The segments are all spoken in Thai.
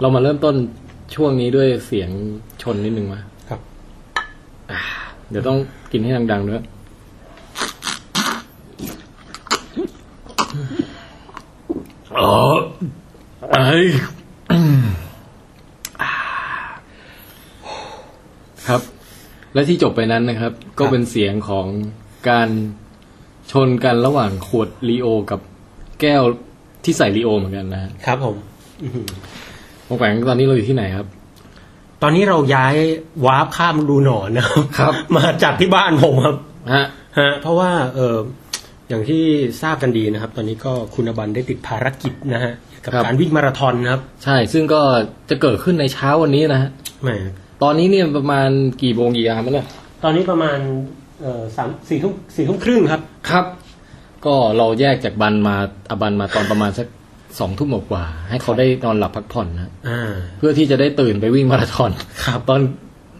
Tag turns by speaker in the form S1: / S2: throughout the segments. S1: เรามาเริ่มต้นช่วงนี้ด้วยเสียงชนนิดนึงไหม
S2: ครับ
S1: อ่าเดี๋ยวต้องกินให้ดังๆด้วย อ๋อไอ้ยครับ และที่จบไปนั้นนะครับ ก็เป็นเสียงของการชนกันระหว่างขวดลีโอ กับแก้วที่ใส่ลีโอเหมือนกันนะฮะ
S2: ครับผม
S1: วงแหวงตอนนี้เราอยู่ที่ไหนครับ
S2: ตอนนี้เราย้ายวาร์ปข้ามดูหนอนนะครับ
S1: ครับ
S2: มาจากที่บ้านผมครับ
S1: ฮะ
S2: ฮะเพราะว่าเอออย่างที่ทราบกันดีนะครับ ตอนนี้ก็คุณอบันได้ติดภารกิจนะฮะเกี่ยวกับ
S1: ครับ
S2: การวิ่งมาราธอนนะครับ
S1: ใช่ ซึ่งก็จะเกิดขึ้นในเช้าวันนี้นะฮะ
S2: แหม
S1: ตอนนี้เนี่ยประมาณกี่โมงกี่ยามแล้วเนี่ย
S2: ตอนนี้ประมาณเออสามสี่ทุ่มสี่ทุ่มครึ่งครับ
S1: ครับ ก็เราแยกจากบันมาอาบันมาตอนประมาณสักสองทุ่มกว่าๆให้เขาได้นอนหลับพักผ่อนนะ
S2: อ่า
S1: เพื่อที่จะได้ตื่นไปวิ่งมาราธอน
S2: ครับ
S1: ตอน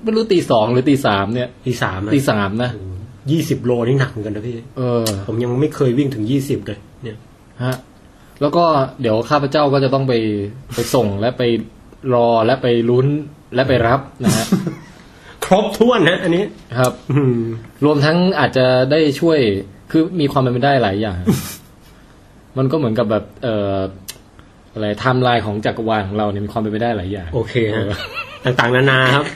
S1: ไม่รู้ตีสองหรือตีสามเนี่ย
S2: ตีสามอะ
S1: ตีสามนะ
S2: ยี่สิบโลนี่หนักเหมือนกันนะพี่
S1: เออ
S2: ผมยังไม่เคยวิ่งถึงยี่สิบเลยเนี่ย
S1: ฮะ แล้วก็เดี๋ยวข้าพเจ้าก็จะต้องไปไปส่งและไปรอและไปลุ้นและไปรับนะฮะ
S2: ครบถ้วนนะอันนี้
S1: ครับ
S2: อืม
S1: รวมทั้งอาจจะได้ช่วย คือมีความเป็นไปได้หลายอย่าง มันก็เหมือนกับแบบ เอ่อ อะไรไทม์ไลน์ของจักรวาลของเราเนี่ยมีความเป็นไปได้หลายอย่าง
S2: โอเคฮะต่างๆ นานาครับ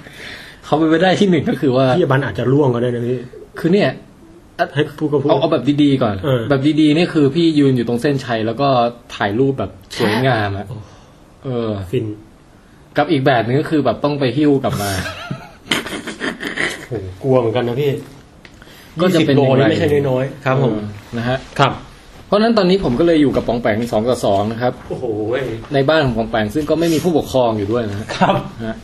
S1: เขามเป็นไปได้ที่หนึ่งก็คือว่า
S2: พี่อบันอาจจะล่วงก็ได้นะพี่
S1: คือเนี่ย
S2: ให้พูดก็พูด
S1: เอาเอาแบบดีๆก่อน
S2: เออ
S1: แบบดีๆเนี่ยคือพี่ยืนอยู่ตรงเส้นชัยแล้วก็ถ่ายรูปแบบสวยงามอะเออ
S2: ฟิน
S1: กับอีกแบบหนึงก็คือแบบต้องไปหิ้วกลับมา
S2: โอ้โหกลัวเหมือนกันนะพี่
S1: ก็จะเป็น
S2: 20โล
S1: อย่างไร
S2: นี่ไม่ใช่น้อยๆ ครับผม
S1: เออนะฮะ
S2: ครับ
S1: เพราะฉะนั้นตอนนี้ผมก็เลยอยู่กับปองแปงสองต่อสองนะครับ
S2: โอ้โห
S1: ในบ้านของปองแปงซึ่งก็ไม่มีผู้ปกครองอยู่ด้วยนะฮะ
S2: ครับ
S1: ฮะ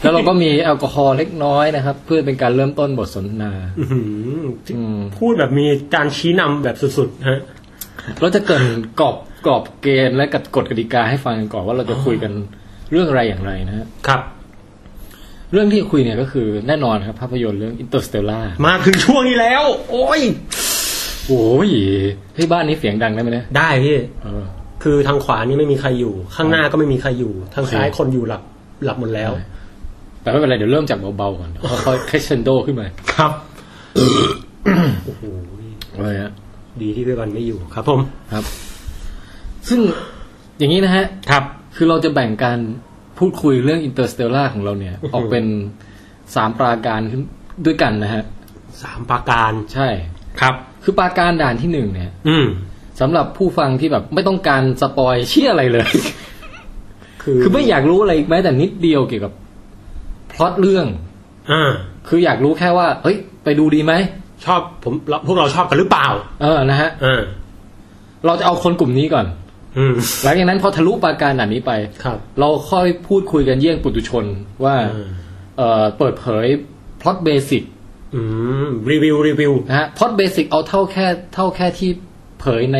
S1: แล้วเราก็มีแอลกอฮอล์เล็กน้อยนะครับ เพื่อเป็นการเริ่มต้นบทสนทนา
S2: อื้อหือ
S1: อืม
S2: พูดแบบมีการชี้นำแบบสุดๆ ฮะ
S1: เราจะเกรินกรอบกรอบเกณฑ์และกฎกติกาให้ฟังกันก่อนว่าเราจะคุยกันเรื่องอะไรอย่างไรนะฮะ
S2: ครับ
S1: เรื่องที่คุยเนี่ยก็คือแน่นอนครับภาพยนตร์เรื่อง Interstellar
S2: มาถึงช่วงนี้แล้ว โอ้ย
S1: โอ้ยที่บ้านนี้เสียงดังได้ไหมเนี่ย
S2: ได้พี่
S1: เออ
S2: คือทางขวานี่ไม่มีใครอยู่ ข้างหน้าก็ไม่มีใครอยู่ ทางซ้าย
S1: โอเค
S2: คนอยู่หลับ หลับหมดแล้ว
S1: แต่ไม่เป็นไรเดี๋ยวเริ่มจากเบาๆก่อนค่อยๆ crescendo ขึ้นมา
S2: ครับ โอ้โห
S1: เลยฮะ
S2: ดีที่พี่วันไม่อยู่ ครับ ผม
S1: ครับ ซึ่งอย่างนี้นะฮะ
S2: ครับ
S1: คือเราจะแบ่งการพูดคุยเรื่องอินเตอร์สเตลล่าของเรา เนี่ย ออกเป็นสามปราการขึ้นด้วยกันนะฮะ
S2: สามประการ
S1: ใช่
S2: ครับ
S1: คือปราการด่านที่หนึ่งเนี่ย
S2: อืม
S1: สำหรับผู้ฟังที่แบบไม่ต้องการสปอยเชี่ยอะไรเลย
S2: คือ
S1: คือไม่อยากรู้อะไรแม้แต่นิดเดียวเกี่ยวกับพล็อตเรื่อง
S2: อ่า
S1: คืออยากรู้แค่ว่า เฮ้ย ไปดูดีไหม
S2: ชอบผมเราพวกเราชอบกันหรือเปล่า
S1: เออนะฮะ
S2: อ่า
S1: เราจะเอาคนกลุ่มนี้ก่อน
S2: อืม
S1: หลังจากนั้นพอทะลุปราการด่านนี้ไป
S2: ครับ
S1: เราค่อยพูดคุยกันเยี่ยงปุตุชนว่า
S2: อืม
S1: เอ่อเปิดเผยพล็อตเบสิก
S2: อืม รีวิว รีวิว
S1: นะฮะพอดเบสิกเอาเท่าแค่เท่าแค่ที่เผยใน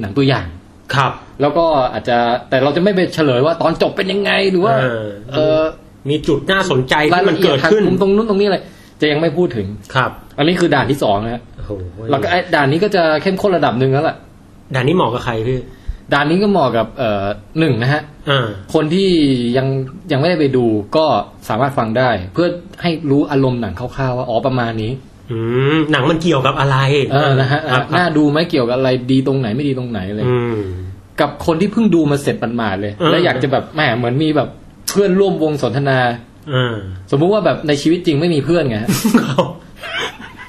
S1: หนังตัวอย่าง
S2: ครับ
S1: แล้วก็อาจจะแต่เราจะไม่ไปเฉลยว่าตอนจบเป็นยังไงหรือว่า
S2: เออ
S1: เออ
S2: มีจุดน่าสนใจ
S1: ราย
S2: ที่มั
S1: ละ
S2: น
S1: เอีย
S2: เกิ
S1: ด
S2: ด
S1: ทาง
S2: ขึ้น
S1: มุมตรงนู้นตรงนี้อะไรจะยังไม่พูดถึง
S2: ครับ
S1: อันนี้คือด่านที่สองนะฮะ
S2: โอ้โห
S1: แล้วก็ไอ้ด่านนี้ก็จะเข้มข้นระดับหนึ่งแล้วล่ะ
S2: ด่านนี้เหมาะกับใครพี่
S1: ด่านนี้ก็เหมาะกับเอ่อหนึ่งนะฮะ
S2: อ่า
S1: คนที่ยังยังไม่ได้ไปดูก็สามารถฟังได้ เพื่อให้รู้อารมณ์หนังคร่าวๆว่าอ๋อประมาณนี้
S2: อืม หนังมันเกี่ยวกับอะไร
S1: เออนะฮะ
S2: ครับ
S1: น่าดูไหมเกี่ยวกับอะไรดีตรงไหนไม่ดีตรงไหนอะไร
S2: อืม
S1: กับคนที่เพิ่งดูมาเสร็จหมาดๆเลย
S2: เออ
S1: แล้วอยากจะแบบแหมเหมือนมีแบบเพื่อนร่วมวงสนทนา
S2: อ่ า
S1: สมมุติว่าแบบในชีวิตจริงไม่มีเพื่อนไง ฮะ
S2: ครับ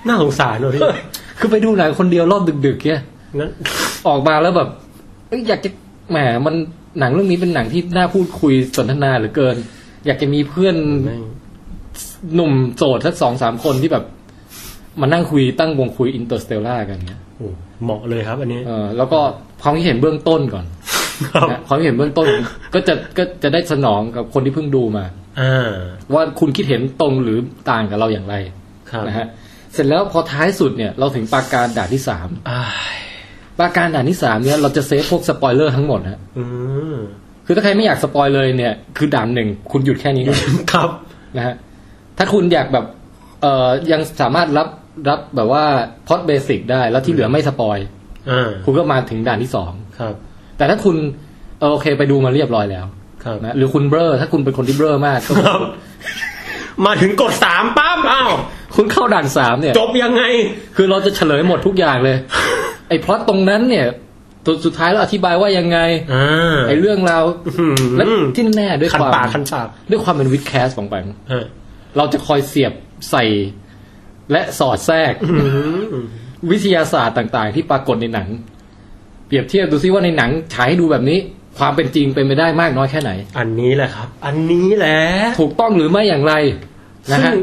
S2: น่าสงสารเลยพี่
S1: คือไปดูหนังคนเดียวรอบดึกๆเนี่ย
S2: นั้น
S1: ออกมาแล้วแบบเอ้ยอยากจะแหมมันหนังเรื่องนี้เป็นหนังที่น่าพูดคุยสนทนาเหลือเกิน อยากจะมีเพื่อนหนุ่มโสดสักสองสามคนที่แบบมานั่งคุยตั้งวงคุยอินเตอร์สเตลล่ากันเนี่ย
S2: โอ้เหมาะเลยครับ อันนี้
S1: เออแล้วก็ความคิดเห็นเบื้องต้นก่อน
S2: ครับ
S1: นะความคิดเห็นเบื้องต้น ก็จะก็จะได้สนองกับคนที่เพิ่งดูมา
S2: อ่า
S1: ว่าคุณคิดเห็นตรงหรือต่างกับเราอย่างไร
S2: ครับ
S1: นะฮะเสร็จแล้วพอท้ายสุดเนี่ยเราถึงปราการด่านที่สาม
S2: อ่า
S1: ปราการด่านที่สามเนี่ยเราจะเซฟพวกสปอยเลอร์ทั้งหมดนะ
S2: อืม
S1: คือถ้าใครไม่อยากสปอยเลยเนี่ยคือด่านหนึ่งคุณหยุดแค่นี้ ด้วย
S2: ครับ
S1: นะฮะถ้าคุณอยากแบบเอ่อยังสามารถรับรับแบบว่าพอดเบสิกได้แล้วที่เหลือไม่สปอย
S2: อ่า
S1: คุณก็มาถึงด่านที่สอง
S2: ครับ
S1: แต่ถ้าคุณเออโอเคไปดูมาเรียบร้อยแล้ว
S2: ครับ
S1: นะหรือคุณเบลอถ้าคุณเป็นคนที่เบลอมาก ก็
S2: ครับ มาถึงกดสามปั๊บอ้าว
S1: คุณเข้าด่านสามเนี่ย
S2: จบยังไง
S1: คือเราจะเฉลยหมดทุกอย่างเลย ไอ้พล็อตตรงนั้นเนี่ยตัวสุดท้ายเราอธิบายว่ายังไง
S2: อ่า
S1: ไอ้เรื่องราว
S2: อืม
S1: และที่แน่ๆด้วย
S2: คัน
S1: ความ
S2: ปากคันปาก
S1: ด้วยความเป็นวิดแคสของแบงค์
S2: อ่า
S1: เราจะคอยเสียบใส่ และสอดแทรก
S2: อืม
S1: วิทยาศาสตร์ต่างๆ ที่ปรากฏในหนัง เปรียบเทียบดูซิว่าในหนังฉายให้ดูแบบนี้ ความเป็นจริงเป็นไปได้มากน้อยแค่ไหน
S2: อันนี้แหละครับ อันนี้แหละ
S1: ถูกต้องหรือไม่อย่างไรนะ
S2: ซึ่ง
S1: ฮะ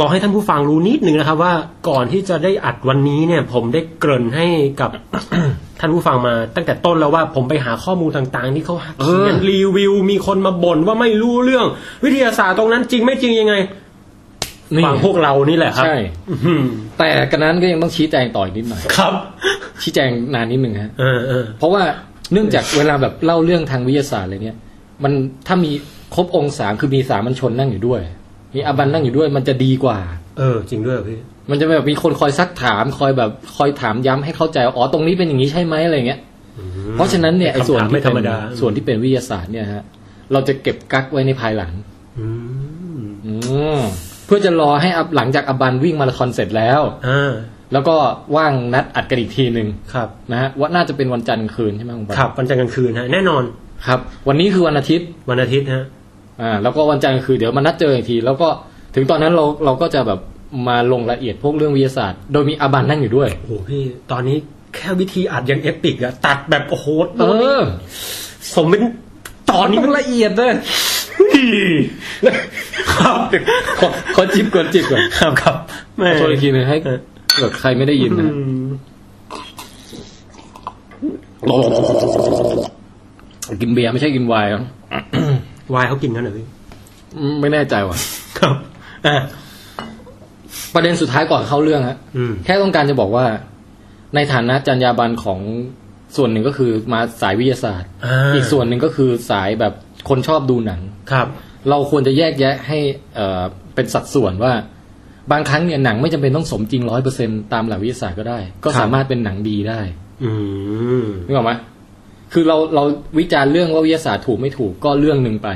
S2: บอกให้ท่านผู้ฟังรู้นิดหนึ่งนะครับ ว่าก่อนที่จะได้อัดวันนี้เนี่ย ผมได้เกริ่นให้กับ ท่านผู้ฟังมาตั้งแต่ต้นแล้วว่าผมไปหาข้อมูลต่างๆ ที่เขาเขียนรีวิว มีคนมาบ่นว่าไม่รู้เรื่อง วิทยาศาสตร์ตรงนั้นจริงไม่จริงยังไง
S1: นี่
S2: ฟังพวกเรานี่แหละครับ
S1: ใช่
S2: อื้อหือ
S1: แต่กระนั้นก็ยังต้องชี้แจงต่ออีกนิดหน่อย
S2: ครับ
S1: ชี้แจงนานนิดหนึ่งฮะ
S2: เออเออ
S1: เพราะว่าเนื่องจากเวลาแบบเล่าเรื่องทางวิทยาศาสตร์อะไรเนี่ย มันถ้ามีครบองค์สามคือมีสามัญชนนั่งอยู่ด้วย มีอาบันนั่งอยู่ด้วย มันจะดีกว่า
S2: เออ จริงด้วยเหรอพี่
S1: มันจะแบบมีคนคอยซักถาม คอยแบบคอยถามย้ำให้เข้าใจว่าอ๋อตรงนี้เป็นอย่างนี้ใช่ไหมอะไรเงี้ย เพราะฉะนั้นเนี่ยไอ้ส่วน
S2: คำถาม
S1: ที่
S2: ไม่ธรรมดา
S1: เป็นส่วนที่เป็นวิทยาศาสตร์เนี่ยฮะเราจะเก็บกักไว้ในภายหลัง
S2: อืม
S1: อืมเพื่อจะรอให้อับหลังจากอบันวิ่งมาราธอนเสร็จแล้ว
S2: อ่า
S1: แล้วก็ว่างนัดอัดกันอีกทีหนึ่ง
S2: ครับ
S1: นะฮะว่าน่าจะเป็นวันจันทร์กลางคืนใช่ไหมคุณปา
S2: ครับวันจันทร์กลางคืนฮะแน่นอน
S1: ครับ วันนี้คือวันอาทิตย์
S2: วันอาทิตย์ฮะ
S1: อ่าแล้วก็วันจันทร์คือเดี๋ยวมานัดเจออีกที แล้วก็ถึงตอนนั้นเราเราก็จะแบบมาลงรายละเอียดพวกเรื่องวิทยาศาสตร์ โดยมีอาบันนั่งอยู่ด้วย
S2: โอ้โหพี่ตอนนี้แค่วิธีอัดยังเอปิกอะตัดแบบโอ้โห
S1: เออ
S2: สมเป็นตอนนี้
S1: ต้
S2: มั
S1: อนง
S2: ละ
S1: ละเอียดเลย
S2: ครับ
S1: ขอขอจิบก่อนจิบก่อน
S2: ครับครับแม่
S1: ขอโทษอีกทีหนึงให้เกิดใครไม่ได้ยิน
S2: อื
S1: นะ
S2: ม
S1: กินเบียร์ไม่ใช่กินไวน์เหรอ
S2: วายเขากินกันเหรอพี่
S1: อืมไม่แน่ใจว่ะ
S2: ครับอ่ะ
S1: ประเด็นสุดท้ายก่อนเข้าเรื่องฮะ
S2: อืม
S1: แค่ต้องการจะบอกว่า ในฐานะจรรยาบรรณของส่วนหนึ่งก็คือมาสายวิทยาศาสตร์
S2: อ่า
S1: อีกส่วนหนึ่งก็คือสายแบบคนชอบดูหนัง
S2: ครับ
S1: เราควรจะแยกแยะให้เอ่อเป็นสัดส่วนว่า บางครั้งเนี่ยหนังไม่จำเป็นต้องสมจริงร้อยเปอร์เซ็นตามหลักวิทยาศาสตร์ก็ได้ ก็สามารถเป็นหนังดีได้
S2: อืม
S1: นึกออกไหมคือเราเราวิจารณ์เรื่องว่าวิทยาศาสตร์ถูกไม่ถูกก็เรื่องหนึ่งไป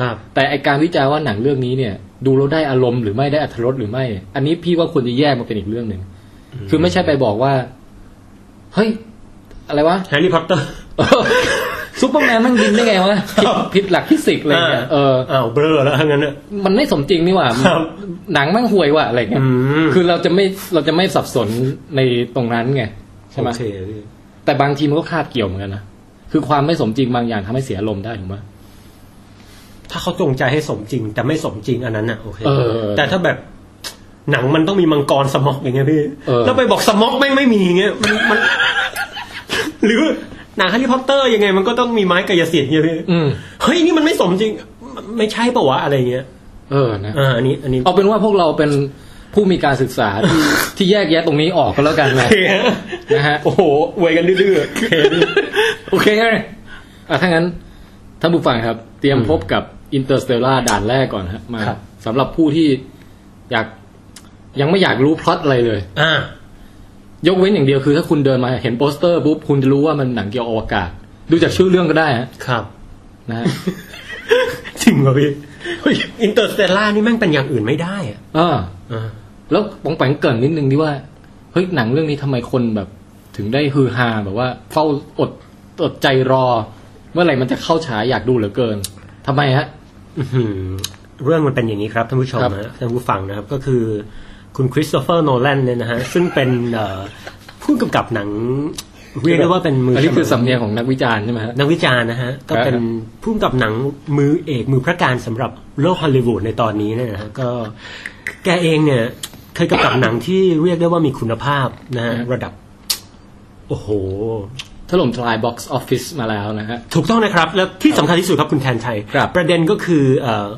S2: ครับ
S1: แต่ไอการวิจารณ์ว่าหนังเรื่องนี้เนี่ย ดูแล้วได้อารมณ์หรือไม่ได้อัธรสหรือไม่ อันนี้พี่ว่าควรจะแยกมาเป็นอีกเรื่องหนึ่งคือไม่ใช่ไปบอกว่าเฮ้ยอะไรวะ
S2: แฮร์รี่พอตเตอร์
S1: ซูเปอร์แมนมันยิงได้ไงวะผิดผิดหลักฟิสิกส์อะไรเงี้ย
S2: อ่า
S1: เออ
S2: อ้าวเบลอแล้วทั้งนั้นอะ
S1: มันไม่สมจริงนี่หว่า
S2: ครับ
S1: หนังมันห่วยว่ะอะไรเงี้ย
S2: อืม
S1: คือเราจะไม่เราจะไม่สับสนในตรงนั้นไงใช่ไหม
S2: โอเคพี่
S1: แต่บางทีมันก็คาดเกี่ยวเหมือนกันนะ คือความไม่สมจริงบางอย่างทำให้เสียลมณ์ได้ถูกไหม
S2: ถ้าเขาจงใจให้สมจริง แต่ไม่สมจริงอันนั้นอะโอเค
S1: เออ
S2: แต่ถ้าแบบหนังมันต้องมีมังกรสม็อกอย่างเงี้ยพี่
S1: เออ
S2: แล้วไปบอกสม็อกไม่งไม่มีอย่างเงี้ยมันมัน หรือหนังแฮร์รี่พอตเตอร์ยังไง มันก็ต้องมีไม้กายสิทธิ์เงี้ยพี่
S1: อืม
S2: เฮ้ยนี่มันไม่สมจริง ไม่ใช่ปะวะอะไรเงี้ย
S1: เออนะ
S2: อ่าอันนี้ อันนี้
S1: เอาเป็นว่าพวกเราเป็นผู้มีการศึก ษาที่ ที่แยกแยะตรงนี้ออกก็แล้วกัน
S2: โอ
S1: นะ
S2: เค
S1: นะฮะ
S2: โอ้โหอวยกันดื้อๆโอเคพี่
S1: โอเคไหมอ่ะถ้างั้นท่านผู้ฟังครับ เตรียมพบกับอินเตอร์สเตลล่าด่านแรกก่อนฮะมาสำหรับผู้ที่อยากยังไม่อยากรู้พล็อตอะไรเลย
S2: อ่าย
S1: กเว้นอย่างเดียวคือถ้าคุณเดินมาเห็นโปสเตอร์ปุ๊บคุณจะรู้ว่ามันหนังเกี่ยวอวกาศ ดูจากชื่อเรื่องก็ได้ฮะ
S2: ครับ
S1: นะฮะ
S2: จริงป่ะพี่อินเตอร์สเตลล่านี่แม่งเป็นอย่างอื่นไม่ได้อะ
S1: อ่า
S2: อ่า
S1: แล้วปองแปงเกรินนิดนึงดีว่าเฮ้ยหนังเรื่องนี้ทำไมคนแบบถึงได้ฮือฮาแบบว่าเฝ้าอดอดใจรอ เมื่อไหร่มันจะเข้าฉายอยากดูเหลือเกินทำไมฮะ
S2: อื้อหือเรื่องมันเป็นอย่างนี้ครับท่านผู้ชม
S1: ครับ
S2: นะท่านผู้ฟังนะครับก็คือคุณคริสโตเฟอร์โนแลนเนี่ยนะฮะซึ่งเป็นเอ่อผู้กำกับหนัง เรียกได้ว่าเป็นมือ
S1: อั
S2: อั
S1: นนี้คือสำเนียงของนักวิจารณ์ใช่ไหมฮะ
S2: นักวิจารณ์นะฮะก็เป็นผู้กำกับหนังมือเอกมือพระการสำหรับโลกฮอลลีวูดในตอนนี้เนี่ยนะฮะก็แกเองเนี่ยเคยกำกับหนังที่เรียกได้ว่ามีคุณภาพนะฮะ
S1: ครับ
S2: ระดับ โอ้โห
S1: ถล่มทลายบ็อกซ์ออฟฟิศมาแล้วนะฮะ
S2: ถูกต้องนะครับ แล้วที่สำคัญที่สุดครับคุณแทนชัย
S1: ครับ
S2: ประเด็นก็คือเอ่อ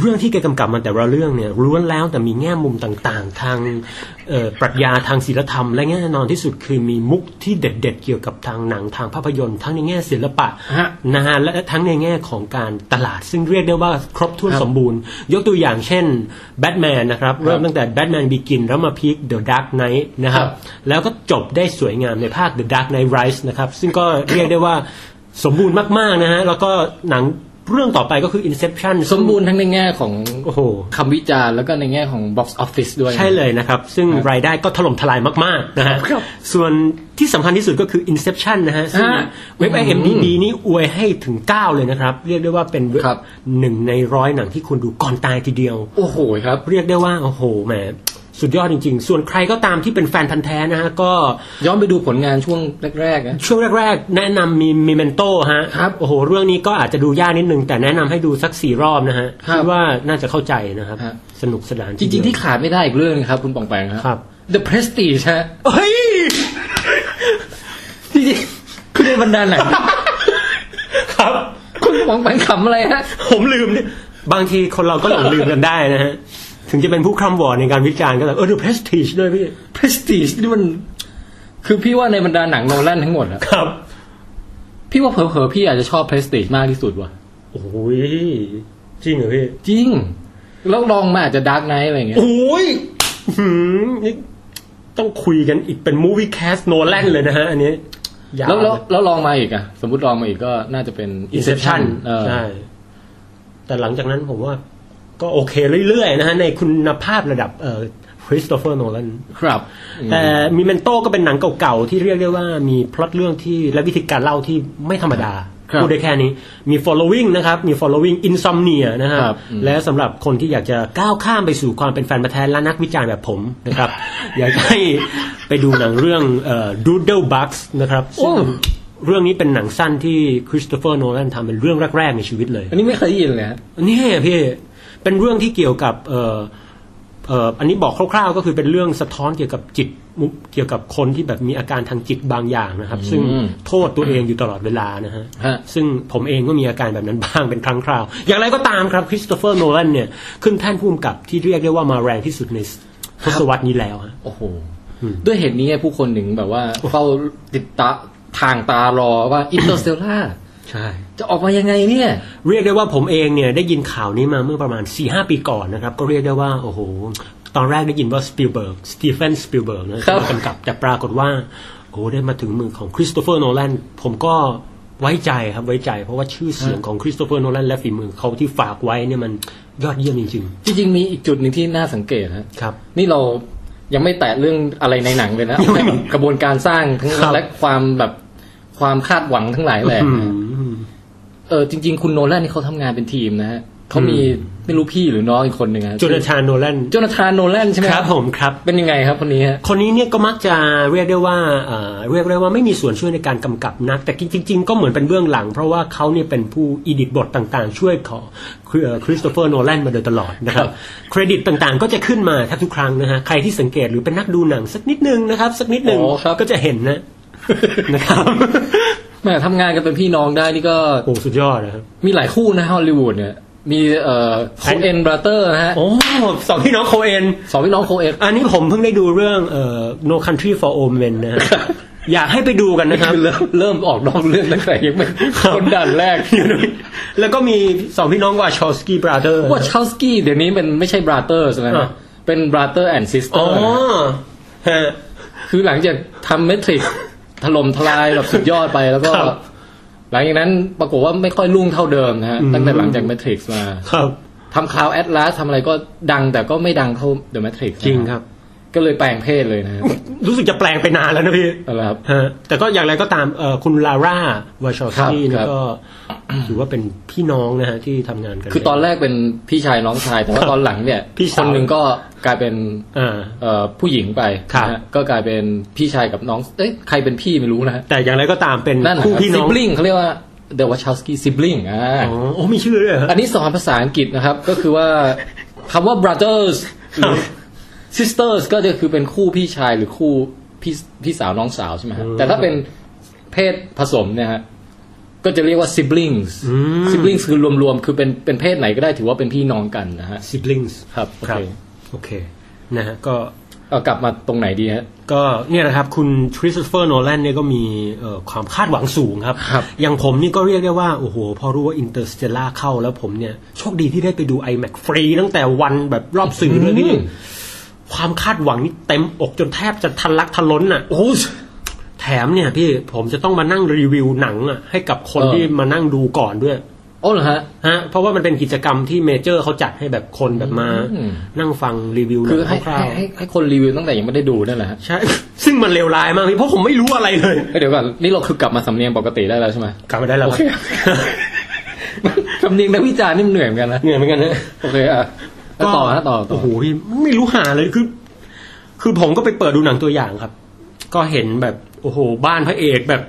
S2: เรื่องที่แกกำกับมาแต่ละเรื่องเนี่ยล้วนแล้วแต่มีแง่มุมต่างๆ ทางเอ่อปรัชญาทางศิลธรรม และแน่นอนที่สุดคือมีมุกที่เด็ด ๆ เกี่ยวกับทางหนังทางภาพยนตร์ทั้งในแง่ศิลปะ
S1: ฮะ
S2: นะฮะและทั้งในแง่ของการตลาด ซึ่งเรียกได้ว่าครบถ้วนสมบูรณ์ ยกตัวอย่างเช่นแบทแมนนะครับเริ่มตั้งแต่แบทแมนบ g กินแล้วมาพีคเดอะดาร์กไนท์นะครั
S1: ครับ บ
S2: แล้วก็จบได้สวยงามในภาค The Dark Knight Rise นะครับ ซึ่งก็เรียกได้ว่าสมบูรณ์มาก ๆ นะฮะ แล้วก็หนัง เรื่องต่อไปก็คือ Inception
S1: สมบูรณ์ทั้งในแง่ของ
S2: โอ้โห
S1: คำวิจารณ์แล้วก็ในแง่ของ box office ด้วยนะ
S2: ใช่เลยนะครับ ซึ่ง
S1: ครับ
S2: รายได้ก็ถล่มทลายมาก ๆ นะฮะ
S1: ครับ
S2: ส่วนที่สำคัญที่สุดก็คือ Inception นะฮะ ซึ่ง
S1: อ่า
S2: เว็บ
S1: อืม
S2: IMDb นี่อวยให้ถึง 9 เลยนะครับ เรียกได้ว่าเป็นเว็
S1: ครับ
S2: หนึ่งในร้อยหนังที่คุณดูก่อนตายทีเดียว
S1: โอ้โหครับ
S2: เรียกได้ว่า โอ้โหแหมสุดยอดจริง ๆ ส่วนใครก็ตามที่เป็นแฟนพันธ์แท้นะฮะ ก็
S1: ย้อนไปดูผลงานช่วงแรกๆนะ
S2: ช่วงแรก ๆ แนะนำมีมิเมนโตฮะ
S1: ครับ
S2: โอ้โห เรื่องนี้ก็อาจจะดูยากนิดนึง แต่แนะนำให้ดูสักสี่รอบนะฮะ
S1: ครับ
S2: ดว่าน่าจะเข้าใจนะครับ
S1: ฮะ
S2: สนุกสนาน
S1: จริงๆที่ขาดไม่ได้อีกเรื่องนะครับ คุณปองแปงครับ
S2: ครับ
S1: The Prestige ฮะ
S2: เฮ้ย
S1: จริงๆคือในบรรดาหนัง
S2: ครับ
S1: คุณปองแปงขำอะไรฮะ
S2: ผมลืมเนี่ยบางทีคนเราก็หลงลืมกันได้นะฮะ ถึงจะเป็นผู้คร่ำวอร์ดในการวิจารณ์ก็แต่เออดู prestige ด้วยพี่
S1: Prestige นี่มัน คือพี่ว่าในบรรดาหนังโนแลนทั้งหมดอะ
S2: ครับ
S1: พี่ว่าเผลอๆพี่อาจจะชอบ Prestige มากที่สุดว่ะ
S2: โอ้ยจริงเหรอพี่
S1: จริง แล้วลองมาอาจจะ Dark Knight อะไรอย่างเงี้ย
S2: โอ้ยหืมนี่ต้องคุยกันอีกเป็น movie cast โนแลนเลยนะฮะ อันนี้ยาว
S1: แล้วแล้วแล้วลองมาอีกอะสมมติลองมาอีกก็น่าจะเป็น
S2: อินเซปชั่
S1: Inception
S2: น
S1: เออ
S2: ใช่ แต่หลังจากนั้นผมว่า ก็โอเคเรื่อยๆนะฮะ ในคุณภาพระดับเอ่อคริสโตเฟอร์โนแลน
S1: ครับอืม
S2: แต่มิเมนโตก็เป็นหนังเก่าๆ ที่เรียกได้ว่ามีพล็อตเรื่องที่และวิธีการเล่าที่ไม่ธรรมดา
S1: ครับ
S2: พูดได้แค่นี้มี following นะครับ มี following insomnia นะฮะ
S1: ครับอืม
S2: และสำหรับคนที่อยากจะก้าวข้ามไปสู่ความเป็นแฟนประแทนและนักวิจารณ์แบบผม นะครับ อยากจะให้ไปดูหนังเรื่องเอ่อ Doodle Bugs นะครับซึ่งเรื่องนี้เป็นหนังสั้นที่คริสโตเฟอร์โนแลนทำเป็นเรื่องแรกๆในชีวิตเลย
S1: อันนี้ไม่เคยได้ยินเลยฮะ
S2: นี่พี่เป็นเรื่องที่เกี่ยวกับเออเอออันนี้บอกคร่าวๆ ก็คือเป็นเรื่องสะท้อนเกี่ยวกับจิตมุเกี่ยวกับคนที่แบบมีอาการทางจิตบางอย่างนะครับ ซึ่งโทษตัวเองอยู่ตลอดเวลานะฮะ
S1: ฮะ
S2: ซึ่งผมเองก็มีอาการแบบนั้นบ้างเป็นครั้งคราว อย่างไรก็ตามครับคริสโตเฟอร์โนแลนเนี่ยขึ้นแท่นผู้กำกับที่เรียกได้ว่ามาแรงที่สุดในทศวรรษนี้แล้วฮะ
S1: โอ้โห
S2: อืม
S1: ด้วยเหตุนี้ผู้คนหนึ่งแบบว่าเฝ้าติดตาทางตารอว่า อินเตอร์สเตลล่า
S2: ใช่
S1: จะออกมายังไงเนี่ย
S2: เรียกได้ว่าผมเองเนี่ยได้ยินข่าวนี้มาเมื่อประมาณ4ีหปีก่อนนะครับ ก็เรียกได้ว่า โอ้โห ตอนแรกได้ยินว่าสปิลเบิร์กสตีเฟนสปิลเบิร์กนะครับ กำกับแต่ปรากฏว่า โอ้โหได้มาถึงมือของคริสโตเฟอร์โนแลนผมก็ไว้ใจครับไว้ใจ เพราะว่าชื่อเสียงของคริสโตเฟอร์โนแลนและฝีมือเขาที่ฝากไว้เนี่ยมันยอดเยี่ยมจริง
S1: จริงๆมีอีกจุดหนึ่งที่น่าสังเกตฮะ
S2: ๆ ครับ
S1: นี่เรายังไม่แตะเรื่องอะไรในหนังเลยนะ
S2: ยังไม่
S1: เอาแค่แบบกระบวนการสร้างทั้ง
S2: ครับ
S1: และความแบบความคาดหวังทั้งหลายแหละ
S2: อืม
S1: เออจริง ๆ คุณโนแลนนี่เขาทำงานเป็นทีมนะฮะเขามี
S2: อื
S1: ไม่รู้พี่หรือน้องอีกคนหนึ่งฮะ
S2: โจนาธานโนแลน
S1: โจนาธานโนแลนใช่ไหม
S2: ครับผมครับ
S1: เป็นยังไงครับคนนี้ฮะ
S2: คนนี้เนี่ยก็มักจะเรียกได้ว่าเอ่อเรียกได้ว่าไม่มีส่วนช่วยในการกำกับนัก แต่จริง ๆ ก็เหมือนเป็นเบื้องหลัง เพราะว่าเขาเนี่ยเป็นผู้อีดิทบทต่างๆ ช่วยของคริสโตเฟอร์โนแลนมาโดยตลอดนะครับ เครดิตต่างๆ ก็จะขึ้นมาแทบทุกครั้งนะฮะ ใครที่สังเกตหรือเป็นนักดูหนังสักนิดนึงนะครับ สักนิดนึง
S1: อ๋อครับ
S2: ก็จะเห็นนะ นะครับ
S1: แหม่ทำงานกันเป็นพี่น้องได้นี่ก็
S2: โอ้สุดยอดนะครับ
S1: มีหลายคู่นะฮอลลีวูดเนี่ย มีเอ่อโคเอ็นบราเตอร์นะฮะ
S2: โอ้สองพี่น้องโคเอน
S1: สองพี่น้องโคเอ็น
S2: อันนี้ผมเพิ่งได้ดูเรื่องเอ่อ No Country for Old Men นะฮะ
S1: ครับ
S2: อยากให้ไปดูกันนะครับ
S1: คือเริ่มเริ่มออกนอกเรื่องตั้งแต่ยังไม่
S2: ครับ
S1: คนด่านแรก
S2: แล้วก็มีสองพี่น้องวาชอสกี้บราเธอร์
S1: ว่าชาสกี้เดี๋ยวนี้มันไม่ใช่บราเตอร์ใช่ไหม
S2: อ่ะ
S1: เป็นบราเตอร์แอนด์ซิสเตอ
S2: อ๋อ
S1: ร์
S2: ฮะ
S1: คือหลังจากทำเมทริก ถล่มทลายแบบสุดยอดไปแล้วก็
S2: ครับ
S1: หลังจากนั้นปรากฏว่าไม่ค่อยรุ่งเท่าเดิมนะฮะ
S2: อืม
S1: ตั้งแต่หลังจากเมทริกมา
S2: ครับ
S1: ทำค l าวแอตลาสทำอะไรก็ดังแต่ก็ไม่ดังเท่าเดอะเมทริก
S2: จริงครับ
S1: ก็เลยแปลงเพศเลยนะฮะ
S2: รู้สึกจะแปลงไปนานแล้วนะพี่
S1: เอาละครับ
S2: ฮะแต่ก็อย่างไรก็ตามเอ่อคุณลาร่าวาชอสกี้
S1: ครับ
S2: เนี่ยก็ถือว่าเป็นพี่น้องนะฮะที่ทำงานกัน
S1: คือตอนแรกเป็นพี่ชายน้องชาย แต่ว่าตอนหลังเนี่ย
S2: พี่
S1: ค
S2: สาว
S1: นหนึ่งก็กลายเป็น
S2: อ่า
S1: เอ่อผู้หญิงไป
S2: ครับ
S1: นะฮะก็กลายเป็นพี่ชายกับน้องเอ้ยใครเป็นพี่ไม่รู้นะฮะ
S2: แต่อย่างไรก็ตามเป็น
S1: นั่น
S2: คู่พี่
S1: ซิ
S2: น้อง
S1: บลิงเขาเรียกว่าเดวัช o วสกี้ซิบลิงอ่า
S2: อ๋อโอ้มีชื่อด้วยเหรอ
S1: อันนี้สอนภาษาอังกฤษนะครับ ก็คือว่าคำว่า brothers หรือ sisters ก็จะคือเป็นคู่พี่ชายหรือคู่พี่พี่สาวน้องสาวใช่ไหมฮะแต่ถ้าเป็นเพศผสมเนี่ยฮะก็จะเรียกว่า siblings siblings คือรวมๆ คือเป็นเป็นเพศไหนก็ได้ถือว่าเป็นพี่น้องกันนะฮะ
S2: ซิบลิง
S1: ครับโอ
S2: ครั
S1: เค
S2: บโอเคนะฮะก็
S1: เอากลับมาตรงไหนดีฮะ
S2: ก็เนี่ยนะครับคุณทริสเฟอร์โนแลนเนี่ยก็มีเอ่อความคาดหวังสูงครับ
S1: ครับ
S2: อย่างผมนี่ก็เรียกได้ว่า โอ้โห พอรู้ว่าอินเตอร์สเตล่าเข้าแล้วผมเนี่ย โชคดีที่ได้ไปดู iMac ฟรีตั้งแต่วันแบบรอบสื่อเลยนี่
S1: อืม
S2: ความคาดหวังนี่เต็มอกจนแทบจะทันลักทันล้นอ่ะ
S1: โอ้
S2: แถมเนี่ยพี่ผมจะต้องมานั่งรีวิวหนังอ่ะให้กับคน
S1: เออ
S2: ที่มานั่งดูก่อนด้วย
S1: โอ้เหรอฮะ
S2: ฮะเพราะว่ามันเป็นกิจกรรมที่เมเจอร์เขาจัดให้แบบคนแบบมา
S1: อืม
S2: นั่งฟังรีวิว
S1: คือให้
S2: คร่าว
S1: ให้ให้ให้คนรีวิวตั้งแต่ยังไม่ได้ดูนั่นแหละฮะ
S2: ๆใช่ ซึ่งมันเลวร้ายมากพี่เพราะผมไม่รู้อะไรเลย
S1: เอ้ยเดี๋ยวก่อนนี่เราคือกลับมาสำเนียงปกติได้แล้วใช่ไหม
S2: กลับ มาได้แล้ว
S1: โอเค สำเนียงนักวิจารณ์นี่มันเหนื่อยเหมือนกันนะ
S2: เหนื่อยเหมือนกันนะ
S1: โอเคอ่ะแล้วต่อฮะต่อต่
S2: โอ้
S1: อ
S2: โหพี่ไม่รู้หาเลยคือ คือผมก็ไปเปิดดูหนังตัวอย่างครับ ก็เห็นแบบ โอ้โห บ้านพระเอกแบบ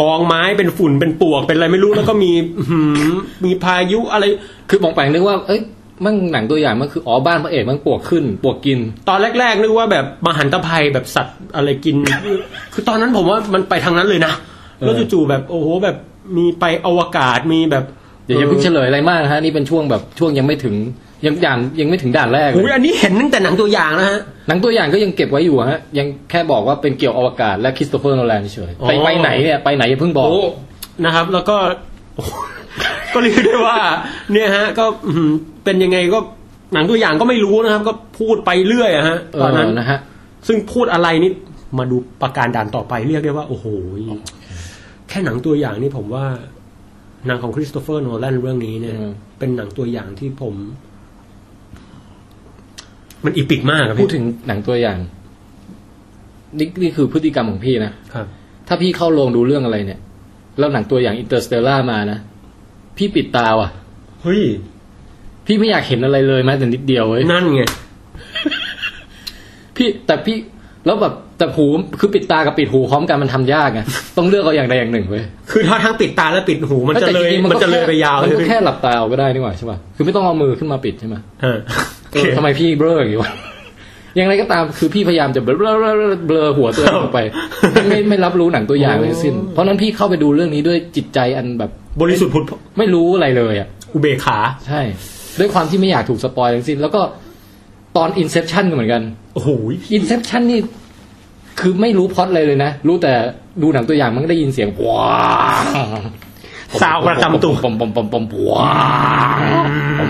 S2: กองไม้เป็นฝุ่นเป็นปวกเป็นอะไรไม่รู้แล้วก็มี อื้อหือมีพายุอะไร
S1: คือมองแปลงนึกว่า เอ้ยมันหนังตัวอย่างมันคืออ๋อบ้านพระเอกมันปวกขึ้นปวกกิน
S2: ตอนแรกๆนึกว่าแบบมหันตภัยแบบสัตว์อะไรกิน คือตอนนั้นผมว่ามันไปทางนั้นเลยนะแล้ว
S1: เออ
S2: จู่ๆแบบโอ้โหแบบมีไปอวกาศมีแบบ
S1: เดี๋ยวอย่าเพิ่งเฉลยอะไรมากนะฮะนี่เป็นช่วงแบบช่วงยังไม่ถึงยังด่านยังไม่ถึงด่านแรกเล
S2: โอ้ย
S1: ย
S2: อันนี้เห็นตั้งแต่หนังตัวอย่างนะฮะ
S1: หนังตัวอย่างก็ยังเก็บไว้อยู่ฮะยังแค่บอกว่าเป็นเกี่ยวอวกาศและคริสโตเฟอร์โนแลนเฉย
S2: อ๋อ
S1: ไปไปไหนเนี่ยไปไหนอย่าเพิ่งบอก
S2: โอ้นะครับ แล้วก็ โอ้โหก็เรียกได้ว่า เนี่ยฮะ ก็อื้อหือเป็นยังไงก็หนังตัวอย่างก็ไม่รู้นะครับ ก็พูดไปเรื่อยอะฮะ
S1: เอ
S2: ตอน
S1: อ
S2: นั้น
S1: นะฮะ
S2: ซึ่งพูดอะไรนี่มาดูประการด่านต่อไปเรียกได้ว่า โอ้โหแค่หนังตัวอย่างนี่ผมว่าหนังของคริสโตเฟอร์โนแลนเรื่องนี้เนี่ย
S1: อืม
S2: เป็นหนังตัวอย่างที่ผม มันอีปิกมากครับ
S1: พูด
S2: พี่
S1: ถึงหนังตัวอย่างนี่นี่คือพฤติกรรมของพี่นะ
S2: ครับ
S1: ถ้าพี่เข้าโรงดูเรื่องอะไรเนี่ย แล้วหนังตัวอย่างอินเตอร์สเตลล่ามานะ พี่ปิดตาว่ะ
S2: เฮ้ย
S1: พี่ไม่อยากเห็นอะไรเลยแม้แต่นิดเดียวเว้ย
S2: นั่นไง
S1: พี่แต่พี่แล้วแบบแต่หูคือปิดตากับปิดหูพร้อมกันมันทำยากไงต้องเลือกเอาอย่างใดอย่างหนึ่งเว้ย
S2: คือถ้าทั้งปิดตาและปิดหู มันจะ
S1: แต่
S2: เล
S1: จ
S2: ย
S1: ริงๆ
S2: มันจะ
S1: ก็
S2: เลยไปยาว
S1: มัน
S2: เลย
S1: ก็แค่หลับตาเอาก็ได้นี่หว่าใช่ป่ะคือไม่ต้องเอามือขึ้นมาปิดใช่ไหม
S2: ฮะ
S1: เออทำไมพี่เบลออย่างนี้วะ อย่างไรก็ตามคือพี่พยายามจะเบลอเบลอเบลอเบลอหัวตัวเองอ อกไปไม่ไม่ไม่รับรู้หนังตัวอย่างเลยทั้งสิ้น เพราะฉะนั้นพี่เข้าไปดูเรื่องนี้ด้วยจิตใจอันแบบ
S2: บริสุทธิ์พุทธ
S1: ไม่รู้อะไรเลยอ่ะ
S2: อุเบกขา
S1: ใช่ ด้วยความที่ไม่อยากถูกสปอยทั้งสิ้น แล้วก็ตอน Inception ก็เหมือนกัน
S2: โอ้โห
S1: Inception นี่ คือไม่รู้พล็อตเลยเลยนะ รู้แต่ดูหนังตัวอย่างมันก็ได้ยินเสียงว้า
S2: ซาวประจำตัว
S1: ปมปมปมปมว้า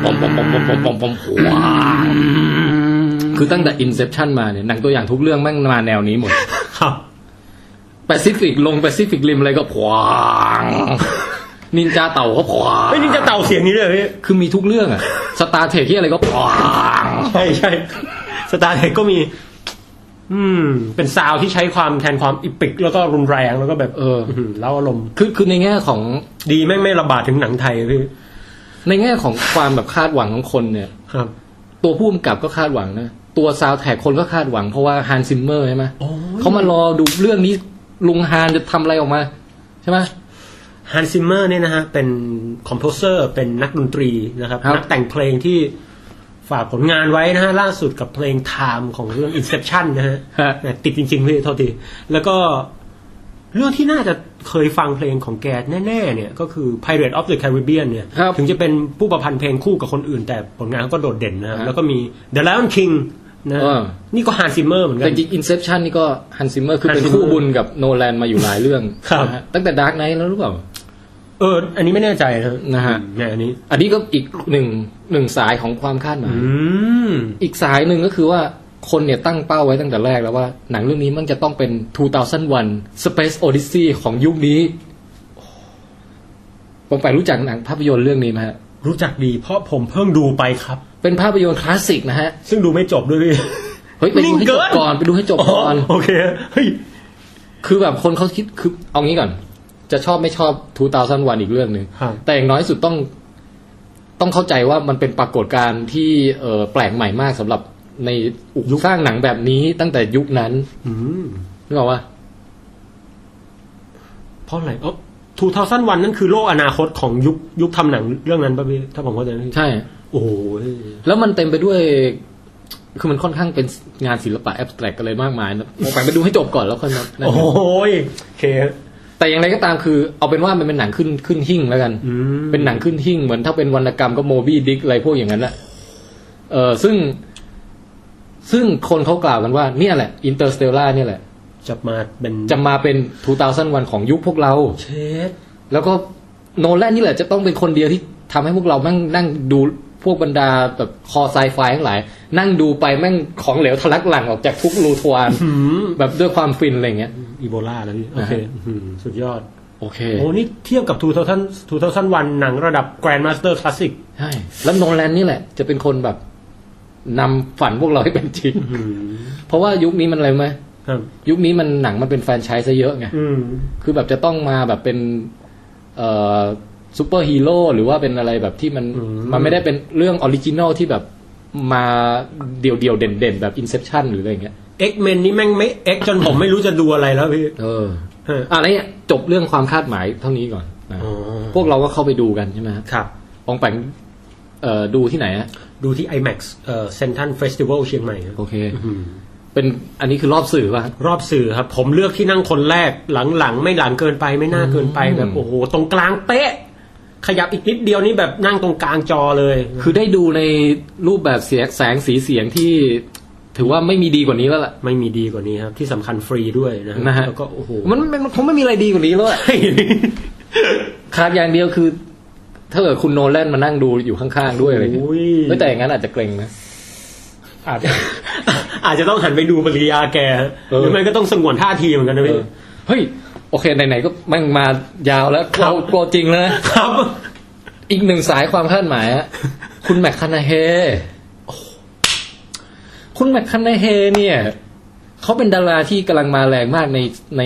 S1: ปมปมปมปมปมปมปมว้าคือตั้งแต่ Inception มาเนี่ยหนังตัวอย่างทุกเรื่องแม่งมาแนวนี้หมด
S2: ครับ
S1: แปซิฟิกลงแปซิฟิกริมอะไรก็พวางนินจาเต่าก็พวาง
S2: เฮ้ยนี่จะเต่าเสียงนี้เลยเหรอพี่
S1: คือมีทุกเรื่องอะสตาร์เทคที่อะไรก็ปัง
S2: ใช่ใช่สตาร์เทคก็มี อืม เป็นซาวด์ที่ใช้ความแทนความอิปิก แล้วก็รุนแรงแล้วก็แบบ
S1: เออ
S2: หือเล่าอารมณ์
S1: คือคือในแง่ของ
S2: ดีแม่งไม่ระบาดถึงหนังไทยพี่
S1: ในแง่ของความแบบคาดหวังของคนเนี่ย
S2: ครับ
S1: ตัวผู้กำกับก็คาดหวังนะ ตัวซาวด์แทร็กคนก็คาดหวังเพราะว่าฮันซิมเมอร์ใช่ไหม
S2: โอ้ย
S1: เขามารอดูเรื่องนี้ลุงฮานจะทำอะไรออกมา ใช่ไหม
S2: ฮันซิมเมอร์เนี่ยนะฮะ เป็นคอมโพเซอร์ เป็นนักดนตรีนะครับ
S1: ครับ
S2: นักแต่งเพลงที่ฝากผลงานไว้นะฮะ ล่าสุดกับเพลง Time ของเรื่อง Inception นะฮะ
S1: ฮะ
S2: แหม่ติดจริงๆพี่โทษทีแล้วก็เรื่องที่น่าจะเคยฟังเพลงของแกแน่ๆเนี่ย ก็คือ Pirate of the Caribbean เนี่ย
S1: ครับ
S2: ถึงจะเป็นผู้ประพันธ์เพลงคู่กับคนอื่น แต่ผลงานเขาก็โดดเด่นนะครับ
S1: ครับ
S2: แล้วก็มี The Lion King นะ
S1: เออ
S2: นี่ก็ Hans Zimmer เหมือนกั
S1: แต่
S2: น
S1: จริงอินเซพชันนี่ก็ฮันซิมเมอร์คือ
S2: Hans
S1: เป็นคู่บุญกับโนแลนมาอยู่หลายเรื่อง
S2: ครับ
S1: นะฮะตั้งแต่ดาร์กไนท์แล้วหรือเปล่า
S2: เออ อันนี้ไม่แน่ใจนะ
S1: นะฮะ
S2: เนี่ยอันนี้
S1: อันนี้ก็อีกหนึ่งหนึ่งสายของความคาดหมาย
S2: อืม
S1: อีกสายหนึ่งก็คือว่าคนเนี่ยตั้งเป้าไว้ตั้งแต่แรกแล้วว่าหนังเรื่องนี้มันจะต้องเป็น 2001 Space Odyssey ของยุคนี้ปองไปรู้จักหนังภาพยนตร์เรื่องนี้ไหมฮะ
S2: รู้จักดีเพราะผมเพิ่งดูไปครับ
S1: เป็นภาพยนตร์คลาสสิกนะฮะ
S2: ซึ่งดูไม่จบด้วยพี่
S1: เฮ้ย ไปดูให้จบก่อน ไปดูให้จบก่อน
S2: โอเคเฮ้ย
S1: คือแบบคนเขาคิดคือเอางี้ก่อน จะชอบไม่ชอบ 2001 อีกเรื่องหนึ่ง
S2: ครับ
S1: แต่อย่างน้อยสุดต้อง ต้องเข้าใจว่ามันเป็นปรากฏการณ์ที่เอ่อแปลกใหม่มากสำหรับในยุคสร้างหนังแบบนี้ตั้งแต่ยุคนั้น
S2: อืม
S1: นึกออกปะ
S2: เพราะอะไรเออทูเทาสั้นวันนั่นคือโลกอนาคตของยุคยุคทำหนังเรื่องนั้นป่ะพี่ ถ้าผมเข้าใจไม่ผิด
S1: ใช่
S2: โอ้โห
S1: แล้วมันเต็มไปด้วย คือมันค่อนข้างเป็นงานศิลปะแอบสแตรกอะไรมากมายนะผมไปดูให้จบก่อนแล้วค่อยมานั่น
S2: โอ้โหโอเค
S1: แต่อย่างไรก็ตามคือ เอาเป็นว่ามันเป็นหนังขึ้นขึ้นหิ่งแล้วกัน
S2: อืม
S1: เป็นหนังขึ้นหิ่งเหมือนถ้าเป็นวรรณกรรมก็โมบี้ดิกอะไรพวกอย่างนั้นแหละ เออซึ่ง ซึ่งคนเขากล่าวกันว่าเนี่ยแหละอินเตอร์สเตลล่าเนี่ยแหละ
S2: จะมาเป็น
S1: จะมาเป็นทูตาสันวันของยุคพวกเรา
S2: เชด
S1: แล้วก็โนแลนนี่แหละจะต้องเป็นคนเดียวที่ทำให้พวกเราแม่งนั่งดูพวกบรรดาแบบคอไซไฟทั้งหลาย นั่งดูไปแม่งของเหลวทะลักหลั่งออกจากทุกรูทวาร
S2: อืม
S1: แบบด้วยความฟินอะไรเงี้ย
S2: อีโบลาแล้วพี่ โอเค
S1: นะฮะ
S2: อืมสุดยอด
S1: โอเค
S2: โอ้นี่เทียบกับ2000 2001หนังระดับ Grandmaster Classic
S1: ใช่แล้วโนแลนนี่แหละ จะเป็นคนแบบนำฝันพวกเราให้เป็นจริง เพราะว่ายุคนี้มันอะไรรู้ไหม
S2: ครับ
S1: ยุคนี้มันหนังมันเป็นแฟรนไชส์ซะเยอะไง
S2: อืม
S1: คือแบบจะต้องมาแบบเป็นเอ่อซูเปอร์ฮีโร่หรือว่าเป็นอะไรแบบที่มัน
S2: อืม
S1: มันไม่ได้เป็นเรื่องออริจินอลที่แบบมาเดี่ยวเดี่ยวๆเด่นเด่นๆ แบบอินเซ t ชันหรืออะไรอย่างเงี้ย
S2: X-Men นี่แม่งไม่ X จนผมไม่รู้จะดูอะไรแล้วพี่
S1: เออ
S2: ฮะ
S1: อะไรเนี่ยจบเรื่องความคาดหมายเท่านี้ก่อนนะ
S2: อ๋อ
S1: พวกเราก็เข้าไปดูกันใช่ไหมฮะ
S2: ครับ
S1: ปองแปงเอ่อดูที่ไหนอะ
S2: ดูที่ IMAX เอ่อ Central Festival เชียงใหม่ครับ
S1: โอเค เป็นอันนี้คือรอบสื่อป่ะ
S2: รอบสื่อครับ ผมเลือกที่นั่งคนแรกหลังๆ ไม่หลังเกินไปไม่หน้าเกินไป
S1: อืม
S2: แบบโอ้โห ตรงกลางเป๊ะ ขยับอีกนิดเดียวนี่แบบนั่งตรงกลางจอเลย
S1: คือได้ดูในรูปแบบเสียงแสงสีเสียงที่ถือว่าไม่มีดีกว่านี้แล้วล่ะ
S2: ไม่มีดีกว่านี้ครับ ที่สำคัญฟรีด้วยนะฮะ
S1: นะฮะ
S2: แล้วก็โอ้โห
S1: มันมันมันคงไม่มีอะไรดีกว่านี้แล้วอะ ขาดอย่างเดียวคือ ถ้าเกิดคุณโนแลนมานั่งดูอยู่ข้างๆด้วยอะไรเงี้ย
S2: โอ้ย
S1: เฮ้ยแต่อย่างนั้นอาจจะเกรงนะ
S2: อาจจะ อาจจะต้องหันไปดูปริยาแกฮะ
S1: เออ
S2: หรือไม่ก็ต้องสงวนท่าทีเหมือนกันนะพี่
S1: เฮ้ย โอเคไหนๆก็แม่งมายาวแล้ว
S2: ครับ
S1: เราโปรจริงแล้วนะครับ อีกหนึ่งสายความคาดหมาย อะคุณแมคคานาเฮคุณแมคคานาเฮเนี่ย เขาเป็นดาราที่กำลังมาแรงมากในใน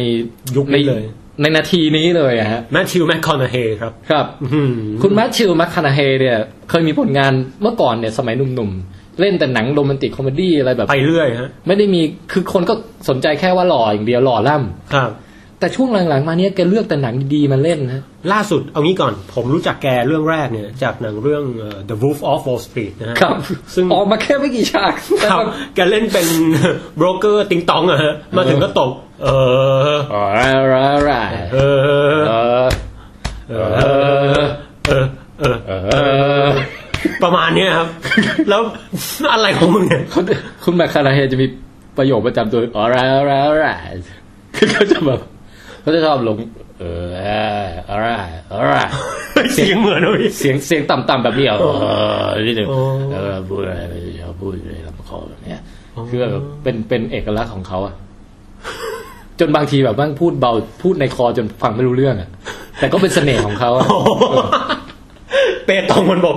S2: ยุคนี้เลย
S1: ในนาทีนี้เลยอะฮะ
S2: แมทธิวแมคคอนาเฮครับ
S1: ครับ
S2: อื้อหือ
S1: คุณแมทชิลแมคคานาเฮเนี่ย เคยมีผลงานเมื่อก่อนเนี่ย สมัยหนุ่มๆ เล่นแต่หนังโรแมนติกคอมเมดี้อะไรแบบ
S2: ไปเรื่อยฮะ
S1: ไม่ได้มีคือคนก็สนใจแค่ว่าหล่ออย่างเดียวหล่อล่ำ
S2: ครับ
S1: แต่ช่วงหลังๆ มาเนี่ยแกเลือกแต่หนังดีๆมาเล่นนะ
S2: ล่าสุดเอางี้ก่อน ผมรู้จักแกเรื่องแรกเนี่ย จากหนังเรื่องเอ่อ The Wolf of Wall Street นะฮะ
S1: ครับ
S2: ซึ่ง
S1: ออกมาแค่ไม่กี่ฉากแต่
S2: ครับ
S1: แบบ
S2: แกเล่นเป็น โบรกเกอร์ติงตองอะฮะ มาถึงก็ตก เออ
S1: อ๋ออะไรอะไร
S2: เออ
S1: เออ
S2: เออ เออ เออ
S1: เออ
S2: ประมาณเนี้ยครับ แล้วอะไรของมึงเนี่ย
S1: คุณคุณแมคคานาเฮจะมีประโยคประจำตัวอ๋ออะไรอะไรอะไรคือเขาจะแบบเขาจะชอบลงเอออะไรอะไร
S2: เสียงเหมือนนะพี่
S1: เสียงเสียงต่ำๆแบบนี้เหรอเออนิดหนึ่ง
S2: โอ้
S1: เออพูดอะไรไม่ชอบพูดอะไรลำคอแบบเนี้ยคือแบบเป็นเป็นเอกลักษณ์ของเขาอะจนบางทีแบบบ้างพูดเบาพูดในคอจนฟังไม่รู้เรื่องอะแต่ก็เป็นเสน่ห์ของเขาอะ
S2: โอ้โหเปตองมันบอก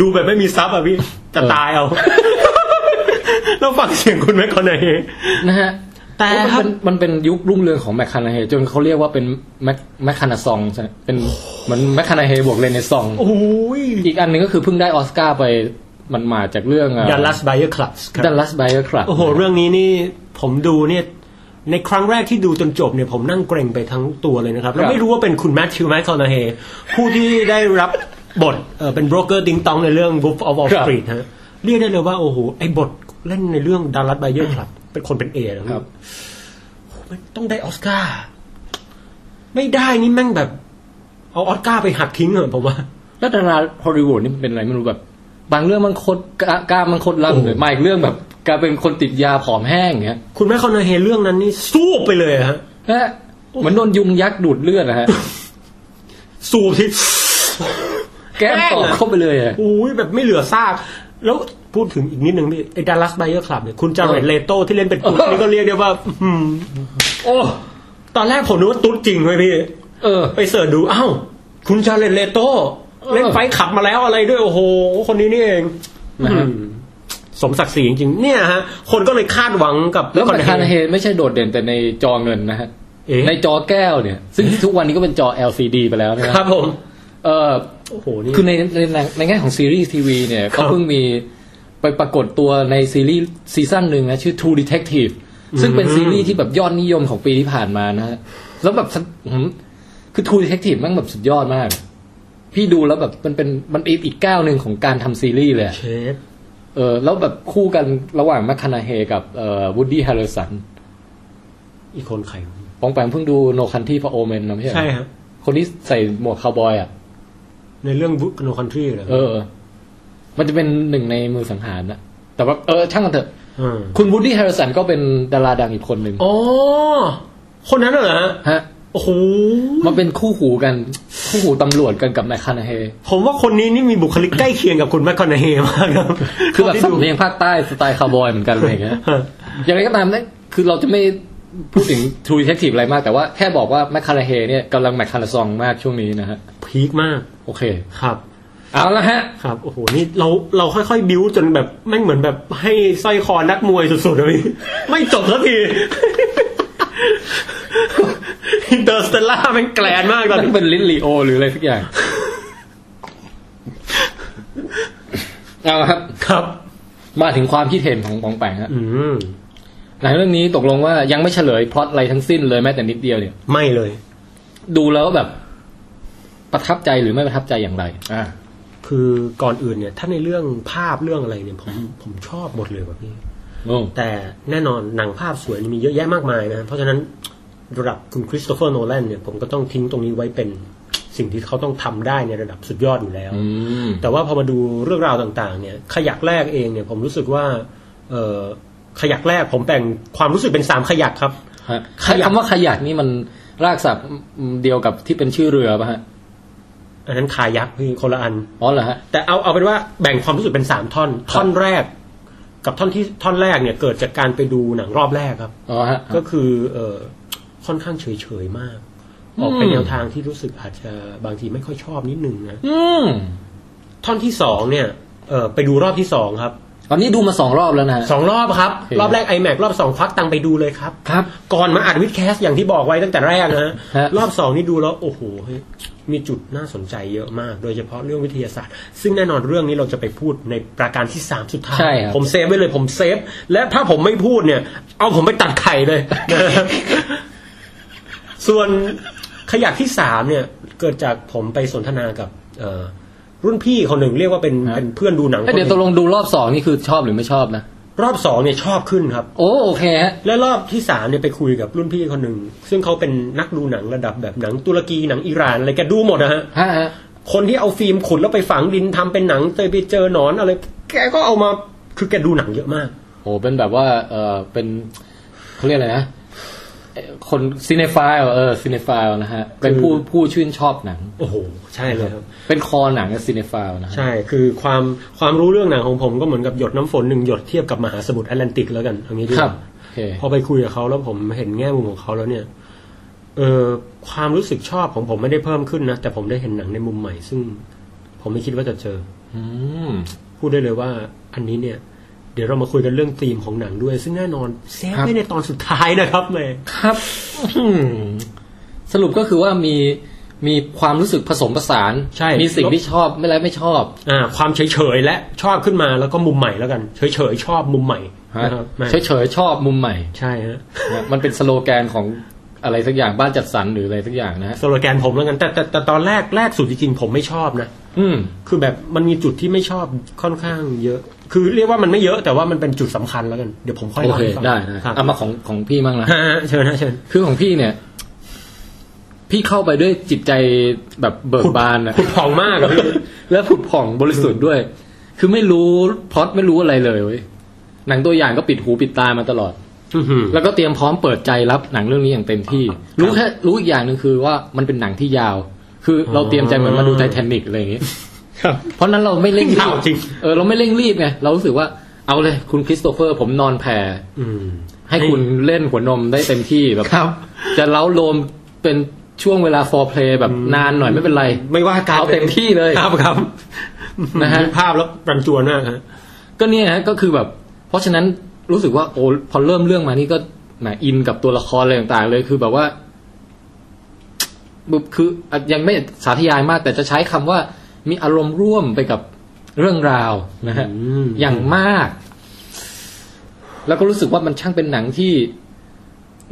S2: ดูแบบไม่มีซับอ่ะพี่จะตายเอา แล้วฟังเสียงคุณแม่คอนเนย
S1: นะฮะ
S2: แต่
S1: มัน
S2: ครับ
S1: เป็นมันเป็นยุครุ่งเรืองของแมคคานาเฮจนเขาเรียกว่าเป็นแมคแมคคานาซองใช่ไหมเป็นเหมือนแมคคานาเฮบวกเลเนซอง
S2: โอ้ย
S1: อีกอันหนึงก็คือเพิ่งได้ออสการ์ไปมันมาจากเรื่อง
S2: ดัลลัสไบเออร์คลับ
S1: ดัลลัสไบเออร์ครับ
S2: โอ้โห เรื่องนี้นี่ผมดูเนี่ย ในครั้งแรกที่ดูจนจบเนี่ยผมนั่งเกรงไปทั้งตัวเลยนะครับ แล้ว
S1: ครับ
S2: ไม่รู้ว่าเป็นคุณแมทธิวแมคคอนาเฮผู้ที่ได้รับบทเอ่อเป็นโบรกเกอร์ติงตองในเรื่อง Wolf of Wall Street ฮะเรียกได้เลยว่า โอ้โห ไอ้บทเล่นในเรื่องดัลลัสไบเออร์คลับเป็นคนเป็นเอนะค
S1: ค
S2: รั
S1: รับ บ
S2: มันต้องได้ออสการ์ไม่ได้นี่แม่งแบบ เอาออสการ์ไปหักทิ้งเหอะผมว่า
S1: แล้วดาราฮอลลีวูดนี่มันเป็นอะไรไม่รู้แบบ บางเรื่องมันโคตรกล้ากล้ามมันโคตร
S2: โอ้โห
S1: ลำเลยมาอีกเรื่องแบบกลายเป็นคนติดยาผอมแห้งอย่างเงี้ย
S2: คุณแม่คอนเนเฮเรื่องนั้นนี่สู้ไปเลยอะฮะ
S1: ฮะเหมือนโดนยุงยักษ์ดูดเลือดนะฮะ
S2: สู้ที่
S1: แก้ม
S2: แห้ง
S1: ตอก
S2: เลย
S1: เข้าไปเลยอะ
S2: อุ้ยแบบไม่เหลือซาก แล้วพูดถึงอีกนิดนึงพี่ไอ้ดัลลัสไบเออร์คลับเนี่ยคุณจาเรตเลโต้ที่เล่นเป็นตุ๊ดนี่ก็เรียกได้ว่าอื้อหือ
S1: โอ้
S2: ตอนแรกผมนึกว่าตุ๊ดจริงเลยพี่
S1: เออ
S2: ไปเสิร์ชดูอ้าวคุณจาเรตเลโต้เล่นไฟท์ขับมาแล้วอะไรด้วยโอ้โห คนนี้นี่เอง
S1: นะฮะ
S2: อืมสมศักดิ์ศรีจริงๆเนี่ยฮะ คนก็เลยคาดหวังกับ
S1: แล้วประธานเฮนไม่ใช่โดดเด่นแต่ในจอเงินนะฮะ
S2: เอ๊ะ
S1: ในจอแก้วเนี่ย ซึ่งทุกวันนี้ก็เป็นจอ LCD ไปแล้วนะฮะ
S2: ครับผม
S1: เออ
S2: โอ้โหนี่
S1: คือในในในในแง่ของซีรีส์ทีวีเนี่ย
S2: ครับ
S1: เขาเพิ่งมีไปปรากฏตัวในซีรีส์ซีซั่นหนึ่งนะชื่อ True Detective ซึ่งเป็นซีรีส์ที่แบบยอดนิยมของปีที่ผ่านมานะฮะแล้วแบบหืมคือ True Detective แมันแบบสุดยอดมาก พี่ดูแล้วแบบมันเป็นมันเป็นอีกก้าวหนึ่งของการทำซีรีส์เลยอะ
S2: เชฟ
S1: เออแล้วแบบคู่กันระหว่างมัคคานาเฮกับเอ่อวูดดี้ฮาร์เรสัน
S2: อีกคนใครวะ
S1: ปองแปงเพิ่งดูโนคันที่พระโอเมนนะไม่ใช่เหรอ
S2: ใช่ฮะ
S1: คนที่ใส่หมวกคาวบอยอ่ะ
S2: ในเรื่องบุกโนคอนทรีเหรอ
S1: เออ มันจะเป็นหนึ่งในมือสังหารนะแต่ว่าเออ ช่างกันเถอะ
S2: เออ
S1: คุณวูดดี้แฮร์ริสันก็เป็นดาราดังอีกคนหนึ่ง
S2: อ๋อ คนนั้นน่ะเหรอฮะ
S1: ฮะ
S2: โอ้โห
S1: มันเป็นคู่หูกัน คู่หูตำรวจกันกับแมคคานาเฮ
S2: ผมว่าคนนี้นี่มีบุคลิกใกล้เคียงกับคุณแมคคอนเฮมากครับ
S1: คือแบบ
S2: เท่าที่
S1: สำ
S2: ดู
S1: เนียงภาคใต้สไตล์คาวบอยเหมือนกันอะไรอย่างเงี้ย
S2: ฮะ
S1: อย่างไรก็ตามเนี่ยคือเราจะไม่ พูดถึง True Detective อะไรมาก แต่ว่าแค่บอกว่าแมคคาราเฮเนี่ยกำลังแมคคาราซองมากช่วงนี้นะฮะ
S2: พีคมาก
S1: โอเค
S2: ครับ
S1: เอาละฮะ
S2: ครับโอ้โหนี่เราเราค่อยๆ บิ้วจนแบบไม่งเหมือนแบบให้สร้อยคอนักมวยสุดๆเลยพี่ ไม่จบสักที อินเตอร์สเตลล่าแม่งแกลนมากตอน
S1: นั่
S2: นี้
S1: นเป็นลิ้นลีโอ หรืออะไรสักอย่าง เอาละครับ
S2: ครับ
S1: มาถึงความคิดเห็นของปองแปงฮะ
S2: อืม
S1: หนังเรื่องนี้ตกลงว่ายังไม่เฉลยพล็อตอะไรทั้งสิ้นเลยแม้แต่นิดเดียวเนี่ย
S2: ไม่เลย
S1: ดูแล้วแบบ ประทับใจหรือไม่ประทับใจอย่างไร อ่า
S2: คือก่อนอื่นเนี่ย ถ้าในเรื่องภาพเรื่องอะไรเนี่ย ผมผมชอบหมดเลยว่ะพี่
S1: โอ้
S2: แต่แน่นอนหนังภาพสวยนี่มีเยอะแยะมากมายนะ เพราะฉะนั้นระดับคุณคริสโตเฟอร์โนแลนเนี่ย ผมก็ต้องทิ้งตรงนี้ไว้เป็นสิ่งที่เขาต้องทำได้ในระดับสุดยอดอยู่แล้ว
S1: อืม
S2: แต่ว่าพอมาดูเรื่องราวต่างๆ เนี่ย ขยักแรกเองเนี่ย ผมรู้สึกว่า เออขยักแรกผมแบ่งความรู้สึกเป็นสามขยักครับ
S1: ฮะ
S2: ขยัก
S1: คำว่าขยักนี่มันรากศัพท์เดียวกับที่เป็นชื่อเรือป่ะฮะ
S2: อันนั้นขายักคือคนละอัน
S1: อ๋อเหรอฮะ
S2: แต่เอาเอาเป็นว่าแบ่งความรู้สึกเป็นสามท่อน
S1: ครับ
S2: ท่อนแรก กับท่อนที่ท่อนแรกเนี่ย เกิดจากการไปดูหนังรอบแรกครับ
S1: อ๋อฮะ
S2: ก็คือเออค่อนข้างเฉยๆมาก ออกไป
S1: อืม
S2: แนวทางที่รู้สึกอาจจะบางทีไม่ค่อยชอบนิดนึงนะ
S1: อืม
S2: ท่อนที่สองเนี่ยเออไปดูรอบที่สองครับ
S1: ตอนนี้ดูมาสองรอบแล้วนะฮะ
S2: สองรอบครับ
S1: โอเค
S2: รอบแรก iMac รอบสองควักตังค์ไปดูเลยครับ
S1: ครับ
S2: ก่อนมาอัดวิดแคสต์อย่างที่บอกไว้ตั้งแต่แรกนะฮะ
S1: ฮะ
S2: รอบสองนี่ดูแล้วโอ้โหเฮ้ยมีจุดน่าสนใจเยอะมาก โดยเฉพาะเรื่องวิทยาศาสตร์ ซึ่งแน่นอนเรื่องนี้เราจะไปพูดในประการที่สามสุดท้าย
S1: ใช่ครับ
S2: ผมเซฟไว้เลยผมเซฟ และถ้าผมไม่พูดเนี่ย เอาผมไปตัดไข่เลย ส่วนขยะที่สามเนี่ยเกิดจากผมไปสนทนากับเอ่อรุ่นพี่คนหนึ่งเรียกว่าเป็นเป็นเพื่อนดูหนังค
S1: เอ้ย
S2: นห
S1: เดี๋ยวต
S2: นึ่
S1: ก
S2: ง
S1: ลงดูรอบสองนี่คือชอบหรือไม่ชอบนะ
S2: รอบสองเนี่ยชอบขึ้นครับ
S1: โอ้โอเคฮะ
S2: และรอบที่สามเนี่ยไปคุยกับรุ่นพี่คนหนึ่ง ซึ่งเขาเป็นนักดูหนังระดับแบบหนังตุรกีหนังอิหร่านอะไรแกดูหมดนะฮะ
S1: ฮะฮะ
S2: คนที่เอาฟิล์มขุดแล้วไปฝังดินทำเป็นหนังเคยไปเจอหนอนอะไร แกก็เอามาคือแกดูหนังเยอะมาก
S1: โหเป็นแบบว่า เออเป็นเขาเรียกอะไรนะเอ่อคนซีเนฟายเออซีเนฟายนะฮะ เป็นผู้ผู้ชื่นชอบหนัง
S2: โอ้โห ใช่เลยครับ
S1: เป็นคอหนังซีเนฟายนะฮะ
S2: ใช่คือความความรู้เรื่องหนังของผมก็เหมือนกับหยดน้ำฝนหนึ่งหยดเทียบกับมหาสมุทรแอตแลนติกแล้วกันเอางี้ดีก
S1: ครับ
S2: ว่า
S1: โอเค
S2: พอไปคุยกับเขาแล้วผมเห็นแง่มุมของเขาแล้วเนี่ย เออความรู้สึกชอบของผมไม่ได้เพิ่มขึ้นนะแต่ผมได้เห็นหนังในมุมใหม่ ซึ่ง ผมไม่คิดว่าจะเจอ
S1: อืม
S2: พูดได้เลยว่าอันนี้เนี่ย เดี๋ยวเรามาคุยกันเรื่องธีมของหนังด้วย ซึ่งแน่นอนเซฟ
S1: ครับ
S2: ไว้ในตอนสุดท้ายนะครับเลย
S1: ครับอืมสรุปก็คือว่ามีมีความรู้สึกผสมผสาน มีสิ่งที่ชอบไม่และไม่ชอบ
S2: อ่า ความเฉยๆและชอบขึ้นมาแล้วก็มุมใหม่แล้วกันเฉยๆชอบมุมใหม่นะครับแม่
S1: เฉยๆชอบมุมใหม่
S2: ใช่ฮะ
S1: นะมันเป็นสโลแกนของอะไรสักอย่างบ้านจัดสรรหรืออะไรสักอย่างนะฮะ
S2: สโลแกนผมแล้วกันแต่แต่แต่ตอนแรกแรกสุดจริงๆผมไม่ชอบนะ
S1: อืม
S2: คือแบบมันมีจุดที่ไม่ชอบค่อนข้างเยอะ คือเรียกว่ามันไม่เยอะแต่ว่ามันเป็นจุดสำคัญแล้วกัน เดี๋ยวผมค่อย
S1: โอ
S2: เล่า
S1: เค
S2: ให้ฟัง
S1: ได้ได้
S2: ครับ
S1: เอามาของของพี่มั่งนะ
S2: ฮะฮะเชิญฮะเชิญ
S1: คือของพี่เนี่ย พี่เข้าไปด้วยจิตใจแบบเบิกบานอะ
S2: ผุดผ่องมากอะพี่
S1: แล้วผุดผ่องบริสุทธิ์ด้วย คือไม่รู้พล็อตไม่รู้อะไรเลยเว้ยหนังตัวอย่างก็ปิดหูปิดตามาตลอด
S2: อื้อหือ
S1: แล้วก็เตรียมพร้อมเปิดใจรับหนังเรื่องนี้อย่างเต็มที่ รู้แค่รู้อีกอย่างหนึ่งคือว่ามันเป็นหนังที่ยาว คือเราเตรียมใจเหมือนมาดูไททานิกอะไรอย่างเงี้ย
S2: ครับ
S1: เพราะนั้นเราไม่เร่งรี
S2: ข่าว
S1: บ
S2: จริง
S1: เออเราไม่เร่งรีบไงเรารู้สึกว่าเอาเลยคุณคริสโตเฟอร์ผมนอนแผ่
S2: อืม
S1: ให้
S2: ให้
S1: คุณเล่นหัวนมได้เต็มที่แบบ
S2: ครับ
S1: จะเล้าโลมเป็นช่วงเวลา for play แบบนานหน่อยไม่เป็นไร
S2: ไม่ว่าการ
S1: เอาเต็มที่เลย
S2: ครับครับ
S1: นะฮะ
S2: มีภาพแล้วรันจวนมากฮะ
S1: ก็เนี่ยฮะก็คือแบบ เพราะฉะนั้นรู้สึกว่าโอ้พอเริ่มเรื่องมานี่ก็แหมอินกับตัวละครอะไรต่างๆ เลยคือแบบว่าบบคืออ่ะยังไม่สาธยายมาก แต่จะใช้คำว่ามีอารมณ์ร่วมไปกับเรื่องราวนะฮะ
S2: ม
S1: อย่างมาก แล้วก็รู้สึกว่ามันช่างเป็นหนังที่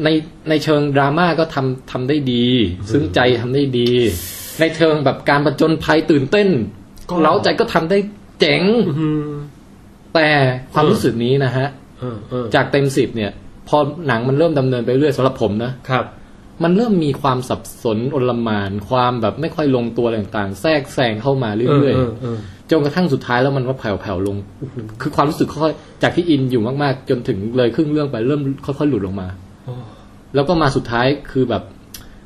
S1: ในในเชิงดราม่าก็ทำทำได้ดี ซึ้งใจทำได้ดี ในเชิงแบบการประจนภัยตื่นเต้นเล้าใจก็ทำได้เจ๋ง
S2: อื้อหือ
S1: แต่ความรู้สึกนี้นะฮะ
S2: เออเออ
S1: จากเต็มสิบเนี่ย พอหนังมันเริ่มดำเนินไปเรื่อยสำหรับผมนะ
S2: ครับ
S1: มันเริ่มมีความสับสนอลหมาน ความแบบไม่ค่อยลงตัวอะไรต่างๆแทรกแซงเข้ามาเรื่อย
S2: เอ
S1: ๆ
S2: อเออ
S1: จนกระทั่งสุดท้ายแล้วมันก็แผ่วๆลง คือความรู้สึกค่อยๆจากที่อินอยู่มากๆ จนถึงเลยครึ่งเรื่องไปเริ่มค่อยๆหลุดลงมา
S2: เออ
S1: แล้วก็มาสุดท้ายคือแบบ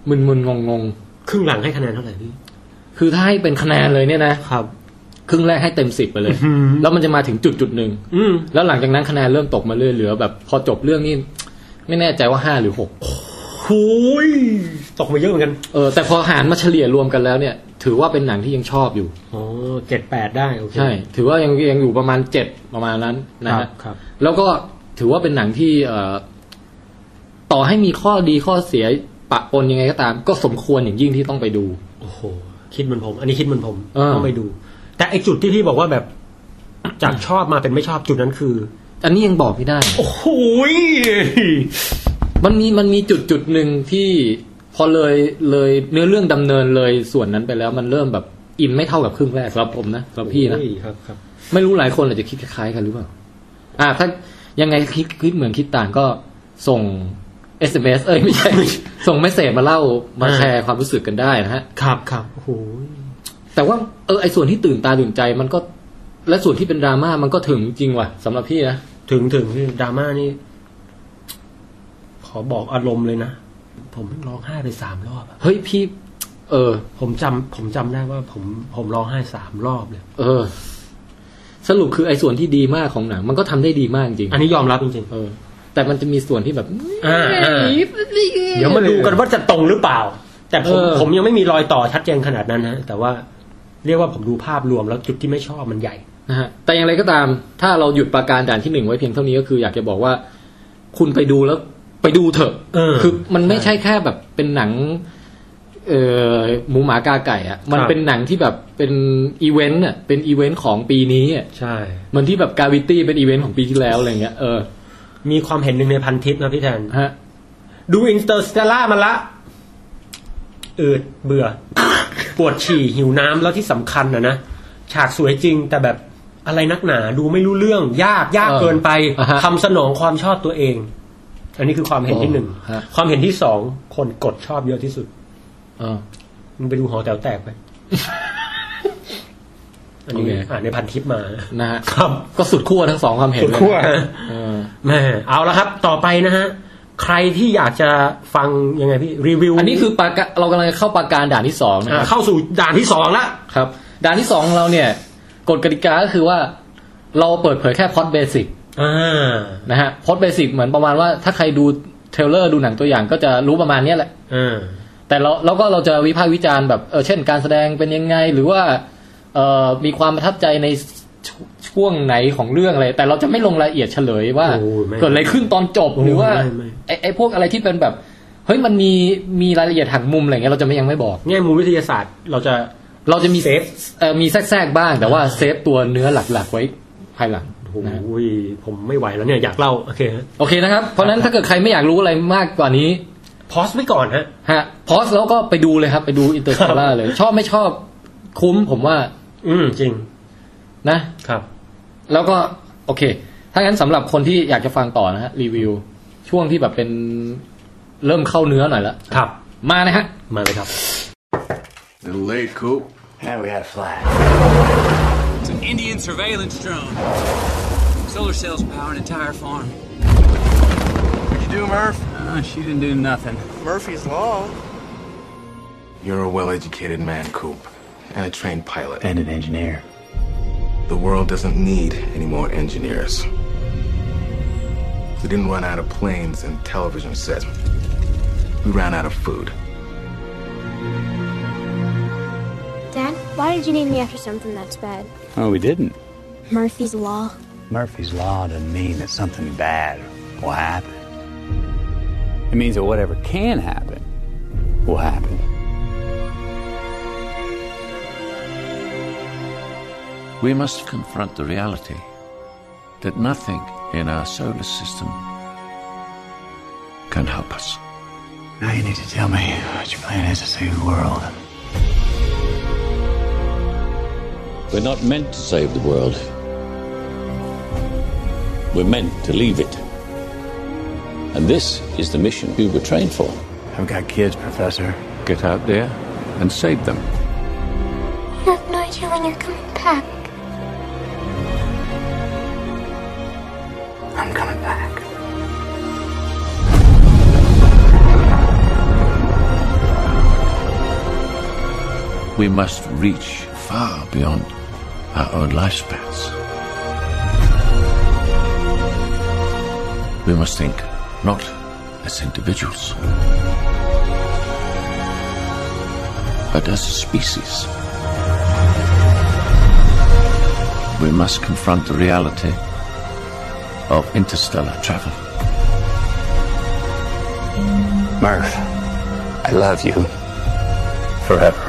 S1: มึนๆงง
S2: ครึ่งหลังให้คะแนนเท่าไหร่พี่
S1: ๆ คือถ้าให้เป็นคะแนนเลยเนี่ยนะครับ ครึ่งแรกให้เต็มสิบไปเลย
S2: อื้อหือ
S1: แล้วมันจะมาถึงจุดจุดๆหนึ่ง
S2: อืม
S1: แล้วหลังจากนั้นคะแนนเริ่มตกมาเรื่อยเหลือแบบพอจบเรื่องนี่ ไม่แน่ใจว่าห้าหรือหก
S2: หุยตกไปเยอะเหมือนกัน
S1: เออแต่พอหารมาเฉลี่ยรวมกันแล้วเนี่ย ถือว่าเป็นหนังที่ยังชอบอยู่
S2: อ๋อเจ็ดแปดได้โอเค
S1: ใช่ ถือว่ายังยังอยู่ประมาณเจ็ดประมาณนั้นนะ
S2: ครั
S1: ฮะ
S2: บครับ
S1: แล้วก็ถือว่าเป็นหนังที่เอ่อต่อให้มีข้อดีข้อเสียปะปนยังไงก็ตาม ก็สมควรอย่างยิ่งที่ต้องไปดู
S2: โอ้โห คิดเหมือนผม อันนี้คิดเหมือนผม
S1: เออ
S2: ต้องไปดู แต่ไอจุดที่พี่บอกว่าแบบ จากชอบมาเป็นไม่ชอบจุดนั้นคือ
S1: อันนี้ยังบอกไม่ได้
S2: โอ้โหย
S1: มันมีมันมีจุดจุดหนึ่งที่พอเลยเลยเนื้อเรื่องดำเนินเลยส่วนนั้นไปแล้ว มันเริ่มแบบอินไม่เท่ากับครึ่งแรกสำหรับผมนะสำหรับพี่นะ
S2: โอ้ยครับครับ
S1: ไม่รู้หลายคนอาจจะคิดคล้ายๆกันหรือเปล่า อ่า ถ้ายังไงคิดคิดเหมือนคิดต่างก็ส่ง SMS เอ้ยไม่ใช่ ส่งเมสเซจมาเล่ามาแชร์ความรู้สึกกันได้นะฮะ
S2: ครับครับโอ้โหย
S1: แต่ว่าเออไอส่วนที่ตื่นตาตื่นใจมันก็ และส่วนที่เป็นดราม่ามันก็ถึงจริงว่ะสำหรับพี่นะ
S2: ถึงถึงพี่ดราม่านี่ ขอบอกอารมณ์เลยนะ ผมร้องไห้ไปสามรอบอะ
S1: เฮ้ยพี่ เออ
S2: ผมจำผมจำได้ว่า ผมผมร้องไห้สามรอบเลย
S1: เออ สรุปคือไอ้ส่วนที่ดีมากของหนัง มันก็ทำได้ดีมากจริง
S2: อันนี้ยอมรับจริง
S1: เออ แต่มันจะมีส่วนที่แบบ
S2: ๆอ่าอ่า เดี๋ยวมาดูกันว่าจะตรงหรือเปล่า แต่ผม
S1: เออ
S2: ผมยังไม่มีรอยต่อชัดเจนขนาดนั้นนะแต่ว่าเรียกว่าผมดูภาพรวมแล้วจุดที่ไม่ชอบมันใหญ่
S1: นะฮะแต่อย่างไรก็ตาม ถ้าเราหยุดประการด่านที่หนึ่งไว้เพียงเท่านี้ก็คืออยากจะบอกว่า คุณไปดูแล้ว ไปดูเถอะ
S2: เออ
S1: คือมันไม่ใช่แค่แบบเป็นหนัง เอ่อหมูหมากาไก่อะมัน
S2: ครับ
S1: เป็นหนังที่แบบเป็นอีเวนต์อะเป็นอีเวนต์ของปีนี้อะ
S2: ใช่
S1: เหมือนที่แบบกาวิตี้เป็นอีเวนต์ของปีที่แล้วอะไรเงี้ยเออ
S2: มีความเห็นหนึ่งในพันทิปนะพี่แทน
S1: ฮะ
S2: ดูอินเตอร์สเตล่ามันละอืดเบื่อ ปวดฉี่หิวน้ำแล้วที่สำคัญนะนะฉากสวยจริง แต่แบบอะไรนักหนาดูไม่รู้เรื่อง ยากยากเกินไปทำสนองความชอบตัวเอง อันนี้คือความเห็นที่หนึ่งความเห็นที่สองคนกดชอบเยอะที่สุด
S1: เออ
S2: มึงไปดูหอแต๋วแต กไป อันนี้
S1: โอเค
S2: อ่านในพันทิปมา
S1: นะฮะ
S2: ครับ
S1: ก็สุดขั้วทั้งสองความเห็นเลยนะเออ
S2: แม่เอาละครับ ต่อไปนะฮะ ใครที่อยากจะฟังยังไงพี่ รีวิว
S1: อันนี้คือปากะเรากำลังจะเข้าปาการด่านที่สองนะ
S2: อ่า
S1: ครับ
S2: เข้าสู่ด่านที่สองละ
S1: ครับ ด่านที่สองของเราเนี่ยกฎกติกาก็คือว่า เราเปิดเผยแค่พล็อดเบสิก
S2: อ่า
S1: นะฮะพล็อดเบสิกเหมือนประมาณว่าถ้าใครดูเทรลเลอร์ดูหนังตัวอย่างก็จะรู้ประมาณเนี้ยแหละ
S2: อ่า
S1: แต่เราเราก็เราจะวิพากษ์วิจารณ์แบบเออเช่น การแสดงเป็นยังไง หรือว่าเออมีความประทับใจในชช่วงไหนของเรื่องอะไร แต่เราจะไม่ลงรายละเอียดเฉลยว่า
S2: โอ้ยไม่
S1: เกิดอะไรขึ้นตอนจบ
S2: โอ้ย
S1: หรือว่า
S2: ไม่ไม่
S1: ไอ้ไอ้พวกอะไรที่เป็นแบบเฮ้ยมันมีมีรายละเอียดหักมุมอะไรเงี้ยเราจะไม่ยังไม่บอก
S2: แง่มุมวิทยาศาสตร์เราจะ
S1: เราจะมี
S2: เซฟ
S1: เออมีแทรกๆบ้าง แต่ว่าเซฟตัวเนื้อหลักๆไว้ภายหลัง
S2: โอ้
S1: นะฮะ
S2: ยผมไม่ไหวแล้วเนี่ยอยากเล่า โอเคฮะ
S1: โอเคนะครับเพราะฉะนั้นถ้าเกิดใครไม่อยากรู้อะไรมากกว่านี้
S2: พอสไว้ก่อนฮะ
S1: ฮะพอสแล้วก็ไปดูเลยครับ ไปดูอินเตอร์สตาเลย ชอบไม่ชอบคุ้มผมว่า
S2: อืม จริง
S1: นะ
S2: ครับ
S1: แล้วก็โอเค ถ้างั้นสำหรับคนที่อยากจะฟังต่อนะฮะ รีวิว ช่วงที่แบบเป็นเริ่มเข้าเนื้อหน่อยละ
S2: ครับ
S1: มานะฮะ
S2: มาเลยครับ
S3: Little late, Coop.
S4: Now we got a flash.
S5: It's an Indian surveillance drone. Solar cells power an entire farm.
S6: You do, Murph?
S5: Uh, she didn't do nothing.
S6: Murphy's Law.
S3: You're a well educated man, Coop, and a trained pilot.
S4: And an engineer.
S3: The world doesn't need any more engineers. We didn't run out of planes and television sets, we ran out of food.
S7: Dad, why did you name me after something that's bad?
S4: Oh, we didn't.
S7: Murphy's Law.
S4: Murphy's Law doesn't mean that something bad will happen. It means that whatever can happen will happen.
S8: We must confront the reality that nothing in our solar system can help us.
S4: Now you need to tell me what your plan is to save the world.
S8: We're not meant to save the world, we're meant to leave it. And this is the mission we were trained for.
S4: I've got kids, Professor.
S8: Get out there and save them.
S7: You have no idea when you're coming back.
S4: I'm coming back.
S8: We must reach far beyond our own lifespans. We must think not as individuals, but as a species. We must confront the reality of interstellar travel.
S4: Murph, I love you. Forever.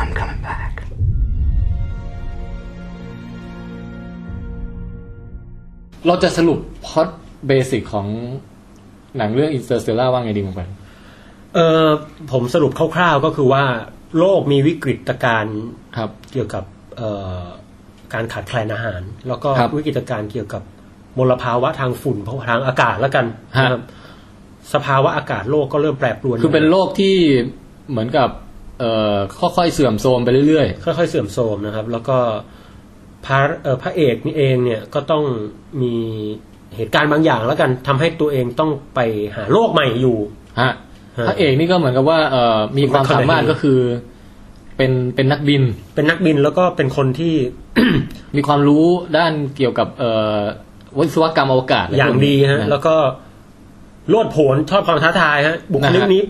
S4: I'm coming back.
S1: เราจะสรุปพล็อตเบสิกของหนังเรื่องอินเตอร์เซล่าว่าไงดีมึงไปน
S2: เออผมสรุปคร่าวๆก็คือว่า โลกมีวิกฤตการณ์
S1: ครับ
S2: เกี่ยวกับเอ่อการขาดแคลนอาหาร แล้วก็
S1: ครับ
S2: วิกฤตการณ์เกี่ยวกับมลภาวะทางฝุ่นเพราะทางอากาศแล้วกัน
S1: ฮะ
S2: นะครับสภาวะอากาศโลกก็เริ่มแปรปรวน
S1: คือเป็นโรคที่เหมือนกับ เอ่อค่อยๆเสื่อมโทรมไปเรื่อย
S2: ค่อยๆเสื่อมโทรมนะครับ แล้วก็พระเอ่อพระเอกนี่เองเนี่ยก็ต้องมีเหตุการณ์บางอย่างแล้วกันทำให้ตัวเองต้องไปหาโลกใหม่อยู่
S1: ๆ ฮะ
S2: ฮะ
S1: พระเอกนี่ก็เหมือนกับว่าเอ่อมีความสามารถ
S2: เป็นคนดี
S1: ก็คือเป็นเป็นนักบิน
S2: เป็นนักบินแล้วก็เป็นคนที่
S1: มีความรู้ด้านเกี่ยวกับเอ่อวิศวกรรมอวกาศไร
S2: อย่าง
S1: พวก
S2: ดี
S1: นี้
S2: ฮะ แล้วก็โลดโผนชอบความท้าทายฮะ บุคลิก
S1: นะฮะ
S2: นี้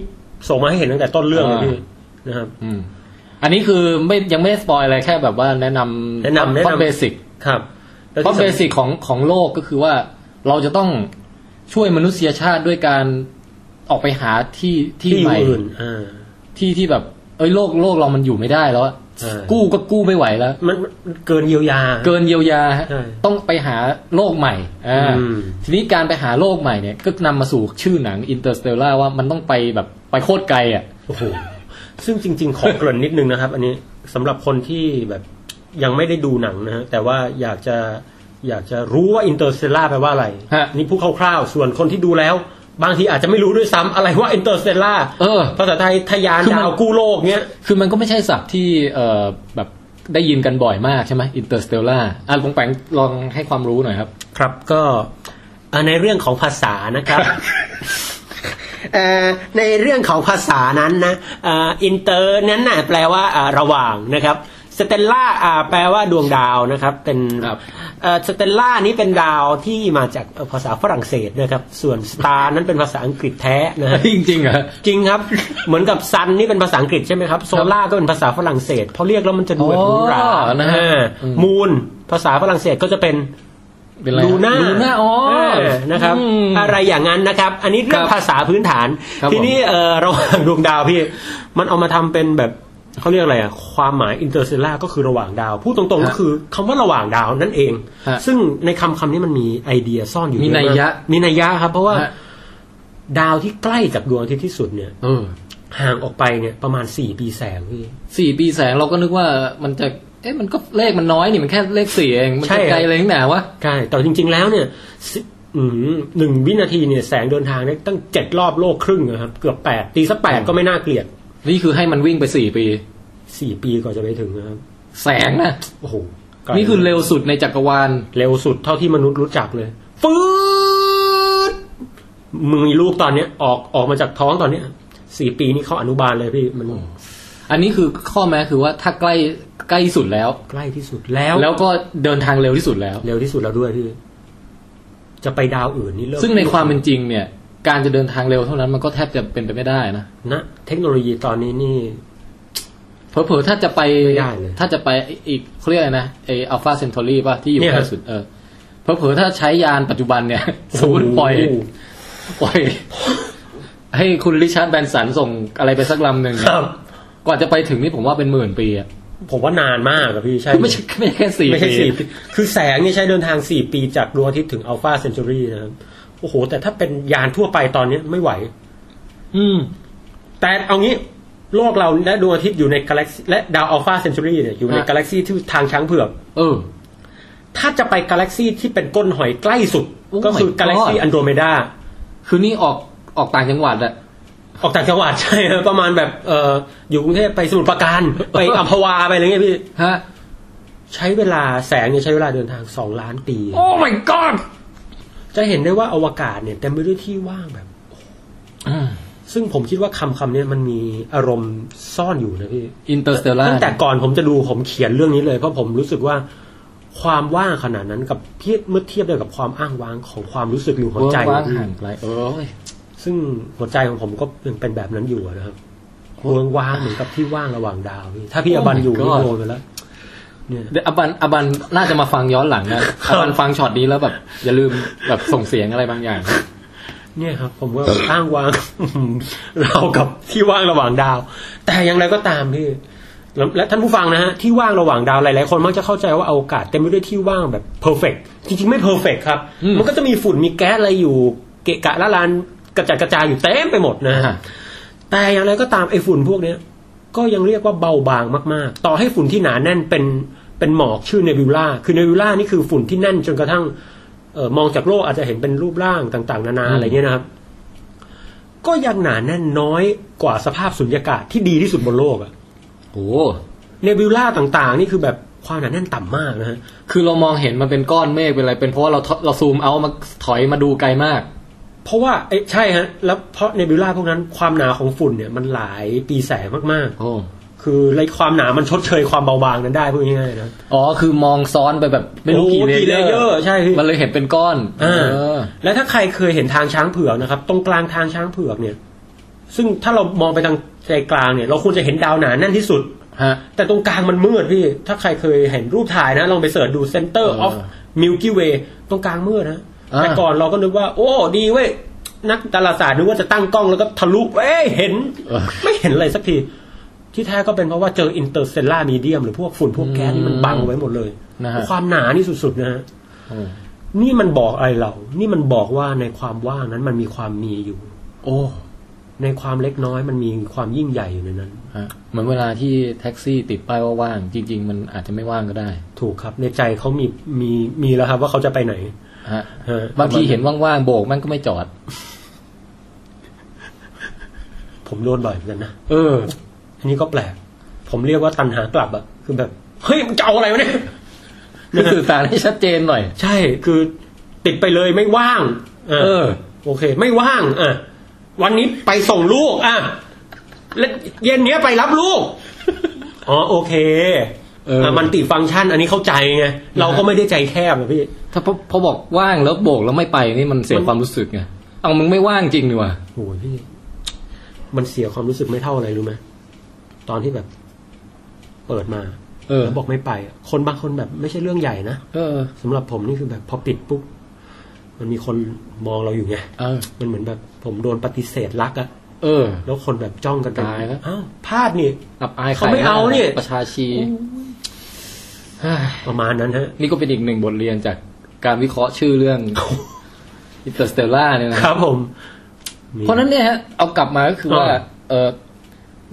S2: ส่งมาให้เห็นตั้งแต่ต้นเรื่องเลย
S1: อ่า
S2: พี่นะครับ
S1: อืมอันนี้คือไม่ยังไม่ได้สปอยอะไรแค่แบบว่าแนะนำ
S2: แนะนำแนะ
S1: พ
S2: นำ
S1: ล็อตเบสิก
S2: ครับแล้ว
S1: เพราะ
S2: ที่
S1: เบ
S2: สำคัญ
S1: สิกของของโลกก็คือว่าเราจะต้องช่วยมนุษยชาติด้วยการออกไปหาที่ที่
S2: ที่
S1: ให
S2: อยู่
S1: ม่
S2: อื่นอ่า
S1: ที่ที่แบบ เอ้ยโลกโลกเรามันอยู่ไม่ได้แล้วอะ
S2: ใช่
S1: กู้ก็กู้ไม่ไหวแล้ว
S2: มันมันเกินเยียวยา
S1: เกินเยียวยาฮะ
S2: ใช่
S1: ต้องไปหาโลกใหม่อ่า
S2: อืม
S1: ทีนี้การไปหาโลกใหม่เนี่ยก็นำมาสู่ชื่อหนัง Interstellar ว่ามันต้องไปแบบไปโคตรไกลอ่ะ
S2: โอ้โหซึ่งจริง ๆ ขอเกริ่นนิดนึงนะครับ อันนี้สำหรับคนที่แบบยังไม่ได้ดูหนังนะฮะ แต่ว่าอยากจะอยากจะรู้ว่าอินเตอร์เซล่าแปลว่าอะไร
S1: ฮะ
S2: นี่พูดคร่าวๆ ส่วนคนที่ดูแล้ว บางทีอาจจะไม่รู้ด้วยซ้ำอะไรว่าอินเตอร์เซล่า
S1: เออ
S2: ภาษาไทยทะยาน
S1: คือมัน
S2: ดาวกู้โลกเนี้ย
S1: คือมันก็ไม่ใช่ศัพท์ที่เอ่อแบบได้ยินกันบ่อยมากใช่ไหม Interstellar อ่ะลงแปงลองให้ความรู้หน่อยครับ
S2: ครับก็เอ่อในเรื่องของภาษานะครับ เอ่อในเรื่องของภาษานั้นนะอินเตอร์นั้นน่ะแปลว่าอ่าระหว่างนะครับสเตลล่าอ่าแปลว่าดวงดาวนะครับเป็น
S1: ครับ
S2: สเตลล่านี้เป็นดาวที่มาจากเอ่อภาษาฝรั่งเศสนะครับส่วนสตาร์นั้นเป็นภาษาอังกฤษแท้นะฮะ
S1: จริงๆเหรอ
S2: จริงครับ เหมือนกับซันนี่เป็นภาษาอังกฤษใช่ไหมครับโซล่าก็เป็นภาษาฝรั่งเศสพอเรียกแล้วมันจะดูแบบหรูหรา
S1: อ๋อนะฮะ
S2: อ่า
S1: อืม
S2: มูนภาษาฝรั่งเศสก็จะเป็น
S1: เป็นอะไร
S2: ลูน่า
S1: ลูน่าอ๋อ
S2: เนะครับ
S1: อืม
S2: อะไรอย่างนั้นนะครับ อันนี้เรื่อง
S1: ครับ
S2: ภาษาพื้นฐาน
S1: ครับ
S2: ทีนี้เออระหว่างดวงดาวพี่ มันเอามาทำเป็นแบบเขาเรียกอะไรอะความหมายอินเตอร์เซล่าก็คือระหว่างดาว พูดตรงๆก็คือคำว่าระหว่างดาวนั่นเอง
S1: ฮะ
S2: ซึ่งในคำคำนี้มันมีไอเดียซ่อนอยู่
S1: มี
S2: เอ
S1: นัยยะ
S2: ากมีนัยยะครับ เพราะว่า
S1: ฮะ
S2: ดาวที่ใกล้จากดวงอาทิตย์ที่สุดเนี่ย
S1: เออ
S2: ห่างออกไปเนี่ยประมาณสี่ปีแสงพี่
S1: สี่ปีแสงเราก็นึกว่ามันจะ เอ๊ะมันก็เลขมันน้อยนี่มันแค่เลขสี่เอง มัน
S2: ใช่
S1: จะไกลอะไรนักหนาวะ
S2: ใช่แต่จริง ๆ แล้วเนี่ยสิอืมหนึ่งวินาทีเนี่ยแสงเดินทางได้ตั้งเจ็ดรอบโลกครึ่งนะครับ เกือบแปดตีสักแปด
S1: อืม
S2: ก็ไม่น่าเกลียด
S1: นี่คือให้มันวิ่งไปสี่ปี
S2: สี่ปีกว่อนจะไปถึงนะครับ
S1: แสงนะ
S2: โอ้โหไกล
S1: นี่คือเร็วสุดในจักรวาล
S2: เร็วสุดเท่าที่มนุษย์รู้จักเลยฟืดมึงมีลูกตอนเนี้ยออกออกมาจากท้องตอนเนี้ยสี่ปีนี่เขาอนุบาลเลยพี่มัน
S1: อันนี้คือข้อแม้คือว่าถ้าใกล้ใกล้สุดแล้ว
S2: ใกล้ที่สุดแล้ว
S1: แล้วก็เดินทางเร็วที่สุดแล้ว
S2: เร็วที่สุดแล้วด้วยพี่จะไปดาวอื่นนี่เริ่ม
S1: ซึ่งในความเป็นจริงเนี่ย การจะเดินทางเร็วเท่านั้นมันก็แทบจะเป็นไปไม่ได้นะ
S2: นะเทคโนโลยีตอนนี้นี่
S1: เผลอๆถ้าจะไป
S2: ไม่ได้เลย
S1: ถ้าจะไปอีกเขาเรียกอะไรนะไออัลฟาเซนทอรีป่ะ ที่อยู่
S2: เนี่ย
S1: ใกล้สุดเออเผลอๆถ้าใช้ยานปัจจุบันเนี่ย สมมติปล่อย
S2: โโห
S1: ปล่อย ให้คุณริชาร์ดแบรนสันส่งอะไรไปสักลำหนึ่งเนี่ย
S2: ครับ
S1: กว่าจะไปถึงนี่ผมว่าเป็นหมื่นปีอ่ะ
S2: ผมว่านานมากอะพี่ใช่
S1: คือไม่ใช่ไม่ใช่แค่สี่
S2: ไม่ใช่
S1: ปี
S2: สี่ปีคือแสงเนี่ยใช้เดินทางสี่ปีจากดวงอาทิตย์ถึงอัลฟาเซน u ูรีนะครับ โอ้โห แต่ถ้าเป็นยานทั่วไปตอนเนี้ยไม่ไหว
S1: อืม
S2: แต่เอางี้ โลกเราและดวงอาทิตย์อยู่ในกาแล็กซีและดาวอัลฟาเซน u ูรีเนี่ยอยู่ใน
S1: ฮะ
S2: กาแล็กซีที่ทางช้างเผือก
S1: เออ
S2: ถ้าจะไปกาแล็กซีที่เป็นก้นหอยใกล้สุด
S1: โอ้ my
S2: ก็คือกาแล็กซี
S1: god
S2: อันโดรเมดา
S1: คือนี่ออกออกต่างจังหวัดอะ
S2: ออกต่างจังหวัด ใช่ครับประมาณแบบเอออยู่กรุงเทพไปสมุทรปราการ ไปอัมพวาไปอะไรเงี้ยพี่
S1: ฮะ
S2: ใช้เวลาแสงเนี่ยใช้เวลาเดินทางสองล้านปี
S1: โอ้ my god
S2: จะเห็นได้ว่าอวกาศเนี่ยเต็มไปด้วยที่ว่างแบบ ซึ่งผมคิดว่าคำคำเนี้ยมันมีอารมณ์ซ่อนอยู่นะพี่
S1: อินเตอร์สเตลล่า
S2: ตั้งแต่ก่อนผมจะดูผมเขียนเรื่องนี้เลย เพราะผมรู้สึกว่าความว่างขนาดนั้นกับเทียบเมื่อเทียบได้กับความอ้างว้างของความรู้สึกหรือหัวใจ
S1: ว่าง
S2: ของพี่
S1: ห่างไกลเอ้ย
S2: ซึ่งหัวใจของผมก็ยังเป็นแบบนั้นอยู่อะนะครับเวิงว้างเหมือนกับที่ว่างระหว่างดาวพี่ถ้าพี่
S1: Oh
S2: อบันอยู่
S1: my
S2: ก็
S1: God
S2: โดนไปแล้ว เนี่ย
S1: เดี๋ยวอบันอบันน่าจะมาฟังย้อนหลังนะอบันฟังช็อตนี้แล้วแบบ อย่าลืมแบบส่งเสียงอะไรบางอย่าง
S2: เนี่ยครับ ผมว่า อ้างว้ าง เรากับ ที่ว่างระหว่างดาว แต่อย่างไรก็ตามพี่แล้วและท่านผู้ฟังนะฮะที่ว่างระหว่างดาวหลายๆคนมักจะเข้าใจว่าเอาโอกาสเต็มไปด้วยที่ว่างแบบเพอร์เฟกจริงๆไม่เพอร์เฟกครับ
S1: อืม
S2: มันก็จะมีฝุ่นมีแก๊สอะไรอยู่ เกะกะละลานกระจัดกระจายอยู่เต็มไปหมดนะฮะ แต่อย่างไรก็ตามไอ้ฝุ่นพวกเนี้ยก็ยังเรียกว่าเบาบางมากๆ ต่อให้ฝุ่นที่หนาแน่นเป็นเป็นหมอกชื่อเนบิวล่าคือเนบิวล่านี่คือฝุ่นที่แน่นจนกระทั่งเออมองจากโลกอาจจะเห็นเป็นรูปร่างต่าง ๆ นานา
S1: อืม
S2: อะไรเงี้ยนะครับ ก็ยังหนาแน่นน้อยกว่าสภาพสุญญากาศที่ดีที่สุดบนโลกอะ
S1: โอ้
S2: เนบิวล่าต่างๆ นี่คือแบบความหนาแน่นต่ำมากนะฮะ
S1: คือเรามองเห็นมันเป็นก้อนเมฆเป็นอะไร เป็นเพราะว่าเราเราซูมเอามาถอยมาดูไกลมาก
S2: เพราะว่าเอ้ยใช่ฮะ แล้วเพราะเนบิวล่าพวกนั้นความหนาของฝุ่นเนี่ยมันหลายปีแสงมาก
S1: โอ้
S2: ๆ คือไรความหนามันชดเชยความเบาบางนั้นได้พูดง่ายๆนะ
S1: อ๋อคือมองซ้อนไปแบบไม่รู้
S2: โอ้
S1: กี่
S2: กี่
S1: เล
S2: เล
S1: เย
S2: เย
S1: อ
S2: อร์
S1: ร์
S2: ใช่พี่
S1: มันเลยเห็นเป็นก้อน
S2: อ่า
S1: เออ
S2: แล้วถ้าใครเคยเห็นทางช้างเผือกนะครับ ตรงกลางทางช้างเผือกเนี่ย ซึ่งถ้าเรามองไปทางใจกลางเนี่ย เราควรจะเห็นดาวหนาแน่นที่สุด
S1: ฮะ
S2: แต่ตรงกลางมันมืดพี่ ถ้าใครเคยเห็นรูปถ่ายนะ ลองไปเสิร์ชดู Center
S1: เออ
S2: of Milky Way ตรงกลางมืดนะ
S1: อ่า
S2: แต่ก่อนเราก็นึกว่า โอ้ ดีเว้ย นักดาราศาสตร์นึกว่าจะตั้งกล้องแล้วก็ทะลุเอ้ยเห็น ไม่เห็นอะไรสักที ที่แท้ก็เป็นเพราะว่าเจออินเตอร์เซลลามีเดียมหรือพวกฝุ่นพวกแก๊สนี่มันบังไว้หมดเลย
S1: นะฮะ
S2: ความหนานี่สุดๆนะฮะ นี่มันบอกอะไรเรา นี่มันบอกว่าในความว่างนั้นมันมีความมีอยู่
S1: โอ้
S2: ในความเล็กน้อยมันมีความยิ่งใหญ่อยู่ในนั้น
S1: ฮะเหมือนเวลาที่แท็กซี่ติดป้ายว่าว่าง จริง ๆ มันอาจจะไม่ว่างก็ได้
S2: ถูกครับ ในใจเขามีมีมีแล้วครับว่าเขาจะไปไหน
S1: ฮะ
S2: ฮะ
S1: บางทีเห็นว่างๆโบกแมันก็ไม่จอด
S2: ผมโดนบ่อยเหมือนกันนะ
S1: เออ
S2: อันนี้ก็แปลก ผมเรียกว่าตันหากลับอะคือแบบ เฮ้ยมึงจะเอาอะไรวะเนี่ย
S1: คือสื่อสารให้ชัดเจนหน่อย
S2: ใช่ คือติดไปเลยไม่ว่างะ
S1: เออ
S2: โอเค ไม่ว่าง อ่ะ วันนี้ไปส่งลูก อ่ะ และเย็นเนี้ยไปรับลูก อ๋อโอเค
S1: เอออ่
S2: ะมันติฟังก์ชัน อันนี้เข้าใจไง เราก็ไม่ได้ใจแคบนะพี่
S1: ถ้าพอพอบอกว่างแล้วโบกแล้วไม่ไปนี่มันเสียความรู้สึกไง เอามึงไม่ว่างจริงดีว่ะ
S2: โอ้ยพี่ มันเสียความรู้สึกไม่เท่าอะไรรู้ไหมตอนที่แบบ เปิดมา
S1: เออ
S2: แล้วบอกไม่ไปอ่ะคนบางคนแบบ ไม่ใช่เรื่องใหญ่นะ
S1: เออ
S2: สำหรับผมนี่คือแบบพอปิดปุ๊บมันมีคนมองเราอยู่ไง
S1: เออ
S2: มันเหมือนแบบผมโดนปฏิเสธรักอะ
S1: เออ
S2: แล้วคนแบบจ้องกันเป็น
S1: ตายแล้ว
S2: อ้าวพลาดนี่
S1: อับอาย
S2: เขาไม่เอานี่
S1: ขหประชาชีเฮ้ย
S2: ประมาณนั้นฮะ
S1: นี่ก็เป็นอีกหนึ่งบทเรียนจากการวิเคราะห์ชื่อเรื่อง อินเตอร์สเตลล่าเนี่ยนะครับ
S2: ผมมี
S1: เพราะฉะนั้นเนี่ยฮะเอากลับมาก็คือว่า
S2: อ่า
S1: เออ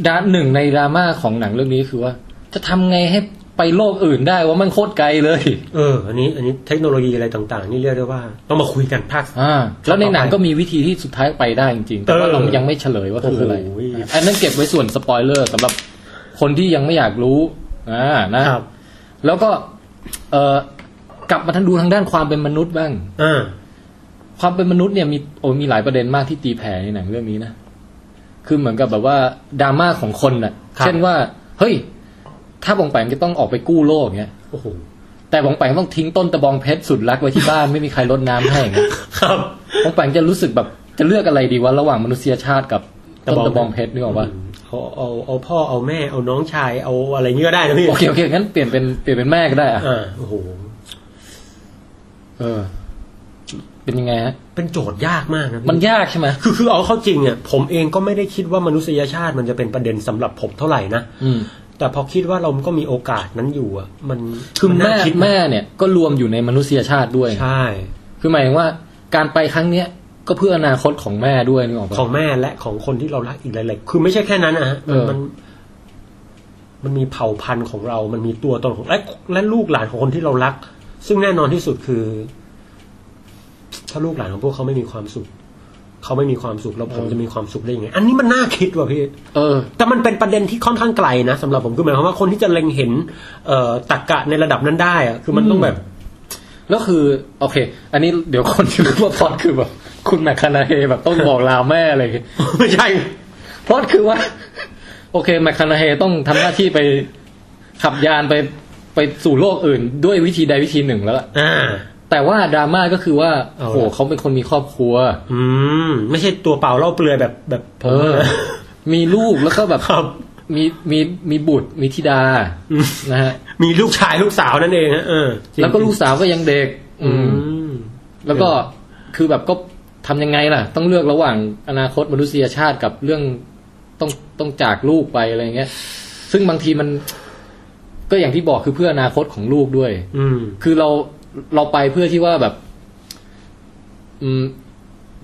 S1: ดาหนึ่งในดราม่าของหนังเรื่องนี้คือว่า จะทำไงให้ไปโลกอื่นได้ว่ามันโคตรไกลเลย
S2: เออ อันนี้ อันนี้เทคโนโลยีอะไรต่างๆ นี่เรียกได้ว่า ต้องมาคุยกันภาค
S1: อ่าแล้วในหนัง
S2: ต่อไป
S1: ก็มีวิธีที่สุดท้ายไปได้จริงๆ แต่ว่า
S2: เออ
S1: เรายังไม่เฉลยว่าคืออะไร
S2: โอ้โห
S1: อ่ะอันนั้นเก็บไว้ส่วนสปอยเลอร์สำหรับคนที่ยังไม่อยากรู้อ่านะครับ แล้วก็เออกลับมาทางดูทางด้านความเป็นมนุษย์บ้าง
S2: อ่า
S1: ความเป็นมนุษย์เนี่ยมีโอ้มีหลายประเด็นมากที่ตีแผ่ในหนังเรื่องนี้นะคือเหมือนกับแบบว่าดราม่าของคนน่ะ เช่นว่า เฮ้ย ถ้าบองแปงจะต้องออกไปกู้โลกเงี้ย
S2: โอ้โห
S1: แต่บองแปงต้องทิ้งต้นตะบองเพชรสุดรักไว้ที่บ้านไม่มีใครรดน้ำให้เงี้ย
S2: ครับ
S1: ปองแปงจะรู้สึกแบบจะเลือกอะไรดีวะระหว่างมนุษยชาติกับต้นตะ
S2: ตะ
S1: บบ อ
S2: อง ง
S1: เพ
S2: เพ
S1: ช
S2: ช
S1: ร
S2: ร
S1: นึกออกปะ
S2: เอาเอาเอาพ่อเอาแม่เอาน้องชายเอาอะไรนี้ก็ได้นะพี่
S1: โอเคโอเคงั้นเปลี่ยนเป็นเปลี่ยนเป็นแม่ก็ได้อะ
S2: อ่าโอ้โห
S1: เออ เป็นยังไงฮะ
S2: เป็นโจทย์ยากมากนะพี่
S1: มันยากใช่ไหม
S2: คือคือเอาเข้าจริงเนี่ยผมเองก็ไม่ได้คิดว่ามนุษยชาติมันจะเป็นประเด็นสำหรับผมเท่าไหร่นะ
S1: อืม
S2: แต่พอคิดว่าเราก็มีโอกาสนั้นอยู่อะมัน
S1: คือแม่
S2: น่าคิดนะ
S1: แม่เนี่ยก็รวมอยู่ในมนุษยชาติด้วย
S2: ใช่
S1: คือหมายถึงว่าการไปครั้งเนี้ยก็เพื่ออนาคตของแม่ด้วยนึกออกปะ
S2: ของแม่และของคนที่เรารักอีกหลายๆคือไม่ใช่แค่นั้นนะฮะ
S1: เออ
S2: มัน มันมีเผ่าพันธุ์ของเรา มันมีตัวตนของและและลูกหลานของคนที่เรารัก ซึ่งแน่นอนที่สุดคือ ถ้าลูกหลานของพวกเขาไม่มีความสุขเขาไม่มีความสุขแล้วผมจะมีความสุขได้ยังไง อันนี้มันน่าคิดว่ะพี่
S1: เออ
S2: แต่มันเป็นประเด็นที่ค่อนข้างไกลนะสำหรับผมคือหมายความว่าคนที่จะเล็งเห็นเอ่อตรรกะในระดับนั้นได้อะคือมันต้องแบบ
S1: แล้วคือ โอเค อันนี้เดี๋ยวคน ที่รู้ว่าพล็อดคือแบบ คุณแมคคานาเฮแบบต้องบอกลาแม่อะไรอย่างเงี้ย
S2: ไม่ใช่
S1: พราะคือว่า โอเคแมคคานาเฮต้องทำหน้าที่ไปขับยานไปไปสู่โลกอื่น ด้วยวิธีใดวิธีหนึ่งแล้วล่ะ
S2: อ่า
S1: แต่ว่าดราม่าก็คือว่า
S2: เอาล่ะ
S1: โหเขาเป็นคนมีครอบครัว
S2: อืม ไม่ใช่ตัวเปล่าเล่าเปลือยแบบแบบผ
S1: เอ
S2: ม
S1: อ
S2: นะ
S1: มีลูกแล้วก็แบบ
S2: ครับ
S1: มีมีมีบุตรมีธิดา
S2: อืม
S1: นะฮะ
S2: มีลูกชายลูกสาวนั่นเองฮะเออจริง
S1: แล้วก็ลูกสาวก็ยังเด็ก อื
S2: อื
S1: ม
S2: ม
S1: แล้วก็คือแบบก็ทำยังไงล่ะ ต้องเลือกระหว่างอนาคตมนุษยชาติกับเรื่องต้องต้องจากลูกไปอะไรเงี้ย ซึ่งบางทีมัน ก็อย่างที่บอกคือเพื่ออนาคตของลูกด้วย
S2: อืม
S1: คือเราเราไปเพื่อที่ว่าแบบ อืม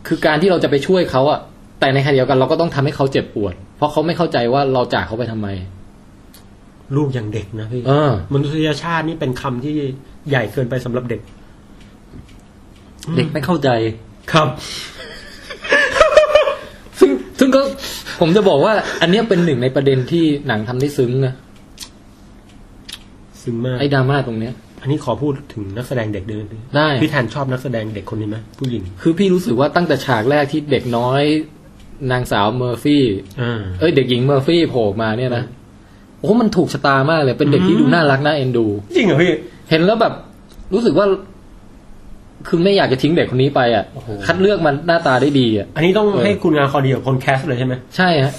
S1: คือการที่เราจะไปช่วยเขาอะแต่ในขณะเดียวกันเราก็ต้องทำให้เขาเจ็บปวด เพราะเขาไม่เข้าใจว่าเราจากเขาไปทำไม
S2: ลูกยังเด็กนะพี่
S1: เออ
S2: มนุษยชาตินี่เป็นคำที่ใหญ่เกินไปสำหรับเด็ก
S1: เด็กไม่เข้าใจ
S2: ครับ
S1: ซึ่งซึ่งก็ผมจะบอกว่า อันเนี้ยเป็นหนึ่งในประเด็นที่หนังทำได้ซึ้งนะ
S2: ซึ้งมาก
S1: ไอ้ดราม่าตรงเนี้ย
S2: อันนี้ขอพูดถึงนักแสดงเด็กด้วยนะพี่
S1: ได้
S2: พี่แทนชอบนักแสดงเด็กคนนี้ไหมผู้หญิง
S1: คือพี่รู้สึกว่าตั้งแต่ฉากแรกที่เด็กน้อย นางสาวเมอร์ฟี่
S2: อ่า
S1: เอ้ยเด็กหญิงเมอร์ฟี่โผล่มาเนี่ยนะโอ้โหมันถูกชะตามากเลย เป็นเด็กที่
S2: อืม
S1: ดูน่ารักน่าเอ็นดู
S2: จริงเหรอพี่
S1: เห็นแล้วแบบ รู้สึกว่า คือไม่อยากจะทิ้งเด็กคนนี้ไปอ่ะ
S2: โอ้โห
S1: คัดเลือกมันหน้าตาได้ดีอ่ะ
S2: อันนี้ต้อง
S1: เออ
S2: ให้คุณงานคอดีกับคนแคสเลยใช่ไหม
S1: ใช่ฮะ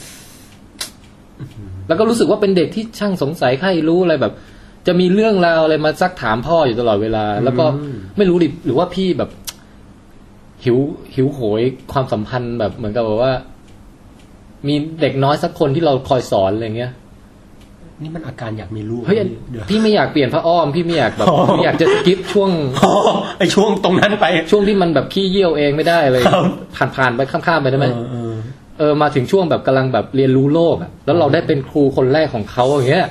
S1: แล้วก็รู้สึกว่าเป็นเด็กที่ช่างสงสัยใครรู้อะไรแบบ จะมีเรื่องราวอะไรมาซักถามพ่ออยู่ตลอดเวลา แล้วก็ไม่รู้ดิหรือว่าพี่แบบ หิวหิวโหยความสัมพันธ์แบบเหมือนกับแบบว่า มีเด็กน้อยสักคนที่เราคอยสอนอะไรเงี้ย
S2: นี่มันอาการอยากมีลูก
S1: เฮ้ยอัน
S2: เดี๋ยว
S1: พี่ไม่อยากเปลี่ยนพระอ้อม พี่ไม่อยากแบบ
S2: อ๋อ
S1: ไม่อยากจะสกิปช่วง
S2: อ๋อไอช่วงตรงนั้นไป
S1: ช่วงที่มันแบบขี้เยี่ยวเองไม่ได้เลย
S2: ครับ
S1: ผ่านผ่านๆไปข้ามๆไปได้ไหม
S2: เออเออ
S1: เออมาถึงช่วงแบบกำลังแบบเรียนรู้โลกอะแล้วเราได้เป็นครูคนแรกของเขาอย่างเงี้ย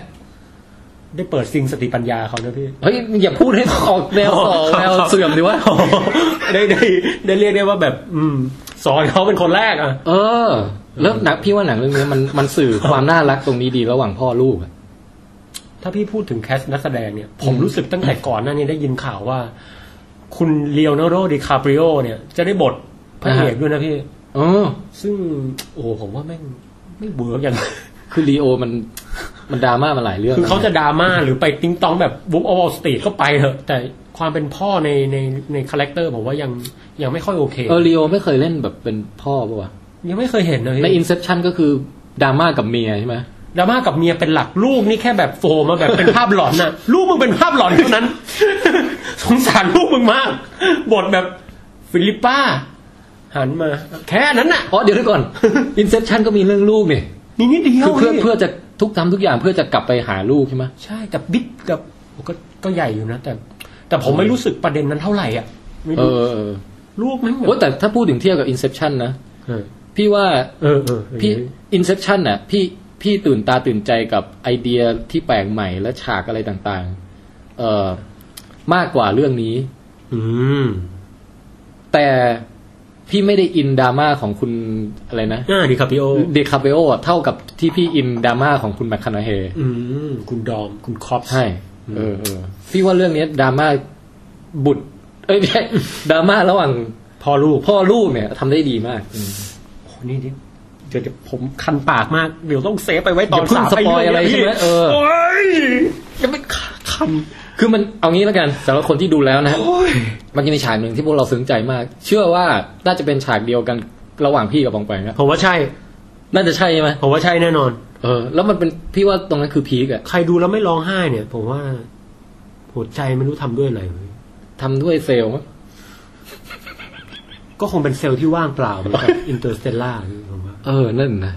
S2: ได้เปิดซิงสติปัญญาเขาด้วยพี่
S1: เฮ้ยอย่าพูดให้ออกแนวสอง แนวเสื่อมดิวะ
S2: อ๋อได้ได้ได้เรียกได้ว่าแบบ อืม สอนเขาเป็นคนแรกอ่ะ
S1: เออ แล้วหนักพี่ว่าหนังเรื่องนี้มันมันสื่อความน่ารักตรงนี้ดีระหว่างพ่อลูกอะ
S2: ถ้าพี่พูดถึงแคสนักแสดงเนี่ย ผมรู้สึกตั้งแต่ก่อนหน้านี้ได้ยินข่าวว่า คุณเลโอนาร์โดดิคาปริโอเนี่ย จะได้บทพระเอกด้วยนะพี่
S1: เออ
S2: ซึ่ง โอ้โหผมว่าแม่งไม่เวิร์กอย่าง
S1: คือลีโอมันมันดราม่ามาหลายเรื่อง
S2: คือ เขาจะดราม่าหรือไปติ้งต้องแบบบุ๊บอวสตีก็ไปเถอะ แต่ความเป็นพ่อในในในคาแรคเตอร์ผมว่ายังยังไม่ค่อยโอเค
S1: เออลีโอไม่เคยเล่นแบบเป็นพ่อปะวะ
S2: ยังไม่เคยเห็นเลย
S1: ในอินเซ t ชันก็คือดราม่ากับเมียใช่ไหม
S2: ดราม่ากับเมียเป็นหลักลูกนี่แค่แบบโฟมาแบบเป็นภาพหลอนน่ะ ลูกมึงเป็นภาพหลอนเท่านั้น สงสารลูกมึงมากบทแบบฟิลิปป้า หันมา แค่นั้นน่ะ
S1: อ๋อเดี๋ยวเดี๋ยวก่อนอินเซ t ชันก็มีเรื่องลูกนี่
S2: นี่นิดเดียว
S1: คือเพื่อ
S2: นี่
S1: เพื่อจะทุกทำทุกอย่างเพื่อจะกลับไปหาลูกใช่ไหม
S2: ใช่กับบิ๊กกับโอ้ก็ก็ใหญ่อยู่นะ แต่ แต่ผมไม่รู้สึกประเด็นนั้นเท่าไหร่อ่ะไม่
S1: เอ
S2: รู้
S1: อเออ
S2: ลูกแมั้งแบบ
S1: โอ้แต่ถ้าพูดถึงเทียบกับ Inception นะ
S2: เออ
S1: พี่ว่า
S2: เออเออเออ
S1: พี่ Inception น่ะ พี่พี่ตื่นตาตื่นใจกับไอเดียที่แปลกใหม่และฉากอะไรต่างๆ เอ่อมากกว่าเรื่องนี้
S2: อืม
S1: แต่พี่ไม่ได้อินดราม่าของคุณอะไรนะ
S2: อ่าดีครับพี่โอ
S1: เดคาเปโอเท่ากับที่พี่อินดราม่าของคุณแมคคานาเฮ
S2: อืม คุณดอม คุณคอป
S1: ใช่เออเออพี่ว่าเรื่องเนี้ยดราม่าบุตร เอ้ยไม่ใช่ดราม่าระหว่าง
S2: พ่อลูก
S1: พ่อลูกเนี่ยทำได้ดีมากอืม
S2: โอ้โหนี่นี่เดี๋ยวจะผมคันปากมาก เดี๋ยวต้องเซฟไปไว้ตอ
S1: อน ย่าเพิ่ง
S2: สาม
S1: สปอยอะไรใช่ไหมเออ
S2: โอ้ยจะไม่คัน
S1: คือมันเอางี้แล้วกันสำหรับคนที่ดูแล้วนะฮะ
S2: โอ้ย
S1: มันจะมีฉากหนึ่งที่พวกเราซึ้งใจมาก เชื่อว่าน่าจะเป็นฉากเดียวกันระหว่างพี่กับปองแปงนะ
S2: ผมว่าใช่
S1: น่าจะใช่ไหม
S2: ผมว่าใช่แน่นอน
S1: เออ แล้วมันเป็นพี่ว่าตรงนั้นคือพีกอะ
S2: ใครดูแล้วไม่ร้องไห้เนี่ย ผมว่าหัวใจไม่รู้ทำด้วยอะไรเว้ย
S1: ทำด้วยเซลล์มั้ง
S2: ก็คงเป็นเซลล์ที่ว่างเปล่าเหมือน กับอินเตอร์สเตลล่าผมว่า
S1: เออ นั่นนะ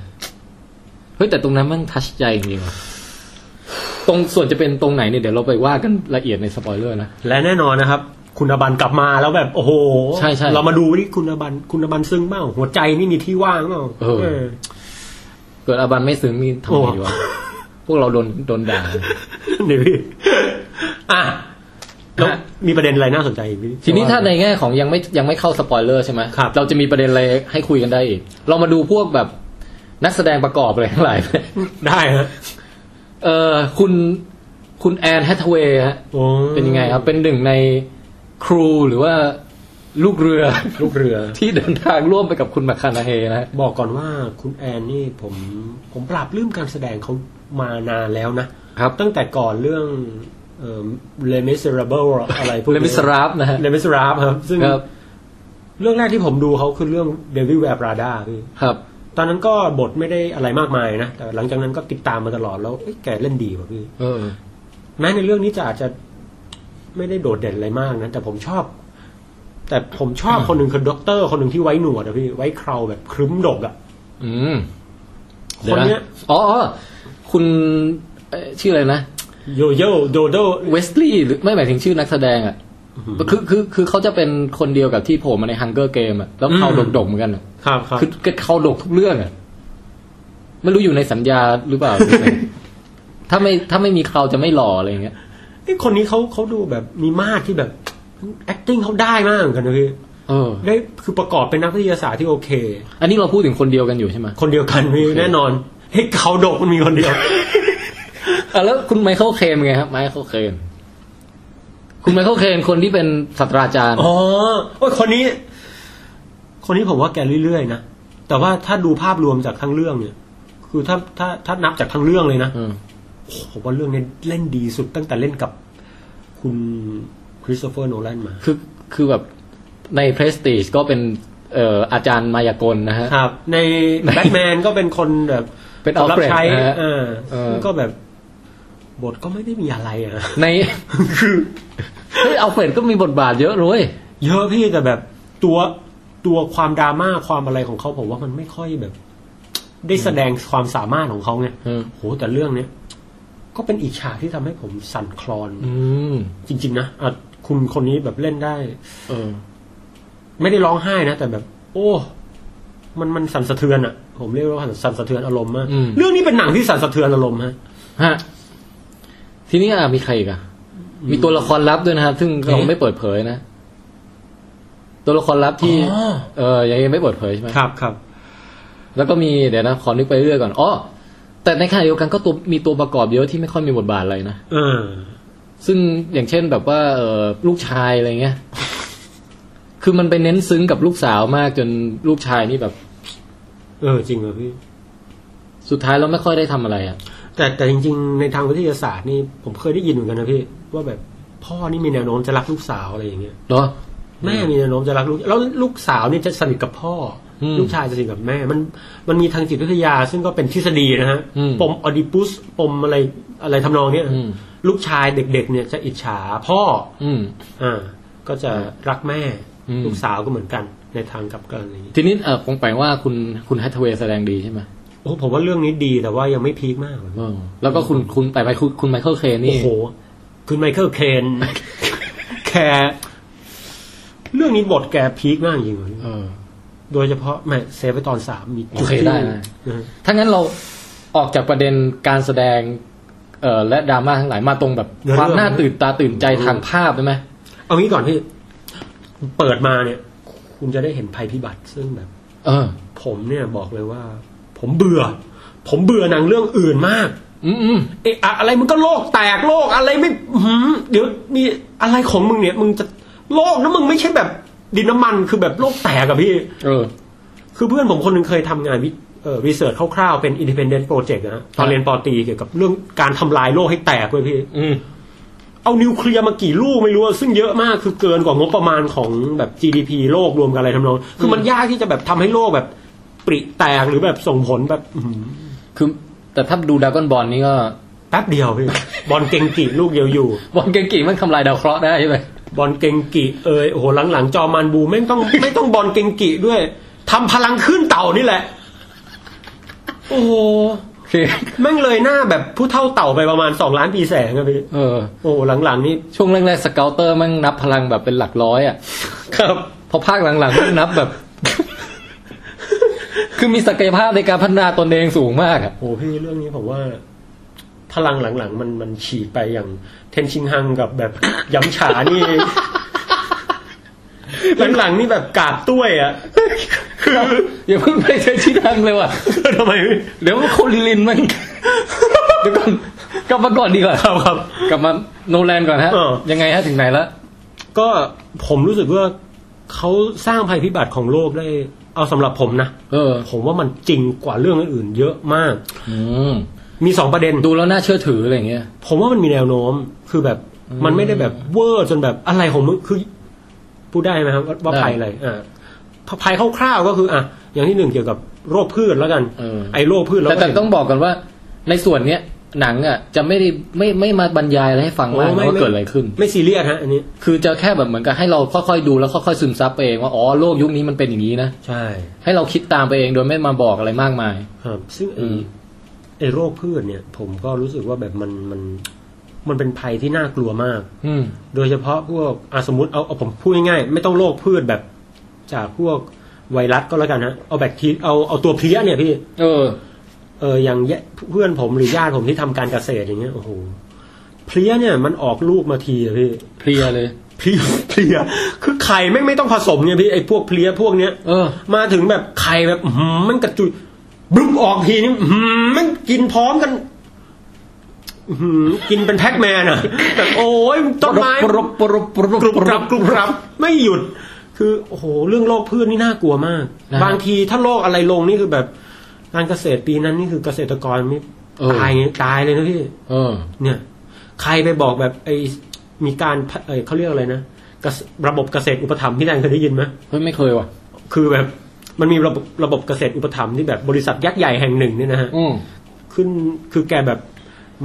S1: เฮ้ย แต่ตรงนั้นมันทัชใจจริงๆว่ะตรงส่วนจะเป็นตรงไหนเนี่ยเดี๋ยวเราไปว่ากันละเอียดในสปอยเลอร์นะ
S2: และแน่นอนนะครับ คุณอบันกลับมาแล้วแบบ โอ้โห
S1: ใช่ใช่
S2: เรามาดูนี่คุณอบันคุณอบันซึ้งเปล่าหัวใจนี่มีที่ว่างเปล่า
S1: เออ เกิดอาบันไม่ซึ้งนี่ทำไงดีว ะพวกเราโดนโดนด่า
S2: เดี๋ยวพี่อ่ะแล้ว
S1: ฮะ
S2: มีประเด็นอะไรน่าสนใจอีกพี่
S1: ทีนี้ถ้าในแง่ของยังไม่ยังไม่เข้าสปอยเลอร์ใช่ไหม
S2: ครับ
S1: เราจะมีประเด็นอะไรให้คุยกันได้อีก เรามาดูพวกแบบนักแสดงประกอบอะไรทั้งหลาย
S2: ได้ฮะ
S1: เออคุณคุณแอนแฮทเวย์ฮะ
S2: โอ้
S1: เป็นยังไงครับ เป็นหนึ่งใน ครูหรือว่าลูกเรือ
S2: ลูกเรือ
S1: ที่เดินทางร่วมไปกับคุณแมคคานาเฮนะฮะ
S2: บอกก่อนว่าคุณแอนนี่ผมผมปราบลืมการแสดงเขามานานแล้วนะครับ ตั้งแต่ก่อนเรื่องเลมิสราเบิลอะไรพวก
S1: เลมิสราฟนะฮะ
S2: เลมิสราบครับ ซึ่ง
S1: ครับ
S2: เรื่องแรกที่ผมดูเขาคือเรื่องเดวิลแวร์ราดาพี่
S1: ครับ
S2: ตอนนั้นก็บทไม่ได้อะไรมากมายนะ แต่หลังจากนั้นก็ติดตามมาตลอดแล้วเอ้ยแกเล่นดีว่ะพี่
S1: เออ
S2: แม้ในเรื่องนี้จะอาจจะไม่ได้โดดเด่นอะไรมากนะ แต่ผมชอบ แต่ผมชอบคนหนึ่งคือด็อกเตอร์ คนหนึ่งที่ไว้หนวดอะพี่ ไว้เคราแบบครึ้มดกอะ
S1: อืม
S2: คนเนี้ย
S1: ดี๋วะอ๋ออ๋อคุณเอ่อชื่ออะไรนะ
S2: โยโย่โดโด
S1: เวสลีย์หรือไม่หมายถึงชื่อนักแสดงอ่ะคือคือคือเขาจะเป็นคนเดียวกับที่โผล่มาในฮังเกอร์เกมอ่ะแล้วเขา
S2: อืม
S1: ดกๆเหมือนกันอะ
S2: ครับครับ
S1: คือเขาดกทุกเรื่องอ่ะไม่รู้อยู่ในสัญญาหรือ เปล่า หรือไงถ้าไม่ถ้าไม่มีเขาจะไม่หล่ออะไรอย่างเงี้ย
S2: ไอ้ยคนนี้เขาเขาดูแบบมีมาตรที่แบบ acting เขาได้มากเหมือนกันนะพี่
S1: เออ
S2: ได้คือประกอบเป็นนักวิทยาศาสตร์ที่โอเค
S1: อันนี้เราพูดถึงคนเดียวกันอยู่ใช่ไหม
S2: คนเดียวกันมีแน่นอนเฮ้ยเขาดกมันมีคน เดียว
S1: อ่ะแล้วคุณไมเคิลเคนไงครับไมเคิลเคนคุณไมเคิลเคนคนที่เป็นศาสตราจารย์
S2: อ๋อโอ้ยคนนี้ คนนี้ผมว่าแกเรื่อยๆนะ แต่ว่าถ้าดูภาพรวมจากทั้งเรื่องเนี่ย คือถ้าถ้าถ้านับจากทั้งเรื่องเลยนะ
S1: อืม
S2: โอ้โหผมว่าเรื่องนี้เล่นดีสุดตั้งแต่เล่นกับคุณคริสโตเฟอร์โนแลนมา
S1: คือคือแบบในเพรสติชก็เป็นเอ่ออาจารย์มายากลนะฮะ
S2: ครับ ในแบทแมนก็เป็นคนแบบ
S1: เป็น
S2: คนรับ
S1: Alfred
S2: ใช้
S1: นะฮะ
S2: เออ
S1: เออ
S2: ซึ่งก็แบบ บทก็ไม่ได้มีอะไรอ่ะ
S1: ใน เฮ้ยอัลเฟรดก็มีบทบาทเยอะเลย
S2: เยอะพี่แต่แบบตัวตัวความดราม่าความอะไรของเขาผมว่ามันไม่ค่อยแบบ ได้แสดงความสามารถของเขาไง โหแต่เรื่องเนี้ยก็เป็นอีกฉากที่ทำให้ผมสั่นคลอน
S1: อืม
S2: จริง ๆ นะอ่ะคุณคนนี้แบบเล่นได้
S1: เออ
S2: ไม่ได้ร้องไห้นะแต่แบบ โอ้ มันมันสั่นสะเทือนอะ่ะ ผมเรียกว่าสั่นสะเทือนอารมณ์มาก
S1: อืม
S2: เรื่องนี้เป็นหนังที่สั่นสะเทือนอารมณ์ฮะ
S1: ฮะ ทีนี้อ่ะมีใครอีกอ่ะ มีตัวละครลับด้วยนะฮะซึ่งเราไม่เปิดเผยนะ ตัวละครลับที่ เออยังไม่เปิดเผยใช่ไหม
S2: ครับครับ
S1: แล้วก็มีเดี๋ยวนะ ขอนึกไปเรื่อยก่อนอ๋อแต่ในขณะเดียวกันก็ตัวมีตัวประกอบเยอะที่ไม่ค่อยมีบทบาทอะไรนะ
S2: เออ
S1: ซึ่งอย่างเช่นแบบว่า เออลูกชายอะไรเงี้ย คือมันไปเน้นซึ้งกับลูกสาวมากจนลูกชายนี่แบบ
S2: เออ จริงเหรอพี่
S1: สุดท้ายแล้วไม่ค่อยได้ทำอะไรอ่ะ
S2: แต่แต่จริง ๆ ในทางวิทยาศาสตร์นี่ผมเคยได้ยินเหมือนกันนะพี่ว่าแบบพ่อนี่มีแนวโน้มจะรักลูกสาวอะไรอย่างเงี้ย
S1: เหรอ
S2: แม่มีแนวโน้มจะรักลูกแล้วลูกสาวเนี่ยจะสนิทกับพ่ออ
S1: ม
S2: ลูกชายจะสนิทกับแม่ มันมันมีทางจิตวิทยาซึ่งก็เป็นทฤษฎีนะฮะ
S1: อืม
S2: ปมออดิปุสปมอะไรอะไรทำนองเนี้ย
S1: อืม
S2: ลูกชายเด็ก ๆ เนี่ยจะอิจฉาพ่อ
S1: อืม
S2: อ่าก็จะรักแม่
S1: อืม
S2: ลูกสาวก็เหมือนกันในทางกลับกันอะไรอย่างนี้
S1: ทีนี้เออคงแปลว่าคุณคุณแฮทเวย์แสดงดีใช่ไหม
S2: โอ้ผมว่าเรื่องนี้ดีแต่ว่ายังไม่พีคมากเลย
S1: เออแล้วก็คุณคุณไปไปคุณคุณไมเคิลเคนนี่
S2: โอ้โห คุณไมเคิลเคน แคเรื่องนี้บทแกพีคมากจริงๆ
S1: เออ
S2: โดยเฉพาะแม่เซฟไปตอนสามมี
S1: โอเคได้ได้
S2: นะฮะ
S1: ถ้างั้นเราออกจากประเด็นการแสดง เอ่อและดราม่าทั้งหลายมาตรงแบบ
S2: เนื้อ
S1: ค
S2: เรื่อง
S1: วามน่าตื่นตาตื่นใจทางภาพได้ไหม
S2: เอางี้ก่อนพี่ เปิดมาเนี่ย คุณจะได้เห็นภัยพิบัติ ซึ่งแบบ
S1: เออ
S2: ผมเนี่ยบอกเลยว่า ผมเบื่อ ผมเบื่อหนังเรื่องอื่นมาก
S1: อืมอืม
S2: เอะอะอะไรมันก็โลกแตกโลกอะไรไม่อื้อหือเดี๋ยวนี่อะไรของมึงเนี่ย มึงจะโลกนะมึงไม่ใช่แบบดินน้ำมันคือแบบโลกแตกอะพี่
S1: เออ
S2: คือเพื่อนผมคนหนึงเคยทำงานวิเอ่อรีเสิร์ชคร่าวๆเป็น independent project นะฮะตอนเรียนปอตรีเกี่ยวกับเรื่องการทำลายโลกให้แตกเว้ยพี่
S1: อืม
S2: เอานิวเคลียร์มากี่ลูกไม่รู้อะซึ่งเยอะมากคือเกินกว่างบประมาณของแบบ GDP โลกรวมกันอะไรทำนอง คือมันยากที่จะแบบทำให้โลกแบบปริแตกหรือแบบส่งผลแบบอื้อหือ
S1: คือ แต่ถ้าดูดากอนบอลนี่ก็
S2: แป๊บเดียวพี่ บอลเกงกิลูกเดียวอยู่
S1: บอลเก่งๆมันทำลายดาวเคราะห์ได้ใช่ไหม
S2: บอลเกงกิเอยโอ้โหหลังๆ จอมันบูไม่ต้อง ไม่ต้องบอลเกงกิด้วยทำพลังขึ้นเต่านี่แหละ โอ้โห
S1: โอเค
S2: แม่งเลยหน้าแบบผู้เท่าเต่าไปประมาณสองล้านปีแสงอะพี่
S1: เออ
S2: โอ้โหหลังๆนี่
S1: ช่วงแรกๆสเกลเตอร์มันนับพลังแบบเป็นหลักร้อยอ่ะ
S2: ครับ
S1: พอภาคหลังๆมันนับแบบ คือมีศักยภาพในการพัฒนาตนเองสูงมากอะ
S2: โหพี่เรื่องนี้ผมว่า พลังหลังๆ มันมันฉีกไปอย่างเทนชิงฮังกับแบบ ย้ำฉา นี่ หลังๆนี่แบบกาบตุ้วยอ่ะ คือ
S1: อย่าเพิ่งไปใช้ชี้ทางเลยว่ะ
S2: ทำไมพี่
S1: เดี๋ยวโคลิลิน มัน เดี๋ยวก่อนกลับมาก่อนดีกว่า
S2: ครับครับ
S1: กลับมาโนแลนก่อนฮะ
S2: เออ
S1: ยังไงฮะถึงไหนละ
S2: ก็ผมรู้สึกว่าเขาสร้างภัยพิบัติของโลกได้ เอาสำหรับผมนะ
S1: เออ
S2: ผมว่ามันจริงกว่าเรื่องอื่นๆเยอะมาก
S1: อืม
S2: มีสองประเด็น
S1: ดูแล้วน่าเชื่อถืออะไรอย่างเงี้ย
S2: ผมว่ามันมีแนวโน้ม คือแบบ มันไม่ได้แบบเวอร์จนแบบอะไรของมึง คือ พูดได้ไหมครับว่าว่า
S1: ได้
S2: ภัยอะไร อ่าภัยคร่าวๆก็คือ อ่ะ อย่างที่หนึ่งเกี่ยวกับโรคพืชแล้วกัน
S1: เออ
S2: ไอ้โรคพืชแล้ว
S1: แต่
S2: ก็
S1: แต่
S2: เห็น
S1: ต้องบอกกันว่าในส่วนเนี้ยหนังอ่ะจะไม่ได้ไม่ไม่มาบรรยายอะไรให้ฟังมาก
S2: โอ้
S1: นะ
S2: ไม่
S1: ว่า
S2: ไม่
S1: เกิดอะไรขึ้น
S2: ไม่ซีเรียสฮะ อันนี้
S1: คือจะแค่แบบเหมือนกับให้เราค่อยๆดูแล้วค่อยๆซึมซับไปเองว่าอ๋อโลกยุคนี้มันเป็นอย่างนี้นะ
S2: ใช่
S1: ให้เราคิดตามไปเองโดยไม่มาบอกอะไรมากมาย
S2: ครับซึ่งไอ้
S1: อืม
S2: ไอ้โรคพืชเนี่ย ผมก็รู้สึกว่าแบบมันมันมันเป็นภัยที่น่ากลัวมาก
S1: อืม
S2: โดยเฉพาะพวกอะสมมติเอาเอาผมพูดง่ายๆไม่ต้องโรคพืชแบบ จากพวกไวรัสก็แล้วกันฮะเอาแบคทีเอาเอาตัวเพลี้ยเนี่ยพี่
S1: เออ
S2: เอออย่างเยเพื่อนผมหรือญาติผมที่ทำการเกษตรอย่างเงี้ยโอ้โหเพลี้ยเนี่ยมันออกลูกมาทีอะพี่
S1: เพลียเลย
S2: เพลี้ยเพลี้ยคือไข่แม่งไม่ต้องผสมเนี่ยพี่ไอ้พวกเพลี้ยพวกเนี้ย
S1: เออ
S2: มาถึงแบบไข่แบบอื้อหือมันกระจุยบึ้มออกทีนี่อื้อหือมันกินพร้อมกันอื้อหือกินเป็นแพ็กแม นอะแบบโอ้ยต้นไม้กรุบกรุบกรุบกรุบกรุบกรับไม่หยุด คือโอ้โหเรื่องโรคพืชนี่น่ากลัวมาก
S1: นะ
S2: บางทีถ้าโรคอะไรลงนี่คือแบบการเกษตรปีนั้นนี่คือเกษตรกรไม่
S1: เออ
S2: ตายตายเลยนะพี่
S1: เออ
S2: เนี่ย ใครไปบอกแบบไอมีการเอ่อเขาเรียกอะไรนะเกษระบบเกษตรอุปถัมภ์พี่แดงเคยได้ยินไหม
S1: เฮ้ยไม่เคยว่ะ
S2: คือแบบมันมีระบบระบบเกษตรอุปถัมภ์ที่แบบบริษัทยักษ์ใหญ่แห่งหนึ่งเนี่ยนะฮะ
S1: อืม
S2: ขึ้นคือแกแบบ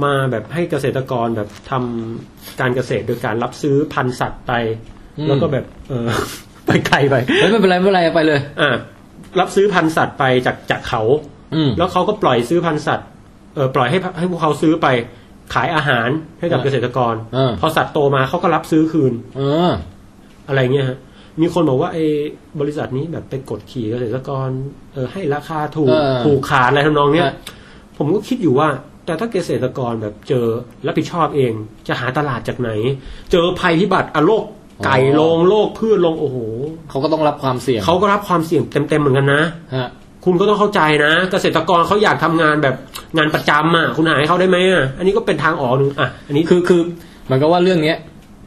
S2: มาแบบให้เกษตรกรแบบทำการเกษตรโดยการรับซื้อพันธุ์สัตว์ไป
S1: อืม
S2: แล้วก็แบบเออ ไปไกลไป
S1: เฮ้ยไม่เป็นไรไม่เป็นไรไปเลย
S2: อ่ารับซื้อพันธุ์สัตว์ไปจากจากเขา
S1: อืม
S2: แล้วเขาก็ปล่อยซื้อพันธุ์สัตว์เออปล่อยให้ให้พวกเขาซื้อไปขายอาหารให้กับ
S1: อ่า
S2: เกษตรกร
S1: อ่า
S2: พอสัตว์โตมาเขาก็รับซื้อคืน
S1: เออ
S2: อะไรเงี้ยฮะ มีคนบอกว่าไอ้บริษัทนี้แบบไปกดขี่เกษตรกรเออให้ราคาถูก
S1: เออ
S2: ถูกขาดอะไรทำนองเนี้ย
S1: ฮะ
S2: ผมก็คิดอยู่ว่า แต่ถ้าเกษตรกรแบบเจอรับผิดชอบเอง จะหาตลาดจากไหน เจอภัยพิบัติอะโรคไก่ลงโรคพืชลงโอ้โห
S1: เขาก็ต้องรับความเสี่ยง
S2: เขาก็รับความเสี่ยงเต็มๆเหมือนกันนะ
S1: ฮะ
S2: คุณก็ต้องเข้าใจนะ เกษตรกรเขาอยากทำงานแบบงานประจำอ่ะคุณหาให้เขาได้ไหมอ่ะอันนี้ก็เป็นทางออกหนึ่งอ่ะอันนี้
S1: คือคือเหมันก็ว่าเรื่องเนี้ย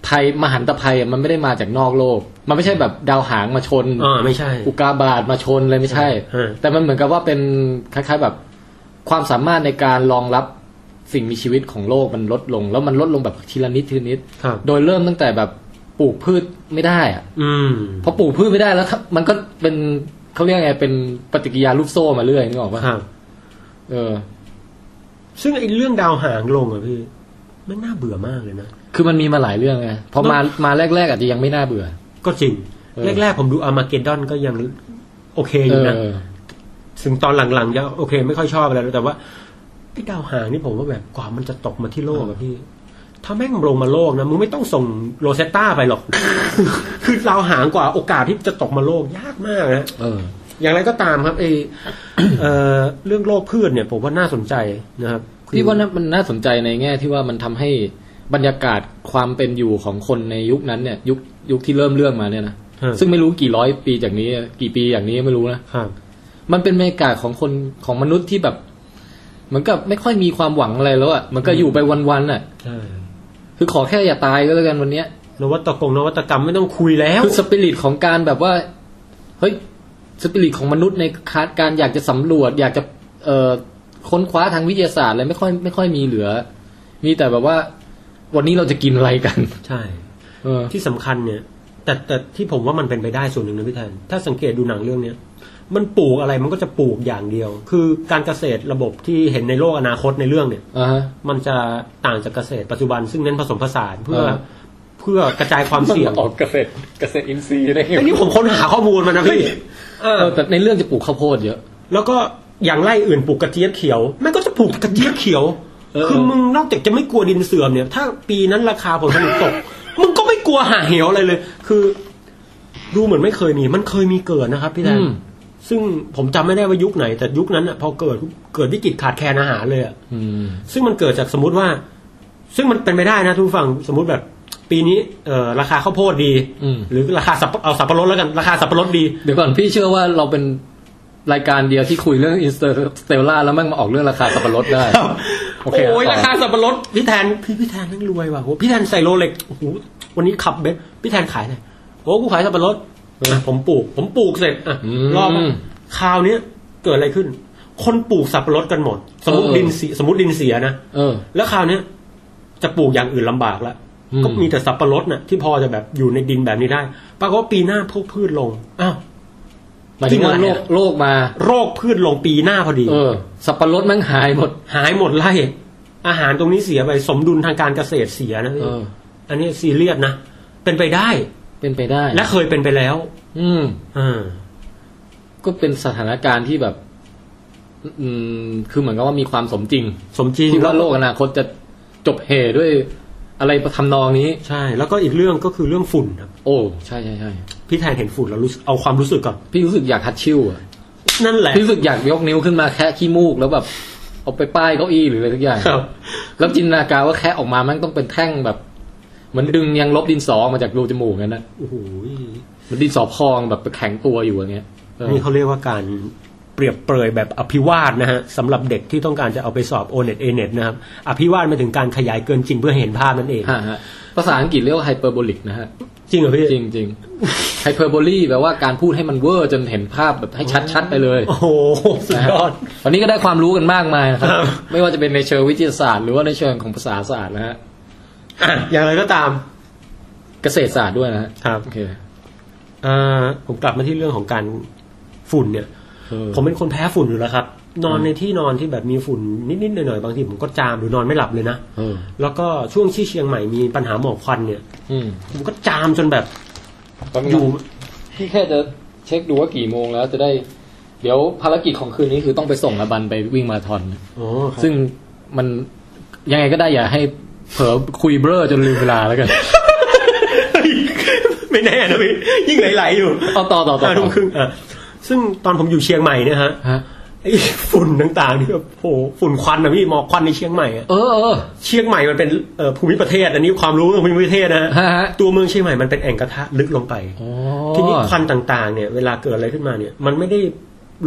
S1: ภัยมหันตภัยอ่ะมันไม่ได้มาจากนอกโลก มันไม่ใช่แบบดาวหางมาชน
S2: อ่าไม่ใช่
S1: อุกาบาตมาชนเลยไม่ใช่
S2: เออ
S1: แต่มันเหมือนกับว่าเป็นคล้ายๆแบบความสามารถในการรองรับสิ่งมีชีวิตของโลกมันลดลง แล้วมันลดลงแบบทีละนิดทีละนิด
S2: ครับ
S1: โดยเริ่มตั้งแต่แบบปลูกพืชไม่ได้อะ
S2: อืม
S1: พอปลูกพืชไม่ได้แล้วถ้ามันก็เป็นเขาเรียกไงเป็นปฏิกิริยาลูกโซ่มาเรื่อยนึกออกปะ
S2: ครับ
S1: เออ
S2: ซึ่งไอ้เรื่องดาวหางลงอะพี่มันน่าเบื่อมากเลยนะ
S1: คือมันมีมาหลายเรื่องไงพอมามาแรกๆอาจจะยังไม่น่าเบื่อ
S2: ก็จริง
S1: เออ
S2: แรกๆผมดูอามาเกดดอนก็ยังโอเคอ
S1: เอยู่
S2: นะ
S1: อ
S2: ถึงตอนหลังๆจะโอเค ไม่ค่อยชอบอะไรแล้วแต่ว่าไอ้ดาวหางนี่ผมว่าแบบกว่ามันจะตกมาที่โลกอะพี่ ถ้าแม่งลงมาโลกนะมึงไม่ต้องส่งโรเซตตาไปหรอก คือดาวหางกว่าโอกาสที่จะตกมาโลกยากมากนะ
S1: เออ
S2: อย่างไรก็ตามครับไอ เอ่อเรื่องโรคพืชเนี่ย ผมว่าน่าสนใจนะครับคือ
S1: พี่ว่าน่ะมันน่าสนใจในแง่ที่ว่ามันทำให้บรรยากาศความเป็นอยู่ของคนในยุคนั้นเนี่ย ยุคยุคที่เริ่มเรื่องมาเนี่ยนะ
S2: ฮะ
S1: ซึ่งไม่รู้กี่ร้อยปีจากนี้ กี่ปีอย่างนี้ไม่รู้นะครับ มันเป็นบรรยากาศของคนของมนุษย์ที่แบบเหมือนกับไม่ค่อยมีความหวังอะไรแล้วอะ่ะมันก็อยู่ไปวันๆอ่ะ
S2: ใช่
S1: คือขอแค่อย่าตายก็แล้วกันวันเนี้ย
S2: นวัตกรรมนวัตกรรมไม่ต้องคุยแล้ว
S1: คือสปิริตของการแบบว่าเฮ้ยสปิริตของมนุษย์ในการอยากจะสำรวจ อยากจะเอ่อค้นคว้าทางวิทยาศาสตร์อะไรไม่ค่อยไม่ค่อยมีเหลือ มีแต่แบบว่า วันนี้เราจะกินอะไรกัน
S2: ใช่
S1: เออ
S2: ที่สำคัญเนี่ย แต่แต่ที่ผมว่ามันเป็นไปได้ส่วนหนึ่งนะพี่แทน ถ้าสังเกตดูหนังเรื่องเนี้ยมันปลูกอะไรมันก็จะปลูกอย่างเดียว คือการเกษตรระบบที่เห็นในโลกอนาคตในเรื่องเนี่ย
S1: อ่าฮะ
S2: มันจะต่างจากเกษตรปัจจุบันซึ่งเน้นผสมผสานเพื่อ
S1: เออ
S2: เพื่อกระจายความเสี่ยง
S1: ออกเกษตรเกษตรอินทรีย์ได้ไง
S2: ไอ้นี่ผมค้นหาข้อมูลมานะพี่เออ
S1: เออแต่ในเรื่องจะปลูกข้าวโพดเยอะ
S2: แล้วก็อย่างไร่อื่นปลูกกระเจี๊ยบเขียวแม่งก็จะปลูกกระเจี๊ยบเขียว
S1: เออ
S2: คือมึงนอกจากจะไม่กลัวดินเสื่อมเนี่ย ถ้าปีนั้นราคาผลผลิตตก มึงก็ไม่กลัวหาเหวอะไรเลย คือ ดูเหมือนไม่เคยมี มันเคยมีเกิดนะครับพี่แดน
S1: อืม
S2: ซึ่งผมจำไม่ได้ว่ายุคไหน แต่ยุคนั้นอ่ะพอเกิดเกิดวิกฤตขาดแคลนอาหารเลยอะ
S1: อืม
S2: ซึ่งมันเกิดจากสมมติว่า ซึ่งมันเป็นไปได้นะทุกฝั่งสมมติแบบปีนี้เอ่อราคาข้าวโพดดี
S1: อืม
S2: หรือราคาสับเอาสับปะรดแล้วกันราคาสับปะรดดี
S1: เดี๋ยวก่อนพี่เชื่อว่าเราเป็นรายการเดียวที่คุยเรื่องอินสเตอร์สเตลล่าแล้วแม่งมาออกเรื่องราคาสับปะรดได้
S2: ครับ โอเค
S1: โอ้ย
S2: ต่
S1: ราคาสับปะรด
S2: พี่แทนพี่พี่แทนแม่งรวยว่ะโหพี่แทนใส่โรเล็กโอ้โหวันนี้ขับเบนซ์พี่แทนขายไหนโอ้กูขายสับปะรดอ่ะผมปลูก ผมปลูกเสร็จอ่ะ
S1: อืม
S2: รอบอ่ะคราวเนี้ยเกิดอะไรขึ้น คนปลูกสับปะรดกันหมด สมมติ
S1: เออ
S2: ดินเสียสมมติดินเสียนะ
S1: เออ
S2: แล้วคราวเนี้ยจะปลูกอย่างอื่นลำบากแล้ว
S1: อืม
S2: ก็มีแต่สับปะรดน่ะที่พอจะแบบอยู่ในดินแบบนี้ได้ปรากฏว่าปีหน้าพวกพืชลงอ้าว
S1: หมายถึงว่า
S2: จริง
S1: โล
S2: เหรอ
S1: กโลกมา
S2: โรคพืชลงปีหน้าพอดี
S1: เออ สับปะรดแมันหายหมด
S2: หายหมดไล่อาหารตรงนี้เสียไปสมดุลทางการเกษตรเสียนะ
S1: เออ
S2: อันนี้ซีเรียสนะ เป็นไปได้
S1: เป็นไปได้
S2: และเคยเป็นไปแล้ว
S1: อืม
S2: อ่า
S1: ก็เป็นสถานการณ์ที่แบบ อืม คือเหมือนกับว่ามีความสมจริง
S2: สมจริง
S1: ที่ว่าโลกอนาคตจะจบเหด้วย อะไรประทำนองนี้
S2: ใช่ แล้วก็อีกเรื่องก็คือเรื่องฝุ่นครับ
S1: โอ้ ใช่ใช่ใช่
S2: พี่แทนเห็นฝุ่นแล้วรู้สึกเอาความรู้สึกก่อน
S1: พี่รู้สึกอยากฮัดชิ่ว อะ
S2: นั่นแหละ
S1: พี่รู้สึกอยากยกนิ้วขึ้นมาแคะขี้มูกแล้วแบบเอาไปป้ายเก้าอี้หรืออะไรสักอย่าง
S2: ครับ
S1: แล้วจินตนาการว่าแคะออกมามันต้องเป็นแท่งแบบเหมือนดึงยังลบดินสอออกมาจากรูจมูกงั้นนะ
S2: โอ้โห
S1: เหมันดินสอพองแบบแข็งตัวอยู่อย่างเงี้ยเออ
S2: นี่เขาเรียกว่าการเปรียบเปรยแบบอภิวาทนะฮะสำหรับเด็กที่ต้องการจะเอาไปสอบโอเน็ตเอเน็ตนะครับอภิวาทหมายถึงการขยายเกินจริงเพื่อให้เห็นภาพนั่นเอง
S1: ฮะฮะภาษาอังกฤษเรียกว่าไฮเปอร์โบลิกนะฮะ
S2: จริงเหรอพี่
S1: จริงจริงไฮเปอร์โบลีแปลว่าการพูดให้มันเวอร์จนเห็นภาพแบบให้ชัด ๆ ไปเลย
S2: โอ้โหสุด
S1: นะฮะ
S2: ยอด
S1: วันนี้ก็ได้ความรู้กันมากมายนะครับ
S2: ครับ
S1: ไม่ว่าจะเป็นในเชิงวิทยาศาสตร์หรือว่าในเชิงของภาษาศาสตร์นะฮะ
S2: อ่ะอย่างไรก็ตาม
S1: เกษตรศาสตร์ด้วยนะฮะ
S2: ครับ
S1: โอเค
S2: เอ่อผมกลับมาที่เรื่องของการฝุ่นเนี่ย
S1: เออ
S2: ผมเป็นคนแพ้ฝุ่นอยู่แล้วครับ นอนในที่นอนที่แบบมีฝุ่นนิดๆหน่อยๆบางทีผมก็จามหรือนอนไม่หลับเลยนะ
S1: เออ
S2: แล้วก็ช่วงที่เชียงใหม่มีปัญหาหมอกควันเนี่ย
S1: อืม
S2: ผมก็จามจนแบบ
S1: อ
S2: อยู่ ยู่
S1: พี่แค่จะเช็คดูว่ากี่โมงแล้วจะได้ เดี๋ยวภารกิจของคืนนี้คือต้องไปส่งอบันไปวิ่งมาราธอน
S2: โอ้ซึ่
S1: ซึ่
S2: ง
S1: งมันยังไงก็ได้อย่าให้เผลอคุยเบ้อจนลืมเวลาแล้วกัน
S2: ไม่แน่นะพี่ยิ่งไหลๆอยู่
S1: เอาต่อต่อต่อ
S2: ห้าทุ่มครึ่งอ่ะซึ่งตอนผมอยู่เชียงใหม่เนี่ยฮะ
S1: ฮะ
S2: ไอ้ฝุ่นต่างๆนี่แบบโหฝุ่นควันนะพี่หมอกควันในเชียงใหม่อะ
S1: เออเออ
S2: เชียงใหม่มันเป็นเอ่อภูมิประเทศ อันนี้ความรู้เรื่องภูมิประเทศนะ
S1: ฮะฮะ
S2: ตัวเมืองเชียงใหม่มันเป็นแอ่งกระทะลึกลงไป
S1: โอ้
S2: ทีนี้ควันต่างๆเนี่ยเวลาเกิดอะไรขึ้นมาเนี่ย มันไม่ได้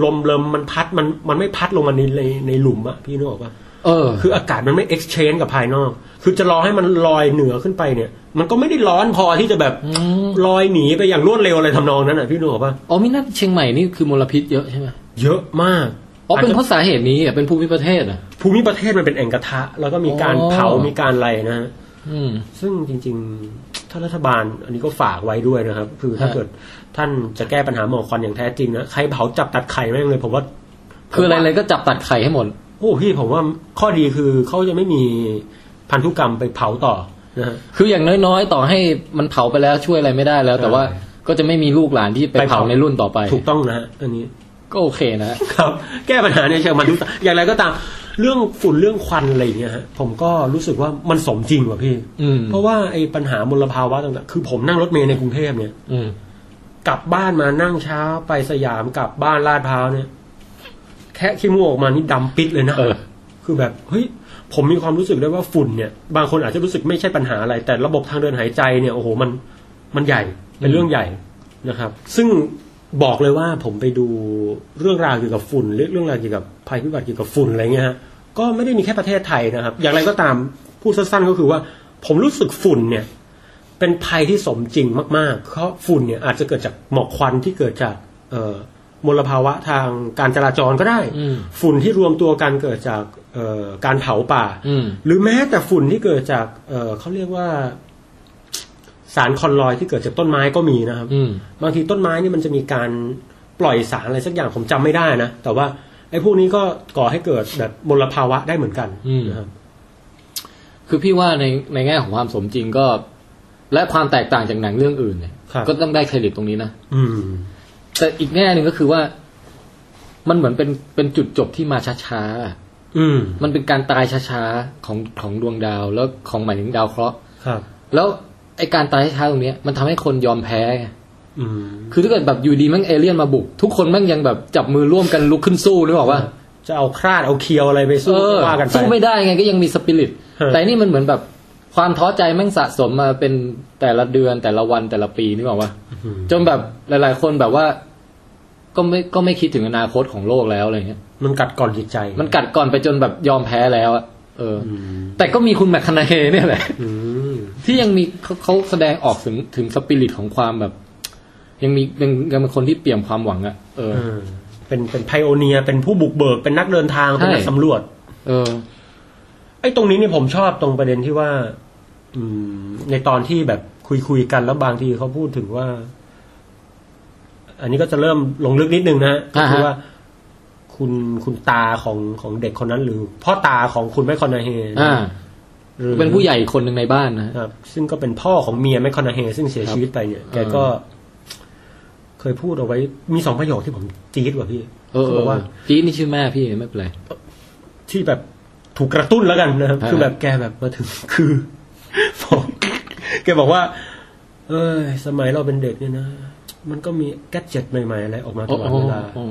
S2: ลมเริมมันพัดมันมันไม่พัดลงมาในในในหลุมอะพี่นึกออกปะ
S1: เออ
S2: คืออากาศมันไม่ exchange กับภายนอก คือจะรอให้มันลอยเหนือขึ้นไปเนี่ย มันก็ไม่ได้ร้อนพอที่จะแบบ
S1: ม
S2: ลอยหนีไปอย่างรวดเร็วอะไรทำนองนั้นอะพี่นึกออกปะ
S1: อ๋อมิน่าเชียงใหม่นี่คือมลพิษเยอะใช่ไหม
S2: เยอะมาก
S1: อ๋อเป็นเพ
S2: อาจจะ
S1: ราะสาเหตุนี้อ่ะเป็นภูมิประเทศอ่ะ
S2: ภูมิประเทศมันเป็นแอ่งกระทะ แล้วก็มีการ
S1: อ๋อ
S2: เผามีการอะไรนะฮะ
S1: อืม
S2: ซึ่งจริงๆ ถ้ารัฐบาลอันนี้ก็ฝากไว้ด้วยนะครับ คือถ้า
S1: ฮะ
S2: เกิดท่านจะแก้ปัญหาหมอกควันอย่างแท้จริงนะใครเผาจับตัดไข่แม่งเลยผมว่า
S1: คืออะไรๆก็จับตัดไข่ให้หมด
S2: โอ้พี่ผมว่าข้อดีคือเขาจะไม่มีพันธุกรรมไปเผาต่อนะฮะ
S1: คืออย่างน้อยๆ ต่อให้มันเผาไปแล้วช่วยอะไรไม่ได้แล้ว แต่ว่าก็จะไม่มีลูกหลานที่ไป
S2: ไป
S1: เผา
S2: เผา
S1: ในรุ่นต่อไป
S2: ถูกต้องนะฮะอันนี้
S1: ก็โอเคนะ
S2: ครับ แก้ปัญหาในเชิงพันธุกรรมอย่างไรก็ตามเรื่องฝุ่นเรื่องควันอะไรอย่างเงี้ยฮะผมก็รู้สึกว่ามันสมจริงว่ะพี่
S1: อืม
S2: เพราะว่าไอ้ปัญหามลภาวะต่างๆคือผมนั่งรถเมล์ในกรุงเทพเนี่ย
S1: อืม
S2: กลับบ้านมานั่งเช้าไปสยามกลับบ้านลาดพร้าวเนี่ย แค่ขี้มูกออกมานี่ดำปิดเลยนะ
S1: เออ
S2: คือแบบเฮ้ยผมมีความรู้สึกได้ว่าฝุ่นเนี่ย บางคนอาจจะรู้สึกไม่ใช่ปัญหาอะไร แต่ระบบทางเดินหายใจเนี่ยโอ้โหมันมันใหญ่เป็นเรื่องใหญ่นะครับ ซึ่งบอกเลยว่าผมไปดูเรื่องราวเกี่ยวกับฝุ่นหรือเรื่องราวเกี่ยวกับภัยพิบัติเกี่ยวกับฝุ่นอะไรเงี้ยฮะก็ไม่ได้มีแค่ประเทศไทยนะครับ อย่างไรก็ตามพูดสั้นๆก็คือว่า ผมรู้สึกฝุ่นเนี่ย เป็นภัยที่สมจริงมากๆ เพราะฝุ่นเนี่ยอาจจะเกิดจากหมอกควันที่เกิดจากเอ่อมลภาวะทางการจราจรก็ได้
S1: อืม
S2: ฝุ่นที่รวมตัวกันเกิดจากเอ่อการเผาป่า
S1: อืม
S2: หรือแม้แต่ฝุ่นที่เกิดจากเอ่อเขาเรียกว่าสารคอนลอยด์ที่เกิดจากต้นไม้ก็มีนะครับ
S1: อืม
S2: บางทีต้นไม้เนี่ยมันจะมีการปล่อยสารอะไรสักอย่างผมจำไม่ได้นะ แต่ว่าไอ้พวกนี้ก็ก่อให้เกิดแบบมลภาวะได้เหมือนกัน
S1: อืม
S2: นะครับ
S1: คือพี่ว่าในในแง่ของความสมจริงก็ และความแตกต่างจากหนังเรื่องอื่นเนี่ย
S2: ครับ
S1: ก็ต้องได้เครดิตตรงนี้นะ
S2: อืม
S1: แต่อีกแง่หนึ่งก็คือว่า มันเหมือนเป็นเป็นจุดจบที่มาช้าๆอะ
S2: อืม
S1: มันเป็นการตายช้าๆของของดวงดาวแล้วของหมายถึงดาวเคราะห์
S2: ครับ
S1: แล้วไอการตายช้าๆตรงเนี้ยมันทำให้คนยอมแพ้ไง
S2: อืม
S1: คือถ้าเกิดแบบอยู่ดีแม่งเอเลี่ยนมาบุก ทุกคนแม่งยังแบบจับมือร่วมกันลุกขึ้นสู้นึกออกว่า
S2: จะเอาคราดเอาเคียวอะไรไป
S1: เอ
S2: สู้
S1: อ
S2: ว่ากันไป
S1: สู้ไม่ได้ไงก็ยังมีสปิริต
S2: เออ
S1: แต่นี่มันเหมือนแบบความท้อใจแม่งสะสมมาเป็นแต่ละเดือนแต่ละวันแต่ละปีนึกออกว่าจนแบบหลาย ๆ คนแบบว่า ก็ไม่ก็ไม่คิดถึงอนาคตของโลกแล้วอะไรเงี้ย
S2: มันกัดก่อนจิตใจ
S1: มันกัดก่อนไปจนแบบยอมแพ้แล้วอะ เอออแต่ก็มีคุณแมคคานาเฮเนี่ยแหละที่ยังมีเขาเขาแสดงออกถึงถึงสปิริตของความแบบ ยังมียังยังเป็นคนที่เปี่ยมความหวังอะเออ
S2: เออเป็นเป็นไพโอเนียเป็นผู้บุกเบิก เป็นนักเดินทาง เป็นนัก
S1: ใช่
S2: สำรวจ
S1: เออ
S2: ไอ้ตรงนี้เนี่ยผมชอบตรงประเด็นที่ว่า อืม ในตอนที่แบบคุยคุยๆกันแล้วบางทีเขาพูดถึงว่า อันนี้ก็จะเริ่มลงลึกนิดนึงนะฮะก็
S1: อ่าฮะ
S2: คือว่าคุณคุณตาของของเด็กคนนั้น หรือพ่อตาของคุณแมคคอนาเฮ
S1: อ่า
S2: หรือ
S1: เป็นผู้ใหญ่อีกคนหนึ่งในบ้านนะฮะ
S2: ครับ ซึ่งก็เป็นพ่อของเมียแมคคอนาเฮซึ่งเสียชีวิตไปเนี่ย แกก็ เคยพูดเอาไว้ มีสองประโยคที่ผมจี๊ดกว่าพี่
S1: เออ
S2: เขา
S1: เอ
S2: บอก
S1: อ
S2: ว่า
S1: พีทนี่ชื่อแม่พี่ไม่เป็นไร
S2: ที่แบบถูกกระตุ้นแล้วกันนะครับ
S1: อ่า
S2: คือแบบแกแบบมาถึง คือ บอกแกบอกว่า เอ้ยสมัยเราเป็นเด็กเนี่ยนะ มันก็มีแกดเจ็ตใหม่ๆอะไรออกมาต
S1: โอ้
S2: ลอด
S1: โอ้
S2: เวลา
S1: โอ้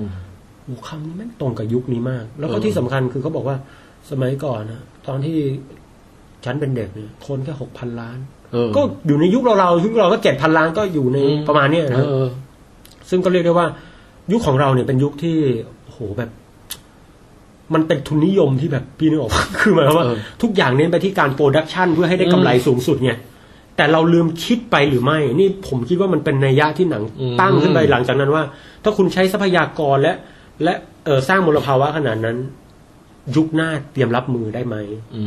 S2: โอ้คำนี้แม่งตรงกับยุคนี้มาก แล้วก็
S1: เออ
S2: ที่สำคัญคือเขาบอกว่า สมัยก่อนนะตอนที่ฉันเป็นเด็กเนี่ยคนแค่หกพันล้าน
S1: เออ
S2: ก็อยู่ในยุคเราๆยุคเราก็เจ็ดพันล้านก็อยู่ในประมาณเนี้ย
S1: เอ
S2: นะครับ
S1: อ
S2: ซึ่งก็เรียกได้ว่า ยุคของเราเนี่ยเป็นยุคที่โอ้โหแบบ มันเป็นทุนนิยมที่แบบพี่นึกออกปะ คือหมายความว่า
S1: เออ
S2: ทุกอย่างเน้นไปที่การโปรดักชันเพื่อให้ได้กำไร
S1: อืม
S2: สูงสุดไงแต่เราลืมคิดไปหรือไม่ นี่ผมคิดว่ามันเป็นนัยยะที่หนัง
S1: อืม
S2: ตั้งขึ้นไปหลังจากนั้นว่า ถ้าคุณใช้ทรัพยากรและ และเออสร้างมลภาวะขนาดนั้น ยุคหน้าเตรียมรับมือได้ไหม
S1: อื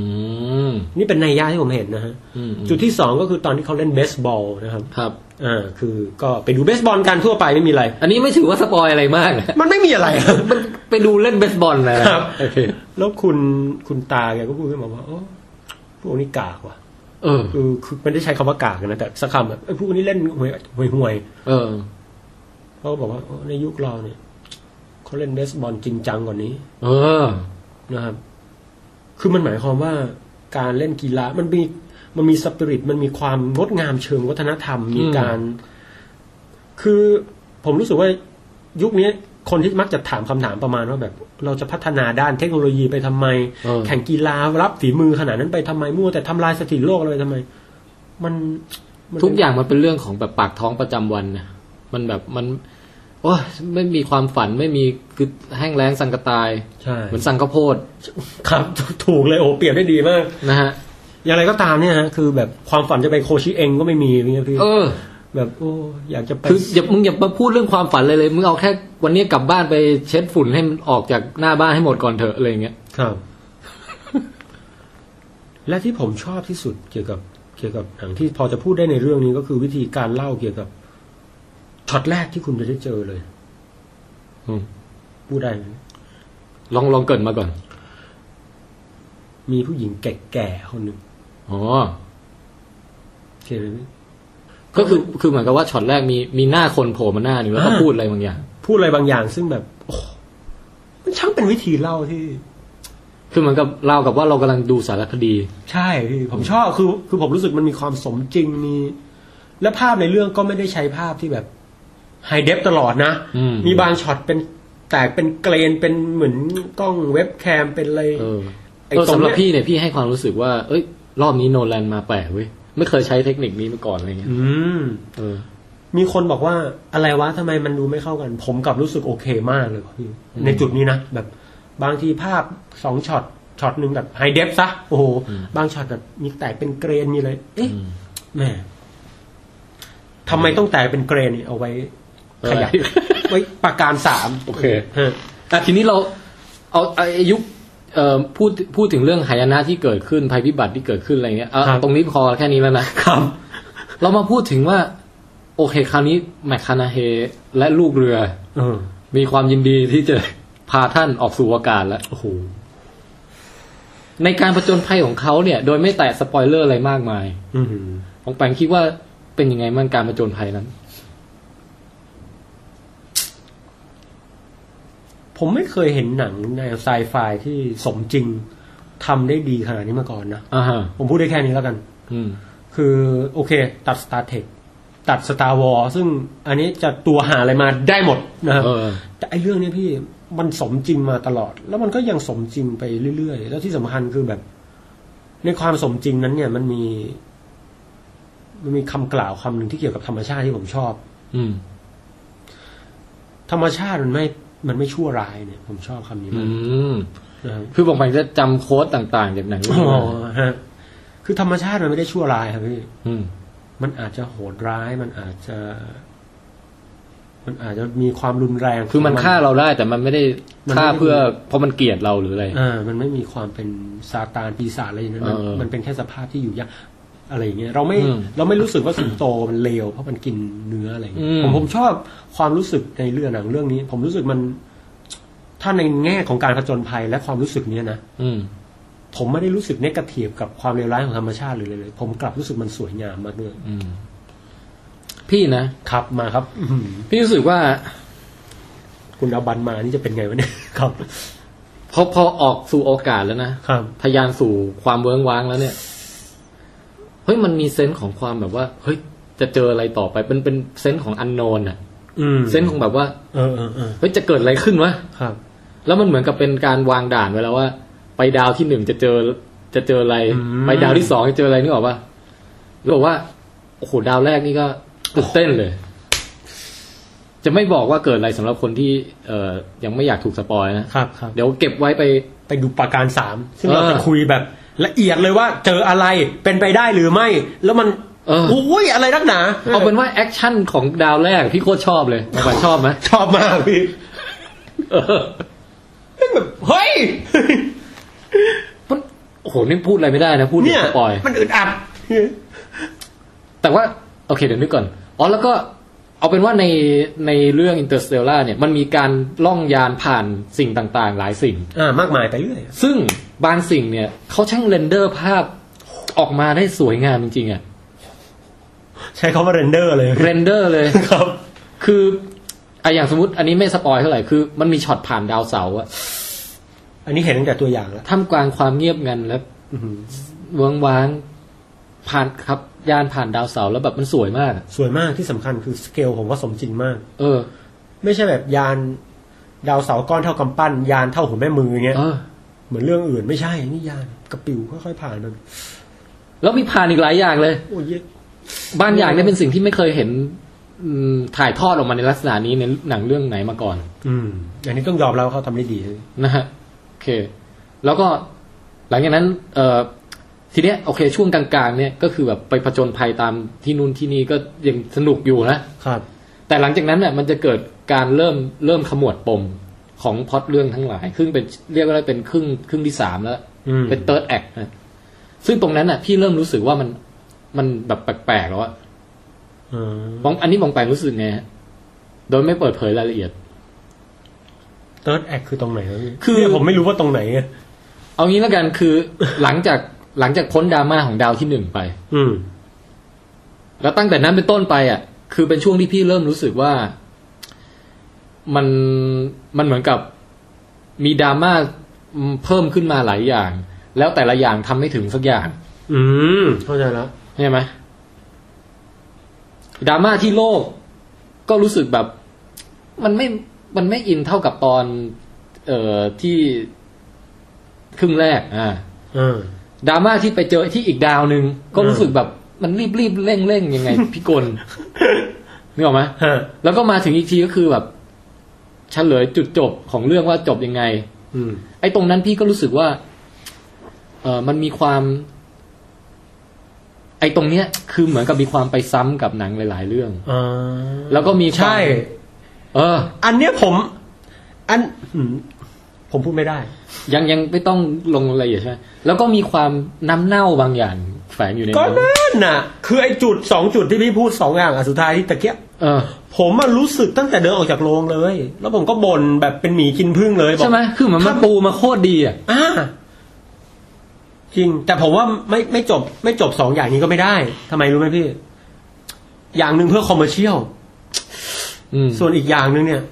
S1: ม
S2: นี่เป็นนัยยะที่ผมเห็นนะฮะ
S1: อืม
S2: จุดที่สองก็คือตอนที่เขาเล่นเบสบอลนะครับ
S1: ครับ
S2: อ่าคือก็ไปดูเบสบอลกันทั่วไปไม่มีอะไร
S1: อันนี้ไม่ถือว่าสปอยอะไรมากนะ
S2: มันไม่มีอะไร
S1: มันไปดูเล่นเบสบอลนะ
S2: ครับ
S1: โอเค
S2: แล้วคุณคุณตาแกก็พูดขึ้นมาว่าโอ้พวกนี้กากว่ะ
S1: เออ
S2: คือคือไม่ได้ใช้คำว่ากากนะแต่สักคำแบบเอ้ยพวกนี้เล่นหวยหวยหวย
S1: เออ
S2: เขาก็บอกว่าโอ้ในยุคเราเนี่ยเขาเล่นเบสบอลจริงจังกว่านี้
S1: เออ
S2: นะครับ คือมันหมายความว่าการเล่นกีฬามันมีมันมีสปิริตมันมีความงดงามเชิงวัฒนธรรม มี
S1: อืม
S2: การ คือผมรู้สึกว่ายุคนี้คนที่มักจะถามคำถามประมาณว่าแบบ เราจะพัฒนาด้านเทคโนโลยีไปทำไม
S1: เออ
S2: แข่งกีฬารับฝีมือขนาดนั้นไปทำไมมั่วแต่ทำลายสถิติโลกอะไรไปทำไม มันมัน
S1: ทุกอย่างมันเป็นเรื่องของแบบปากท้องประจำวันนะมันแบบมันโอ้ยไม่มีความฝันไม่มีคือแห้งแล้งสังกะตาย
S2: ใช่
S1: เหมือนสังกะโพด
S2: ครับ ถูกเลยโอ้เปรียบได้ดีมาก
S1: นะฮะ
S2: อย่างไรก็ตามเนี่ยฮะคือแบบความฝันจะไปโคชิเองก็ไม่มีอย่างเงี้ยพี่
S1: เออ
S2: แบบโอ้อยากจะไป
S1: คืออย่ามึงอย่ามาพูดเรื่องความฝันเลยเลย มึงเอาแค่วันนี้กลับบ้านไปเช็ดฝุ่นให้มันออกจากหน้าบ้านให้หมดก่อนเถอะอะไรอย่างเงี้ย
S2: ครับ และที่ผมชอบที่สุดเกี่ยวกับ เกี่ยวกับหนังที่พอจะพูดได้ในเรื่องนี้ก็คือวิธีการเล่าเกี่ยวกับช็อตแรกที่คุณจะได้เจอเลย
S1: อืม
S2: พูดได้ไหม
S1: ลองลองเกรินมาก่อน
S2: มีผู้หญิงแก่ๆคนหนึ่ง
S1: อ๋อ
S2: โอเคไหม
S1: ก็คือคือเหมือนกับว่าช็อตแรกมีมีหน้าคนโผล่มาหน้าหนึ่งแล้วก็
S2: อ่า
S1: พูดอะไรบางอย่าง
S2: พูดอะไรบางอย่างซึ่งแบบโอ้โหมันช่างเป็นวิธีเล่าที่
S1: คือเหมือนกับเรากับว่าเรากำลังดูสารคดี
S2: ใช่พี่ผมชอบคือ คือผมรู้สึกมันมีความสมจริงมี และภาพในเรื่องก็ไม่ได้ใช้ภาพที่แบบไฮเดฟตลอดนะ
S1: อืม
S2: บางช็อตเป็นแตกเป็นเกรนเป็นเหมือนกล้องเว็บแคมเป็นอะไร
S1: เออ
S2: ไอ้
S1: เออ
S2: ตรง
S1: สำ
S2: เนี้ย
S1: หรับพี่เนี่ยพี่ให้ความรู้สึกว่า เอ้ย รอบนี้โนแลนมาแปลกเว้ยไม่เคยใช้เทคนิคนี้มาก่อนอะไรเงี้ย
S2: อืม
S1: เออ
S2: มีคนบอกว่าอะไรวะทำไมมันดูไม่เข้ากัน ผมกลับรู้สึกโอเคมากเลยว่ะพี่ในจุดนี้นะแบบบางทีภาพสองช็อตช็อตหนึ่งแบบไฮเดฟซะโอ้โห บางช็อตแบบมีแตกเป็นเกรนมีอะไรเอ๊ะแหม่ทำไมต้องแตกเป็นเกรนเนี่ยเอาไว้ข ยาย
S1: เออ
S2: ไว้ประการสาม
S1: โอเค
S2: ฮะ
S1: อ่ะทีนี้เราเอาเอาไอ้ยุคเอ่อพูดพูดถึงเรื่องหายนะที่เกิดขึ้นภัยพิบัติที่เกิดขึ้นอะไรเงี้ยเอาเอาตรงนี้พอแค่นี้แล้วนะ
S2: ครับ
S1: เรามาพูดถึงว่า โอเคคราวนี้แมคคานาเฮและลูกเรือ
S2: เออ
S1: มีความยินดีที่จะพาท่านออกสู่อากาศแล้ว
S2: โอ้โห
S1: ในการผจญภัยของเขาเนี่ย โดยไม่แตะสปอยเลอร์อะไรมากมาย
S2: อื้อหือ
S1: ของแปงคิดว่าเป็นยังไงบ้างการผจญภัยนั้น
S2: ผมไม่เคยเห็นหนังในไซไฟที่สมจริงทำได้ดีขนาดนี้มาก่อนนะ
S1: อ่าฮะ
S2: ผมพูดได้แค่นี้แล้วกัน
S1: อืม
S2: คือโอเค ตัด Star Trek ตัด Star War ซึ่งอันนี้จะตัวหาอะไรมาได้หมดนะครับ
S1: เออ
S2: แต่ไอเรื่องเนี้ยพี่มันสมจริงมาตลอด แล้วมันก็ยังสมจริงไปเรื่อยๆ แล้วที่สำคัญคือแบบ ในความสมจริงนั้นเนี่ยมันมี มันมีคำกล่าวคำหนึ่งที่เกี่ยวกับธรรมชาติที่ผมชอบ
S1: อืม
S2: ธรรมชาติมันไม่มันไม่ชั่วร้ายเนี่ย ผมชอบคำนี้
S1: อื
S2: มาก
S1: ม
S2: นะครับ
S1: คือบอกไปจะจำโค้ดต่างๆจากหนังเรื่
S2: อ๋
S1: องนี้
S2: อ
S1: มา
S2: ฮะคือธรรมชาติมันไม่ได้ชั่วร้ายครับพี่
S1: อืม
S2: มันอาจจะโหดร้าย มันอาจจะ มันอาจจะมีความรุนแรง
S1: คือมันฆ่าเราได้แต่มันไม่ได้
S2: มันไม่ได้
S1: ฆ่าเพื่อเพราะมันเกลียดเราหรืออะไร
S2: อ่ามันไม่มีความเป็นซาตานปีศาจอะไรอย่างนั้นมัน
S1: เออ
S2: มันเป็นแค่สภาพที่อยู่ยากอะไรอย่างเงี้ยเราไม่
S1: อืม
S2: เราไม่รู้สึกว่าสิงโตมันเลวเพราะมันกินเนื้ออะไรอย่างเงี้ย
S1: อืม
S2: ผมผมชอบความรู้สึกในเรื่องหนังเรื่องนี้ ผมรู้สึกมัน ถ้าในแง่ของการผจญภัยและความรู้สึกเนี้ยนะ
S1: อืม
S2: ผมไม่ได้รู้สึกเนกาทีฟกับความเลวร้ายของธรรมชาติหรืออะไรเลย ผมกลับรู้สึกมันสวยงามมากเลย
S1: พี่นะ
S2: ครับมาครับ อื้อหือ
S1: พี่รู้สึกว่า
S2: คุณเอาบันมานี่จะเป็นไงวะเนี่ย ครับ
S1: พอพอออกสู่โอกาสแล้วนะ
S2: ครับ
S1: ทะยานสู่ความเวิ้งว้างแล้วเนี่ย เฮ้ยมันมีเซนส์ของความแบบว่า เฮ้ย จะเจออะไรต่อไปเป็นเป็นเซนส์ของอันโนนอะ
S2: อืม
S1: เซนส์ของแบบว่า
S2: เออเออเออ
S1: เฮ้ย จะเกิดอะไรขึ้นวะ
S2: ครับ
S1: แล้วมันเหมือนกับเป็นการวางด่านไว้แล้วว่า ไปดาวที่หนึ่งจะเจอจะเจออะไร
S2: อืม
S1: ไปดาวที่สองจะเจออะไรนึกออกปะหรือบอกว่าโอ้โหดาวแรกนี่ก็ตื่นเต้นเลย จะไม่บอกว่าเกิดอะไรสำหรับคนที่เอ่อยังไม่อยากถูกสปอยนะครับ
S2: ครับ
S1: เดี๋ยวเก็บไว้ไป
S2: ไปดูประการสามซึ่ง
S1: เออ
S2: เราจะคุยแบบละเอียดเลยว่าเจออะไรเป็นไปได้หรือไม่ แล้วมัน
S1: เออ
S2: โอ้ยอะไรนักหนา
S1: เอาเป็นว่าแอคชั่นของดาวแรกพี่โคตรชอบเลยเอาไปชอบไหม
S2: ชอบมากพี่
S1: เออ
S2: แม่งแบบเฮ้ย
S1: มันโอ้โหนี่พูดอะไรไม่ได้นะพูด
S2: เนี่ย
S1: สปอย
S2: มันอึดอัด
S1: แต่ว่าโอเคเดี๋ยวนึกก่อน อ๋อแล้วก็เอาเป็นว่าในในเรื่อง Interstellar เนี่ยมันมีการล่องยานผ่านสิ่งต่างๆ หลายสิ่ง
S2: อ่ามากมายไปเรื่อย
S1: ซึ่งบางสิ่งเนี่ยเขาช่างเรนเดอร์ภาพออกมาได้สวยงามจริงๆอะ
S2: ใช้คำว่าเรนเดอร์เลย
S1: เรนเดอร์เลย
S2: ครับ
S1: คืออะอย่างสมมติอันนี้ไม่สปอยเท่าไหร่คือมันมีช็อตผ่านดาวเสาร์อะ
S2: อันนี้เห็นตั้งแต่ตัวอย่างแล้ว
S1: ท่ามกลางความเงียบงันและ
S2: อื้อหือ
S1: เวงว้างๆผ่านครับยานผ่านดาวเสาร์แล้วแบบมันสวยมากอะ
S2: สวยมากที่สำคัญคือสเกลผมว่าสมจริงมาก
S1: เออ
S2: ไม่ใช่แบบยานดาวเสาร์ก้อนเท่ากำปั้น ยานเท่าหัวแม่มือเงี้ย
S1: เออ
S2: เหมือนเรื่องอื่นไม่ใช่นี่ยานกระปิวค่อยๆผ่านมัน
S1: แล้วมีผ่านอีกหลายอย่างเลย
S2: โอ้ยเยอะ
S1: บางอย่างเนี่ยเป็นสิ่งที่ไม่เคยเห็นอืมถ่ายทอดออกมาในลักษณะนี้ในหนังเรื่องไหนมาก่อน
S2: อืม อันนี้ต้องยอมแล้วาเขาทำได้ดี
S1: นะฮะโอเค แล้วก็หลังจากนั้น เอ่อทีเนี้ยโอเค ช่วงกลางๆ เนี่ยก็คือแบบไปผจญภัยตามที่นู่นที่นี่ก็ยังสนุกอยู่นะครับ แต่หลังจากนั้นเนี่ยมันจะเกิดการเริ่มเริ่มขมวดปมของพล็อตเรื่องทั้งหลายครึ่งเป็นเรียกว่าเป็นครึ่งครึ่งที่สามแล้ว
S2: อืม
S1: เป็น third act นะซึ่งตรงนั้นน่ะ พี่เริ่มรู้สึกว่ามันมันแบบแปลกๆแล้วอะ
S2: อืม
S1: มองอันนี้มองไปรู้สึกไงฮะโดยไม่เปิดเผยรายละเอียด
S2: เติร์ดแอคคือตรงไหนครับพี่
S1: คือ
S2: เนี่ยผมไม่รู้ว่าตรงไหนอะ
S1: เอางี้แล้วกันคือ หลังจากหลังจากพ้นดราม่าของดาวที่หนึ่งไป
S2: อืม
S1: แล้วตั้งแต่นั้นเป็นต้นไปอ่ะ คือเป็นช่วงที่พี่เริ่มรู้สึกว่า มันมันเหมือนกับมีดราม่าอืมเพิ่มขึ้นมาหลายอย่าง แล้วแต่ละอย่างทำไม่ถึงสักอย่าง
S2: อืม เข้าใจแล้ว
S1: ใช่ไหมดราม่าที่โลกก็รู้สึกแบบ มันไม่มันไม่อินเท่ากับตอน เอ่อที่ครึ่งแรกอ่า
S2: อืม
S1: ดราม่าที่ไปเจอที่อีกดาวหนึ่งก็รู้
S2: อืม
S1: สึกแบบมันรีบรีบเร่งเร่งยังไง พี่กลนึกออกไหม
S2: ฮะ
S1: แล้วก็มาถึงอีกทีก็คือแบบเฉลยจุดจบของเรื่องว่าจบยังไง
S2: อืม
S1: ไอ้ตรงนั้นพี่ก็รู้สึกว่า เออมันมีความ ไอ้ตรงเนี้ย คือเหมือนกับมีความไปซ้ำกับหนังหลาย ๆ เรื่อง
S2: อ่า
S1: แล้วก็มีความ
S2: ใช่
S1: เออ
S2: อันเนี้ยผม อันอืมผมพูดไม่ได้
S1: ยังยังไม่ต้องลงรายละเอียดใช่ไหมแล้วก็มีความน้ำเน่าบางอย่างแฝงอยู่ใน
S2: ก็
S1: นั้น
S2: นั่นน่ะ คือไอ้จุดสองจุดที่พี่พูดสองอย่างอ่ะสุดท้ายที่ตะเกียบ
S1: เออ
S2: ผมมารู้สึกตั้งแต่เดินออกจากโรงเลย แล้วผมก็บ่นแบบเป็นหมีกินผึ้งเลยบอก
S1: ใช่ไหมคือเหมือนมันปูมาโคตรดีอ่ะ
S2: อ่าจริง แต่ผมว่าไม่ไม่จบ ไม่จบสองอย่างนี้ก็ไม่ได้ทำไมรู้ไหมพี่ อย่างหนึ่งเพื่อคอมเมอร์เชียล
S1: อืม
S2: ส่วนอีกอย่างหนึ่งเนี่ย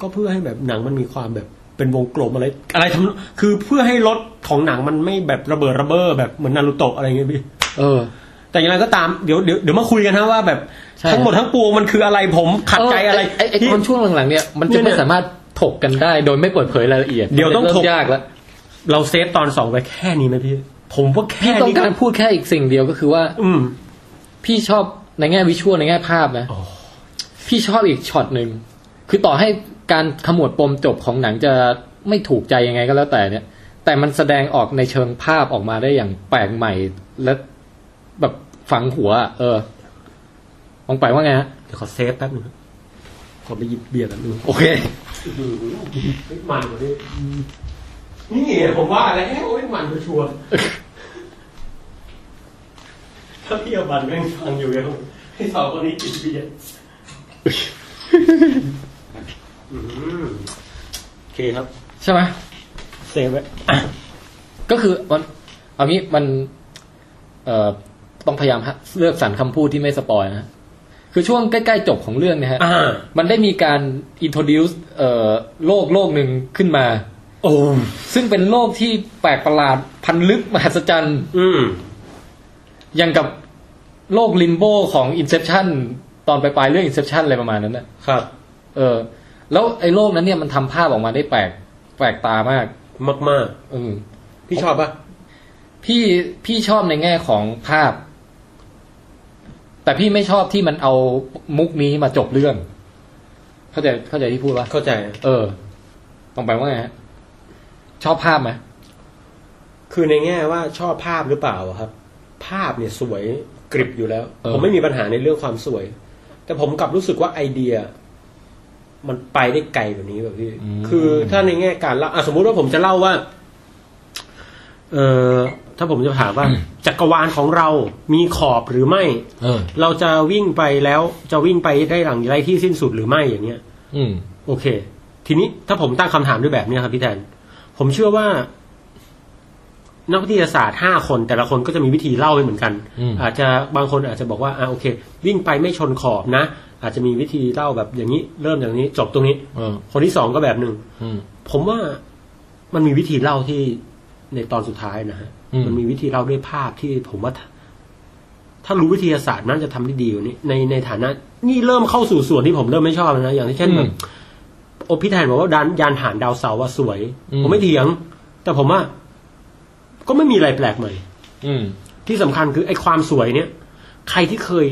S2: ก็เพื่อให้แบบหนังมันมีความแบบเป็นวงกลมอะไร อะไรทำคือเพื่อให้รถของหนังมันไม่แบบระเบิดระเบ้อแบบเหมือนนารูโตะอะไรเงี้ยพี่
S1: เออ
S2: แต่อย่างไรก็ตามเดี๋ยวเดี๋ยวเดี๋ยวมาคุยกันนะว่าแบบ
S1: ใช่
S2: ทั้งหมดทั้งปวงมันคืออะไรผมขัดใจอะไร
S1: เไอ้ไอ้
S2: ที่
S1: ตอนช่วงหลังๆเนี่ยมันจะ
S2: เนี่
S1: ไม่
S2: ย
S1: สามารถถกกันได้ โดยไม่เปิดเผยรายละเอียด
S2: เดี๋ยวต้องถก
S1: เริ่มยากแล้ว
S2: เราเซฟตอนสองไว้แค่นี้ไหมพี่ ผมว่าแค่
S1: พี่ต้อง
S2: นี้
S1: การพูดแค่อีกสิ่งเดียวก็คือว่า
S2: อืม
S1: พี่ชอบในแง่วิชวลในแง่ภาพนะ
S2: โอ้
S1: พี่ชอบอีกช็อตหนึ่งคือต่อให้การขมวดปมจบของหนังจะไม่ถูกใจยังไงก็แล้วแต่เนี่ย แต่มันแสดงออกในเชิงภาพออกมาได้อย่างแปลกใหม่ และแบบฝังหัวอะเออมองไปว่าไงฮะ
S2: เดี๋ยวขอเซฟแป๊บหนึงครับขอไปหยิบเบียร์กันดู
S1: โอเค
S2: มันกว่านี้นี่ผมว่าแล้วโอ้ยมันชัวชัวร์ถ้าพี่อบันแม่งฟังอยู่แล้วให้สองคนนี้กินเบียร์อืมโอเคครับ
S1: ใช่ไหม
S2: เซฟไว้
S1: ก็คือมันเอางี้มัน เอ่อต้องพยายามฮะเลือกสรรคำพูดที่ไม่สปอยนะ คือช่วงใกล้ๆจบของเรื่องเนี่ยฮะ
S2: อ่า
S1: มันได้มีการ introduce เอ่อโลกโลกหนึ่งขึ้นมา
S2: โอม
S1: ซึ่งเป็นโลกที่แปลกประหลาดพันลึกมหัศจรรย์
S2: อืม
S1: อย่างกับโลกลิมโบของ Inception ตอนปลายๆเรื่อง Inception อะไรประมาณนั้นนะครับ เออ แล้วไอ้โลกนั้นเนี่ยมันทำภาพออกมาได้แปลกแปลกตามาก
S2: มากมาก
S1: เออ
S2: ๆพี่ชอบปะ
S1: พี่พี่ชอบในแง่ของภาพ แต่พี่ไม่ชอบที่มันเอามุกนี้มาจบเรื่อง เข้าใจเข้าใจที่พูดปะ
S2: เข้าใจ
S1: เออ ต้องไปว่าไงฮะ ชอบภาพไหม
S2: คือในแง่ว่าชอบภาพหรือเปล่าอะครับ ภาพเนี่ยสวยกริบอยู่แล้ว ผมไม่มีปัญหาในเรื่องความสวย แต่ผมกลับรู้สึกว่าไอเดีย มันไปได้ไกลกว่านี้แบบพี่ คือถ้าในแง่การเล่าอ่ะสมมุติว่าผมจะเล่าว่า เออถ้าผมจะถามว่า จักรวาลของเรามีขอบหรือไม่
S1: เออ
S2: เราจะวิ่งไปแล้วจะวิ่งไปได้หลังไรที่สิ้นสุดหรือไม่อย่างเงี้ย
S1: อืม
S2: โอเค ทีนี้ถ้าผมตั้งคำถามด้วยแบบเนี้ยครับพี่แทน ผมเชื่อว่า นักวิทยาศาสตร์ห้าคน แต่ละคนก็จะมีวิธีเล่าไม่เหมือนกัน
S1: อืม
S2: อาจจะบางคนอาจจะบอกว่าอ่าโอเค วิ่งไปไม่ชนขอบนะ อาจจะมีวิธีเล่าแบบอย่างนี้ เริ่มอย่างนี้ จบตรงนี้
S1: เออ
S2: คนที่สองก็แบบหนึ่ง
S1: อืม
S2: ผมว่ามันมีวิธีเล่าที่ในตอนสุดท้ายนะฮะ
S1: อืม
S2: มันมีวิธีเล่าด้วยภาพที่ผมว่าถ้าถ้ารู้วิทยาศาสตร์น่าจะทำได้ดีกว่านี้ในในฐานะ นี่เริ่มเข้าสู่ส่วนที่ผมเริ่มไม่ชอบแล้วนะ อย่างที่เช่นแบบโอพี่แทนบอกว่าดานยานผ่านดาวเสาร์ว่าสวย ผมไม่เถียง แต่ผมว่า ก็ไม่มีอะไรแปลกใหม่
S1: อืม
S2: ที่สำคัญคือไอ้ความสวยเนี่ย ใครที่เคย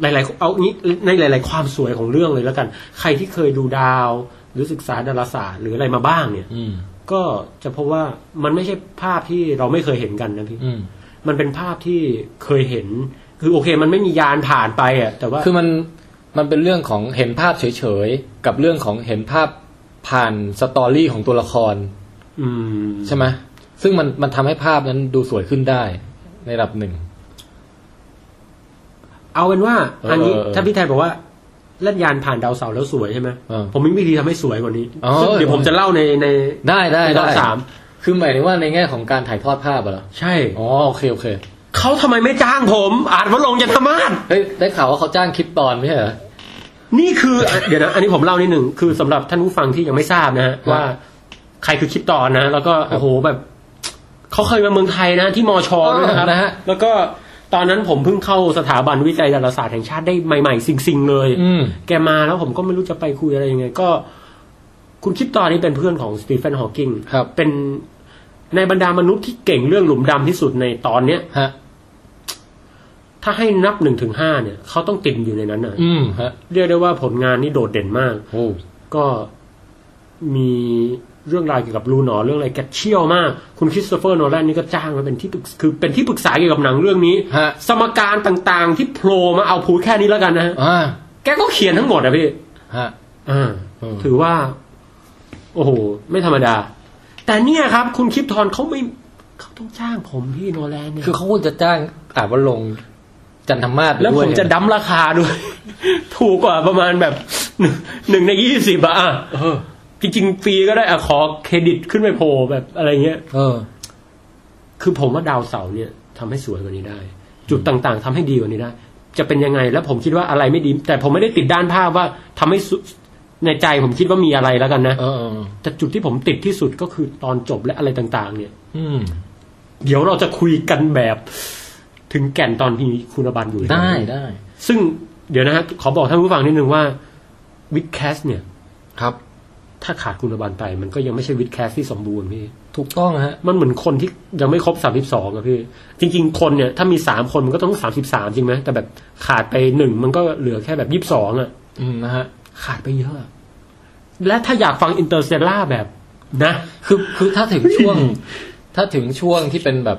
S2: หลาย ๆ เอางี้ในหลาย ๆ ความสวยของเรื่องเลยแล้วกัน ใครที่เคยดูดาว หรือศึกษาดาราศาสตร์หรืออะไรมาบ้างเนี่ย
S1: อืม
S2: ก็จะพบว่ามันไม่ใช่ภาพที่เราไม่เคยเห็นกันนะพี่
S1: อืม
S2: มันเป็นภาพที่เคยเห็น คือโอเค มันไม่มียานผ่านไปอ่ะ แต่ว่า
S1: คือมัน มันเป็นเรื่องของเห็นภาพเฉยๆ กับเรื่องของเห็นภาพผ่านสตอรี่ของตัวละคร
S2: อืม
S1: ใช่ไหม ซึ่งมัน มันทำให้ภาพนั้นดูสวยขึ้นได้ ในระดับหนึ่ง
S2: เอาเป็นว่า
S1: เอออั
S2: อันนี้
S1: เออเออ
S2: ถ้าพี่ไทยบอกว่าเล่นยานผ่านดาวเสาร์แล้วสวยใช่ไหม
S1: เออ
S2: ผมมีวิธีทำให้สวยกว่านี้
S1: อ๋อ
S2: ซึ่งเดี๋ยวผมจะเล่าในใน
S1: ได้ได้
S2: ในตอ
S1: ได้
S2: นสาม
S1: คือหมายถึงว่าในแง่ของการถ่ายทอดภาพอะเหรอ
S2: ใช่
S1: อ๋อ โอเค โอเค
S2: เขาทำไมไม่จ้างผมอาจว่าลงยันธมาศ
S1: เฮ้ย ได้ข่าวว่าเขาจ้างคลิปตอนไม่ใช่เหรอ
S2: นี่คืออ่ะเดี๋ยวนะ อันนี้ผมเล่านิดหนึ่งคือสำหรับท่านผู้ฟังที่ยังไม่ทราบนะฮะ
S1: ครับ
S2: ว่าใครคือคิดตอนนะ แล้วก็
S1: ครับ
S2: โอ้โหแบบเขาเคยมาเมืองไทยนะที่มอชอ
S1: เออ
S2: ด้วยนะครับ
S1: นะฮะ
S2: แล้วก็ตอนนั้นผมเพิ่งเข้าสถาบันวิจัยดาราศาสตร์แห่งชาติได้ใหม่ๆ สิ่งๆเลย
S1: อืม
S2: แกมาแล้วผมก็ไม่รู้จะไปคุยอะไรยังไง ก็ คุณคริปตอนนี้เป็นเพื่อนของสตีเฟนฮอว์กิง
S1: ครับ
S2: เป็นในบรรดามนุษย์ที่เก่งเรื่องหลุมดำที่สุดในตอนเนี้ย
S1: ฮะ
S2: ถ้าให้นับหนึ่งถึงห้าเนี่ยเขาต้องติดอยู่ในนั้นนะ
S1: อืม ฮะ
S2: เรียกได้ว่าผลงานนี่โดดเด่นมาก
S1: โอ้
S2: ก็มีเรื่องราวเกี่ยวกับรูหนอนเรื่องอะไรแกเชี่ยวมาก คุณคริสโตเฟอร์โนแลนนี่ก็จ้างมาเป็นที่ปรึกคือเป็นที่ปรึกษาเกี่ยวกับหนังเรื่องนี้
S1: ฮะ
S2: สมการต่างๆที่โผล่มาเอาพูดแค่นี้แล้วกันนะฮะ
S1: อ่า
S2: แกก็เขียนทั้งหมดอะพี่
S1: ฮะ
S2: อ่า
S1: เออ
S2: ถือว่า โอ้โห ไม่ธรรมดา แต่เนี่ยครับ คุณคลิปทอนเขาไม่เขาต้องจ้างผมพี่โนแลนเนี่ย
S1: คือเขาควรจะจ้างอาจว่าลงค์จันทมาศ
S2: แล้ว
S1: ด้
S2: ผ
S1: ย
S2: มจะดั้มราคาด้วย ถูกกว่าประมาณแบบ หนึ่งในยี่สิบอะอ่ะ
S1: เออ
S2: จริงๆฟรีก็ได้อะขอเครดิตขึ้นไปโพลแบบอะไรเงี้ย
S1: เออ
S2: คือผมว่าดาวเสาร์เนี่ยทำให้สวยกว่านี้ได้ จุดต่างๆทำให้ดีกว่านี้ได้ จะเป็นยังไงแล้วผมคิดว่าอะไรไม่ดี แต่ผมไม่ได้ติดด้านภาพว่าทำให้สุในใจผมคิดว่ามีอะไรแล้วกันนะ
S1: เออเออ
S2: แต่จุดที่ผมติดที่สุดก็คือตอนจบและอะไรต่าง ๆ เนี่ย
S1: อืม
S2: เดี๋ยวเราจะคุยกันแบบ ถึงแก่นตอนที่คุณบันอยู่ในตอน
S1: ได้
S2: นี้
S1: ได้
S2: ซึ่งเดี๋ยวนะฮะขอบอกท่านผู้ฟังนิดนึงว่าวิดแคสเนี่ย
S1: ครับ
S2: ถ้าขาดคุณบาลไป มันก็ยังไม่ใช่วิดแคสที่สมบูรณ์พี่
S1: ถูกต้องฮะ
S2: มันเหมือนคนที่ยังไม่ครบสามสิบสองอะพี่ จริง ๆ คนเนี่ย ถ้ามีสามคนมันก็ต้องสามสิบสามจริงไหมแต่แบบขาดไปหนึ่งมันก็เหลือแค่แบบยี่สิบสองอะ
S1: อืมนะฮะ
S2: ขาดไปเยอะ และถ้าอยากฟังอินเตอร์เซล่าแบบ นะ
S1: คือคือถ้าถึงช่ว ง ถ้าถึงช่วงที่เป็นแบบ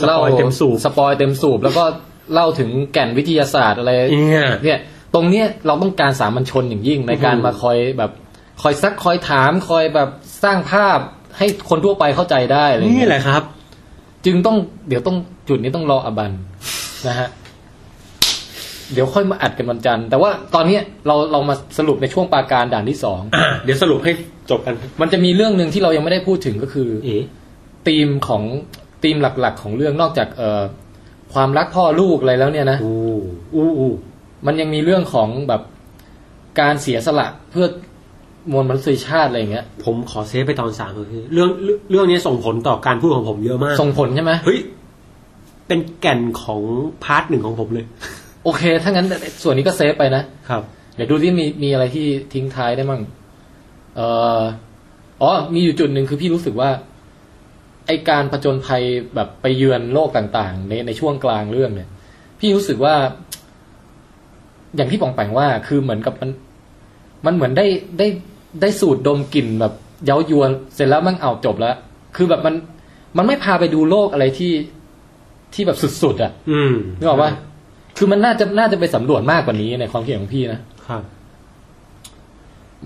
S2: สปอยเต็มสูบ
S1: สปอยเต็มสูบ แล้วก็เล่าถึงแก่นวิทยาศาสตร์อะไร
S2: เนี่ย
S1: เนี่ย ตรงเนี้ยเราต้องการสามัญชนอย่างยิ่งในการ
S2: อืม
S1: มาคอยแบบ คอยซักคอยถามคอยแบบสร้างภาพให้คนทั่วไปเข้าใจได้อะไรอย่าง
S2: นี่
S1: เงี้ย
S2: แหละครับ
S1: จึงต้องเดี๋ยวต้องจุดนี้ต้องรออบันนะฮะเดี๋ยวค่อยมาอัดกันวันจันทร์แต่ว่าตอนเนี้ยเราเรามาสรุปในช่วงปราการด่านที่สอง
S2: อ่ะเดี๋ยวสรุปให้จบกัน
S1: มันจะมีเรื่องหนึ่งที่เรายังไม่ได้พูดถึงก็คือ
S2: เอ๋
S1: ธีมของธีมหลักๆ ของเรื่องนอกจากเอ่อความรักพ่อลูกอะไรแล้วเนี่ยนะ
S2: อู้อู้อู้
S1: มันยังมีเรื่องของแบบการเสียสละเพื่อมวลมนุษยชาติอะไรอย่างเงี้ย
S2: ผมขอเซฟไปตอนสามก็คือเรื่องเรื่องเรื่องนี้ส่งผลต่อการพูดของผมเยอะมาก
S1: ส่งผลใช่ไหม
S2: เฮ้ยเป็นแก่นของพาร์ทหนึ่งของผมเลย
S1: โอเค ถ้างั้นส่วนนี้ก็เซฟไปนะ
S2: ครับ
S1: เดี๋ยวดูที่มีมีอะไรที่ทิ้งท้ายได้มั่งเอ่ออ๋อ มีอยู่จุดหนึ่งคือพี่รู้สึกว่า ไอการผจญภัยแบบไปเยือนโลกต่างๆ ในในช่วงกลางเรื่องเนี่ย พี่รู้สึกว่า อย่างที่ปองแปงว่า คือเหมือนกับมัน มันเหมือนได้ได้ได้สูดดมกลิ่นแบบเย้ายวนเสร็จแล้วมันเอาจบแล้ว คือแบบมันมันไม่พาไปดูโลกอะไรที่ที่แบบสุดๆอะ่ะ
S2: อืม
S1: นึกออกปะคือมันน่าจะน่าจะไปสำรวจมากกว่านี้ในความคิดของพี่นะ
S2: ครับ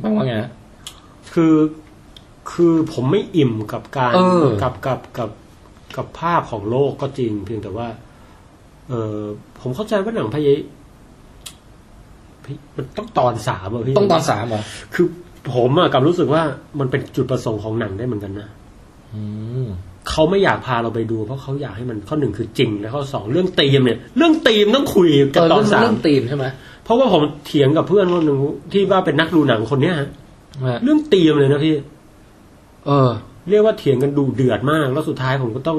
S1: บ้างว่าไงนะ
S2: คือคือผมไม่อิ่มกับการ
S1: เออ
S2: กับกับกับกับภาพของโลกก็จริง เพียงแต่ว่า เออผมเข้าใจว่าหนังพยายพี่มันต้องตอนสามอะพี่
S1: ต้องตอนสามเหรอ
S2: คือ ผมอะกลับรู้สึกว่ามันเป็นจุดประสงค์ของหนังได้เหมือนกันนะ
S1: อืม
S2: เขาไม่อยากพาเราไปดู เพราะเขาอยากให้มันข้อหนึ่งคือจริง แล้วข้อสองเรื่องตีมเนี่ย เรื่องตีมต้องคุย
S1: เอ
S2: กัน
S1: อ
S2: ตอ
S1: เรื่
S2: น
S1: อง
S2: สา
S1: เรื่
S2: ม
S1: องตีมใช่ไหม
S2: เพราะว่าผมเถียงกับเพื่อนคนหนึ่งที่ว่าเป็นนักดูหนังคนเนี้ยฮะเรื่องตีมเลยนะพี่
S1: เออ
S2: เรียกว่าเถียงกันดูเดือดมาก แล้วสุดท้ายผมก็ต้อง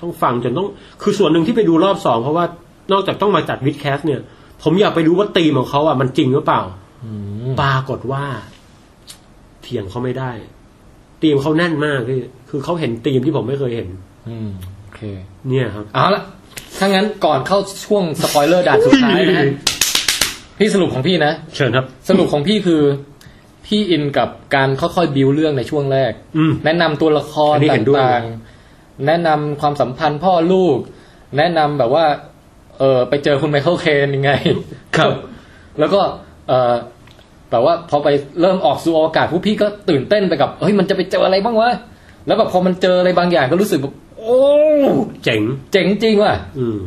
S2: ต้องฟังจนต้อง คือส่วนหนึ่งที่ไปดูรอบสองเพราะว่านอกจากต้องมาจัดวิดแคสเนี่ย ผมอยากไปดูว่าตีมของเขาอ่ะมันจริงหรือเปล่าปรากฏว่า เถียงเขาไม่ได้ตีมเขาแน่นมากพี่คือเขาเห็นตีมที่ผมไม่เคยเห็น
S1: อืม โอเค
S2: เนี่ยครับ
S1: เอาละถ้างั้นก่อนเข้าช่วงสปอยเลอร์ด่านสุดท้ายนะฮะ พี่สรุปของพี่นะ
S2: เชิญครับ
S1: สรุปของพี่คือ พี่อินกับการค่อยๆบิวเรื่องในช่วงแรก
S2: อืม
S1: แนะนำตัวละคร
S2: อันนี้
S1: ต
S2: เห็นด้วย
S1: ่างๆ แนะนำความสัมพันธ์พ่อลูก แนะนำแบบว่า เออไปเจอคุณไมเคิลเคนยังไง
S2: ครับ
S1: แล้วก็เออแบบว่าพอไปเริ่มออกสู่อวกาศพวกพี่ก็ตื่นเต้นไปกับเฮ้ยมันจะไปเจออะไรบ้างวะแล้วแบบพอมันเจออะไรบางอย่างก็รู้สึกแบบโอ้
S2: เจ๋ง
S1: เจ๋งจริงว่ะ
S2: อืม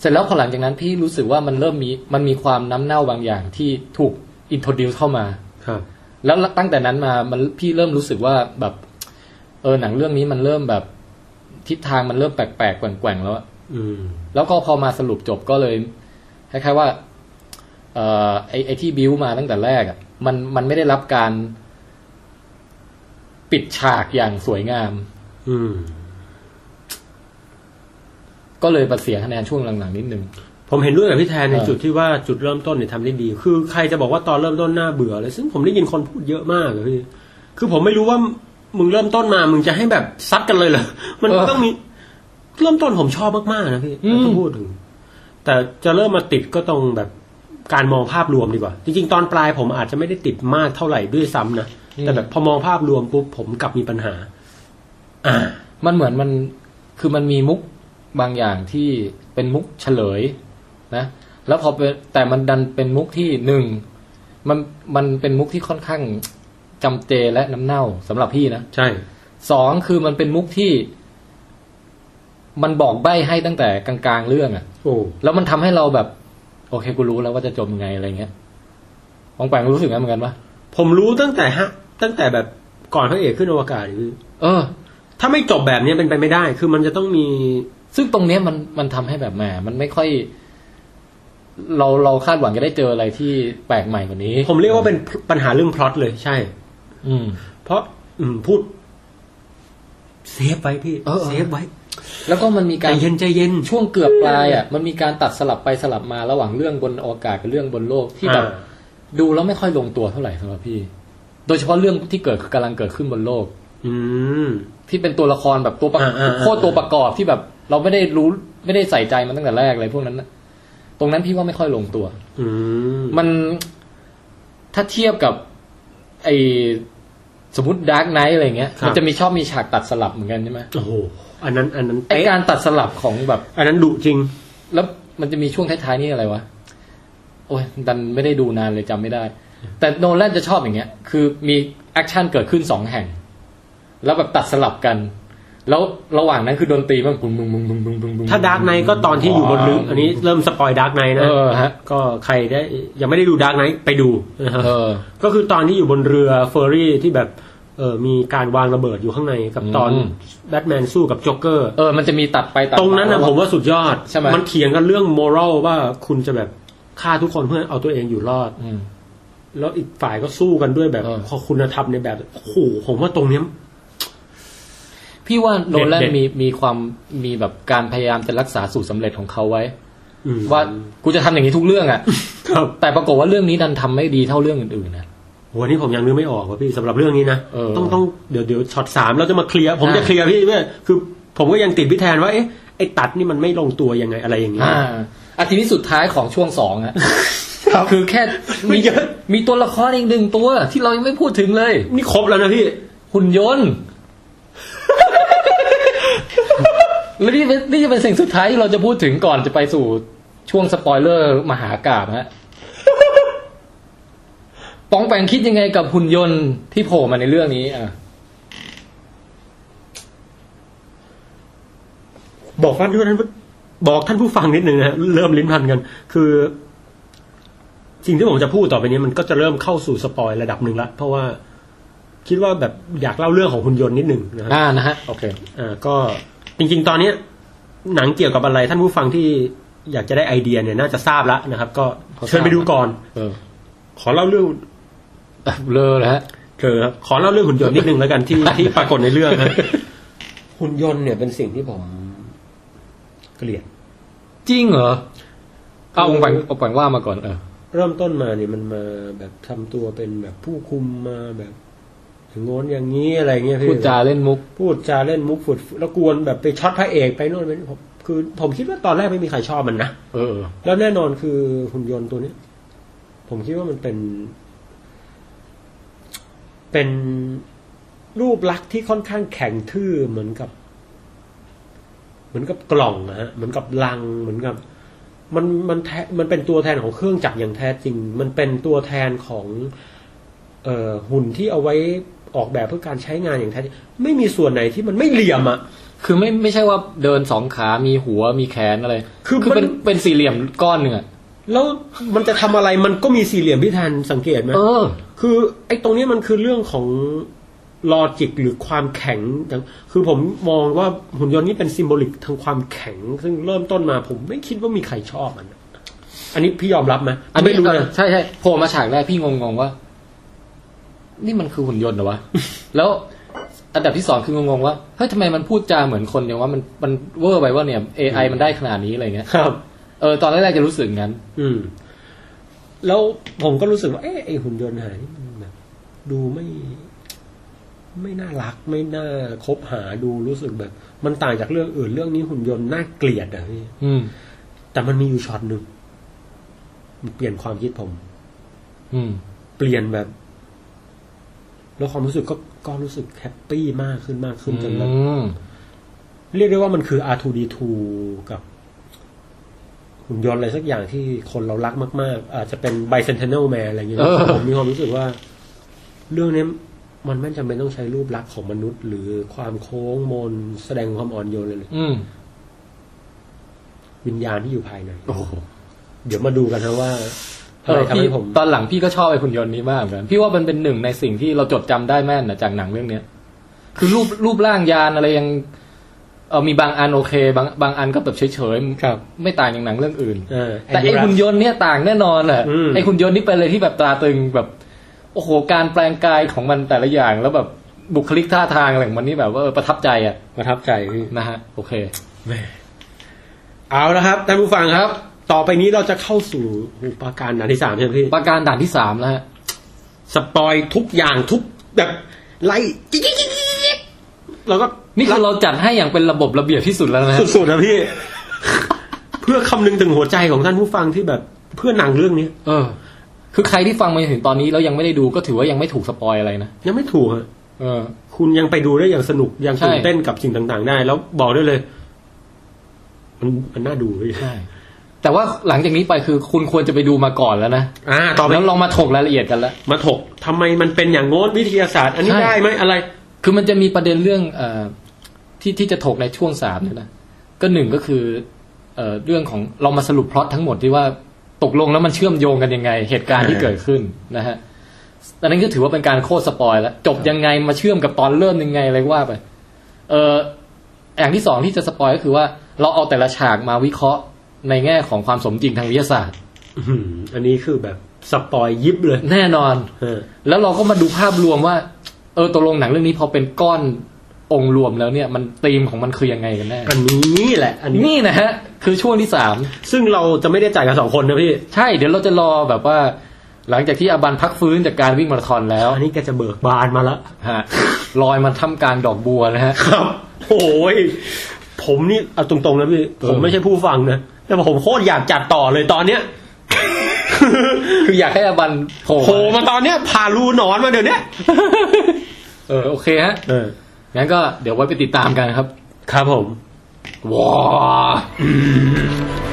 S1: เสร็จแล้วพอหลังจากนั้นพี่รู้สึกว่ามันเริ่มมีมันมีความน้ำเน่าบางอย่างที่ถูกอินโทรดิวเข้ามา
S2: ครับ
S1: แล้วตั้งแต่นั้นมามันพี่เริ่มรู้สึกว่าแบบ เออหนังเรื่องนี้มันเริ่มแบบทิศทางมันเริ่มแปลกๆแกว่งๆแล้วอะ
S2: อืม
S1: แล้วก็พอมาสรุปจบก็เลยคล้ายๆว่า เอ่อไอ้ไอ้ที่บิวมาตั้งแต่แรกอะมันมันไม่ได้รับการ ปิดฉากอย่างสวยงาม
S2: อืม
S1: ก็เลยประเสียคะแนนช่วงหลังๆนิดนึง
S2: ผมเห็นด้วยกับพี่แทนใน
S1: เออ
S2: จุดที่ว่าจุดเริ่มต้นเนี่ยทำได้ดี คือใครจะบอกว่าตอนเริ่มต้นน่าเบื่อเลย ซึ่งผมได้ยินคนพูดเยอะมากเลยพี่ คือผมไม่รู้ว่ามึงเริ่มต้นมา มึงจะให้แบบซัดกันเลยเหรอ มัน
S1: เออ
S2: ต้องมี เริ่มต้นผมชอบมากๆนะพี่
S1: อืม
S2: ถ้าพูดถึง แต่จะเริ่มมาติดก็ตรงแบบการมองภาพรวมดีกว่า จริงๆ ตอนปลายผมอาจจะไม่ได้ติดมากเท่าไหร่ด้วยซ้ำนะ แต่แบบพอมองภาพรวมปุ๊บผมกลับมีปัญหา อ่า
S1: มันเหมือนมันคือมันมีมุกบางอย่างที่เป็นมุกเฉลย นะ แล้วพอเป็นแต่มันดันเป็นมุกที่หนึ่งมันมันเป็นมุกที่ค่อนข้างจำเจและน้ำเน่าสำหรับพี่นะ
S2: ใช่
S1: สองคือมันเป็นมุกที่ มันบอกใบ้ให้ตั้งแต่กลางๆเรื่องอะ่ะ
S2: โอ้
S1: แล้วมันทำให้เราแบบ โอเคกูรู้แล้วว่าจะจบยังไงอะไรเงี้ยปองแปงรู้สึกงั้นเหมือนกันปะ
S2: ผมรู้ตั้งแต่ฮะ ตั้งแต่แบบก่อนพระเอกขึ้นอวกาศคือ
S1: เออ
S2: ถ้าไม่จบแบบนี้เป็นไปไม่ได้ คือมันจะต้องมี
S1: ซึ่งตรงเนี้ยมันมันทำให้แบบแหมมันไม่ค่อย เราเราคาดหวังจะได้เจออะไรที่แปลกใหม่กว่านี้
S2: ผมเรียกว่าเป็นปัญหาเรื่องพล็อตเลยใช่
S1: อืม
S2: เพราะ อืมพูด เซฟไว้พี่
S1: เออเออ
S2: เซฟไว้
S1: แล้วก็มันมี
S2: ใจ
S1: การ
S2: เย็นใจเย็น
S1: ช่วงเกือบปลายอ่ะ มันมีการตัดสลับไปสลับมาระหว่างเรื่องบนอวกาศกับเรื่องบนโลกที่แบบ
S2: อ่า
S1: ดูแล้วไม่ค่อยลงตัวเท่าไหร่สำหรับพี่ โดยเฉพาะเรื่องที่เกิดกำลังเกิดขึ้นบนโลก
S2: อืม
S1: ที่เป็นตัวละครแบบตัวประ
S2: อ่าอ่าอ่า
S1: โคตรตัวประกอบที่แบบ เราไม่ได้รู้ไม่ได้ใส่ใจมันตั้งแต่แรกเลยพวกนั้นน่ะตรงนั้นพี่ว่าไม่ค่อยลงตัว
S2: อืม
S1: มันถ้าเทียบกับ ไอ สมมติดาร์กไนท์อะไรเงี้ย
S2: ครับ
S1: มันจะมีชอบมีฉากตัดสลับเหมือนกันใช่ไหม
S2: โอ้โหอันนั้นอันนั้น
S1: ไอ
S2: เป๊ะ
S1: การตัดสลับของแบบ
S2: อันนั้นดุจริง
S1: แล้วมันจะมีช่วงท้ายๆนี่อะไรวะ โอ้ยดันไม่ได้ดูนานเลยจำไม่ได้ แต่โนแลนจะชอบอย่างเงี้ย คือมีแอคชั่นเกิดขึ้นสองแห่ง แล้วแบบตัดสลับกัน แล้วระหว่างนั้นคือดนตรีมันบุ้งบุ้งบุ้งบุ้งบุ้งบุ้งบุ้ง
S2: ถ้าดาร์กไนก็ตอนที่อยู่บนเรืออันนี้เริ่มสปอยดาร์กไนนะ
S1: เออฮะ
S2: ก็ใครได้ยังไม่ได้ดูดาร์กไนไปดูนะฮะ
S1: เออ
S2: ก็คือตอนที่อยู่บนเรือเฟอร์รี่ที่แบบเออมีการวางระเบิดอยู่ข้างในกับตอน
S1: อืม
S2: แบทแมนสู้กับจ็อกเกอร์
S1: เออ มันจะมีตัดไปตัดมา
S2: ตรงนั้นนะผมว่าสุดยอด
S1: ใช่ไหม
S2: มันเถียงกันเรื่องมอรัลว่าคุณจะแบบฆ่าทุกคนเพื่อเอาตัวเองอยู่รอด
S1: อืม
S2: แล้วอีกฝ่ายก็สู้กันด้วยแบบ
S1: เออ
S2: ขอคุณธรรมในแบบโอ้โหผมว่าตรงเนี้ย
S1: พี่ว่าโนแลน
S2: เด็ดๆ
S1: มีมีความมีแบบการพยายามจะรักษาสูตรสำเร็จของเขาไว้
S2: อืม
S1: ว่ากูจะทำอย่างนี้ทุกเรื่องอ่ะ
S2: ครับ
S1: แต่ปรากฏว่าเรื่องนี้ดันทำไม่ดีเท่าเรื่องอื่นๆนะ
S2: วันนี้ผมยังนึกไม่ออกว่าพี่สำหรับเรื่องนี้นะ
S1: เออ
S2: ต้องต้องเดี๋ยวเดี๋ยวช็อตสามเราจะมาเคลียร์ผม
S1: อ่า
S2: จะเคลียร์พี่เพื่อคือ ผมก็ยังติดพี่แทนว่าเอ๊ะไอ้ตัดนี่มันไม่ลงตัวยังไงอะไรอย่างเงี้ย
S1: อ่าอาทีนี้สุดท้ายของช่วงสองอ่ะ
S2: ครับ
S1: คือแค่
S2: ไม่
S1: มี
S2: เยอะ
S1: มีตัวละครอีกหนึ่งตัวที่เรายังไม่พูดถึงเลย
S2: นี่ครบแล้วนะพี่
S1: หุ่นย นต์ แล้วนี่เป็นนี่จะเป็นสิ่งสุดท้ายที่เราจะพูดถึงก่อนจะไปสู่ช่วงสปอยเลอร์มหากาบฮ ะ ป้องแปงคิดยังไงกับหุ่นยนต์ที่โผล่มาในเรื่องนี้อ่ะ
S2: บอกท่านผู้บอกท่านผู้ฟังนิดนึงนะฮะเริ่มลิ้นพันกัน คือ สิ่งที่ผมจะพูดต่อไปนี้มันก็จะเริ่มเข้าสู่สปอยระดับหนึ่งละเพราะว่าคิดว่าแบบอยากเล่าเรื่องของหุ่นยนต์นิดหนึ่งนะฮะ
S1: อ่านะฮะ โอเค
S2: อ่าก็จริงๆ ตอนเนี้ยหนังเกี่ยวกับอะไรท่านผู้ฟังที่อยากจะได้ไอเดียเนี่ยน่าจะทราบแล้วนะครับ ก็
S1: เขาทราบ
S2: เชิญไปดูก่อน
S1: เออ
S2: ขอเล่าเรื่อง
S1: อ่ะเลอแล้วฮะ
S2: เธอครับขอเล่าเรื่องหุ่นยนต์นิดนึงแล้วกันที่ ที่ปรากฏในเรื่องฮะหุ่นยนต์เนี่ยเป็นสิ่งที่ผมเกลียด
S1: จริงเหรอเอา
S2: คื
S1: อ
S2: อ
S1: งแปงองแปงว่ามาก่อนเออ
S2: เริ่มต้นมาเนี่ยมันมาแบบทำตัวเป็นแบบผู้คุมมาแบบอย่างโน้นอย่างนี้อะไรเงี้ยพี่
S1: พูดจาเล่นมุก
S2: พูดจาเล่นมุกฝุดๆแล้วกวนแบบไปช็อตพระเอกไปโน่นไปนี่ผมคือผมคิดว่าตอนแรกไม่มีใครชอบมันนะ
S1: เออ
S2: แล้วแน่นอนคือหุ่นยนต์ตัวเนี้ยผมคิดว่ามันเป็น เป็นรูปลักษณ์ที่ค่อนข้างแข็งทื่อเหมือนกับ เหมือนกับกล่องนะฮะเหมือนกับลังเหมือนกับ มันมันแทมันเป็นตัวแทนของเครื่องจักรอย่างแท้จริง มันเป็นตัวแทนของ เอ่อหุ่นที่เอาไว้ออกแบบเพื่อการใช้งานอย่างแท้จริงไม่มีส่วนไหนที่มันไม่เหลี่ยมอะ
S1: คือไม่ไม่ใช่ว่าเดินสองขา มีหัว มีแขนอะไร
S2: คือมัน
S1: คือเป็นเป็นสี่เหลี่ยมก้อนหนึ่งอะ
S2: แล้วมันจะทำอะไรมันก็มีสี่เหลี่ยมพิธันสังเกตไหม
S1: เออ
S2: คือไอ้ตรงเนี้ยมันคือเรื่องของลอจิกหรือความแข็งอย่างคือผมมองว่าหุ่นยนต์นี่เป็นซิมโบลิกทางความแข็ง ซึ่งเริ่มต้นมาผมไม่คิดว่ามีใครชอบมันอะอันนี้พี่ยอมรับไหม
S1: อันนี้
S2: ไม่รู้
S1: เออ
S2: นะ
S1: ใช่ใช่โผล่มาฉากแรกพี่งงๆว่า นี่มันคือหุ่นยนต์เหรอวะ แล้วอันดับที่สองคืองงๆว่าเฮ้ยทำไมมันพูดจาเหมือนคนเนี่ยวว่ามันมันเวอร์ไปว่าเนี่ย AI มันได้ขนาดนี้อะไรเงี้ย
S2: ครับ
S1: เออตอนแรกๆจะรู้สึกงั้น
S2: อืม แล้วผมก็รู้สึกว่าเอ๊ะไอหุ่นยนต์หายนี่มันแบบดูไม่ ไม่น่ารัก ไม่น่าคบหาดูรู้สึกแบบ มันต่างจากเรื่องอื่นเรื่องนี้หุ่นยนต์น่าเกลียดอะพี่
S1: อืม
S2: แต่มันมีอยู่ช็อตหนึ่งมันเปลี่ยนความคิดผม
S1: อืม
S2: เปลี่ยนแบบ แล้วความรู้สึกก็ก็รู้สึกแฮปปี้มากขึ้นมากขึ้นจนแบบ
S1: อืม
S2: เรียกได้ว่ามันคือ R2D2 กับ หุ่นยนต์อะไรสักอย่างที่คนเรารักมาก ๆ อาจจะเป็น Bicentennial Man อะไรอย่างเงี้ย
S1: เออ
S2: ผมมีความรู้สึกว่า เรื่องเนี้ยมันไม่จำเป็นต้องใช้รูปลักษณ์ของมนุษย์ หรือความโค้งมนแสดงความอ่อนโยนเลยเลย
S1: อืม
S2: วิญญาณที่อยู่ภายใน
S1: โอ้โห
S2: เดี๋ยวมาดูกันนะว่า
S1: เอ
S2: อะไร
S1: อ
S2: ทำ
S1: พี่
S2: ให้ผม
S1: ตอนหลังพี่ก็ชอบไอ้หุ่นยนต์นี้มากเหมือนกันพี่ว่ามันเป็นหนึ่งในสิ่งที่เราจดจำได้แม่นนะจากหนังเรื่องเนี้ย คือรูปรูปร่างยานอะไรยังเออมีบางอันโอเค บางบางอันก็แบบเฉย
S2: ครับ
S1: ๆไม่ต่างอย่างหนังเรื่องอื่น
S2: เออ
S1: แต่ไอ้หุ่นยนต์เนี่ยต่างแน่นอนอ่ะ
S2: อืม
S1: ไอ้หุ่นยนต์นี่เป็นอะไรที่แบบตราตรึงแบบ โอ้โหการแปลงกายของมันแต่ละอย่างแล้วแบบบุคลิกท่าทางอะไรของมันนี่แบบว่าเออประทับใจอ่ะ
S2: ประทับใจพี่
S1: นะฮะโอเค
S2: เอาละครับท่านผู้ฟังครับ ต่อไปนี้เราจะเข้าสู่อุปการณ์หนาที่สามใช่ไหมพี่
S1: ประการด่านที่สามแล้วฮะ
S2: สปอยทุกอย่างทุกแบบไล่จิ๊กจิ๊กจิ๊กจิ๊กแล้วก็
S1: นี่คือเราจัดให้อย่างเป็นระบบระเบียบที่สุดแล้วนะฮะ
S2: สุดๆนะพี่ เพื่อคำนึงถึงหัวใจของท่านผู้ฟังที่แบบเพื่อหนังเรื่องนี้
S1: เออ คือใครที่ฟังมาถึงตอนนี้แล้วยังไม่ได้ดูก็ถือว่ายังไม่ถูกสปอยอะไรนะ
S2: ยังไม่ถูกอะ
S1: เออ
S2: คุณยังไปดูได้อย่างสนุกยังตื่น
S1: ใช่
S2: เต้นกับสิ่งต่างๆ ได้ แล้วบอกได้เลย มันมันน่าดูเลย
S1: ใช่แต่ว่าหลังจากนี้ไปคือคุณควรจะไปดูมาก่อนแล้วนะ
S2: อ่าต่อไป
S1: แล้วลองมาถกรายละเอียดกันละ
S2: มาถกทำไมมันเป็นอย่างโน้นวิทยาศาสตร์ อันนี้
S1: ใช่
S2: ได้ไหมอะไร
S1: คือมันจะมีประเด็นเรื่องเออที่ที่จะถกในช่วงสามเนี่ยนะก็หนึ่งก็คือเออเรื่องของเรามาสรุปพล็อตทั้งหมดที่ว่าตกลงแล้วมันเชื่อมโยงกันยังไง เหตุการณ์ที่เกิดขึ้นนะฮะอันนั้นก็ถือว่าเป็นการโคตรสปอยแล้วจบยังไงมาเชื่อมกับตอนเริ่มยังไงอะไรก็ว่าไป เอออย่างที่สองที่จะสปอยก็คือว่าเราเอาแต่ละฉากมาวิเคราะห์ในแง่ของความสมจริงทางวิทยาศาสตร์
S2: อื้อหืออันนี้คือแบบสปอยยิบเลย
S1: แน่นอน
S2: เออ
S1: แล้วเราก็มาดูภาพรวมว่า เออตกลงหนังเรื่องนี้พอเป็นก้อนองค์รวมแล้วเนี่ย มันธีมของมันคือยังไงกันแน่
S2: อันนี้แหละ อันนี้
S1: นี่นะฮะ คือช่วงที่สาม
S2: ซึ่งเราจะไม่ได้จ่ายกันสองคนนะพี่
S1: ใช่เดี๋ยวเราจะรอแบบว่า หลังจากที่อาบันพักฟื้นจากการวิ่งมาราธอนแล้ว
S2: อันนี้แกจะเบิกบานมาละ
S1: ฮะลอยมาท่ามกลางดอกบัวนะฮะ
S2: ครับ โอ้ยผมนี่เอาตรงๆนะพี่ ผมไม่ใช่ผู้ฟังนะ แต่ผมโคตรอยากจัดต่อเลยตอนเนี้ย
S1: คืออยากให้อาบันโผล่
S2: โผล่มาตอนเนี้ยผ่ารูหนอนมาเดี๋ยวเนี้ย
S1: เออโอเคฮะ
S2: เออ
S1: งั้นก็เดี๋ยวไว้ไปติดตามกันครับ
S2: ครับผม
S1: ว้า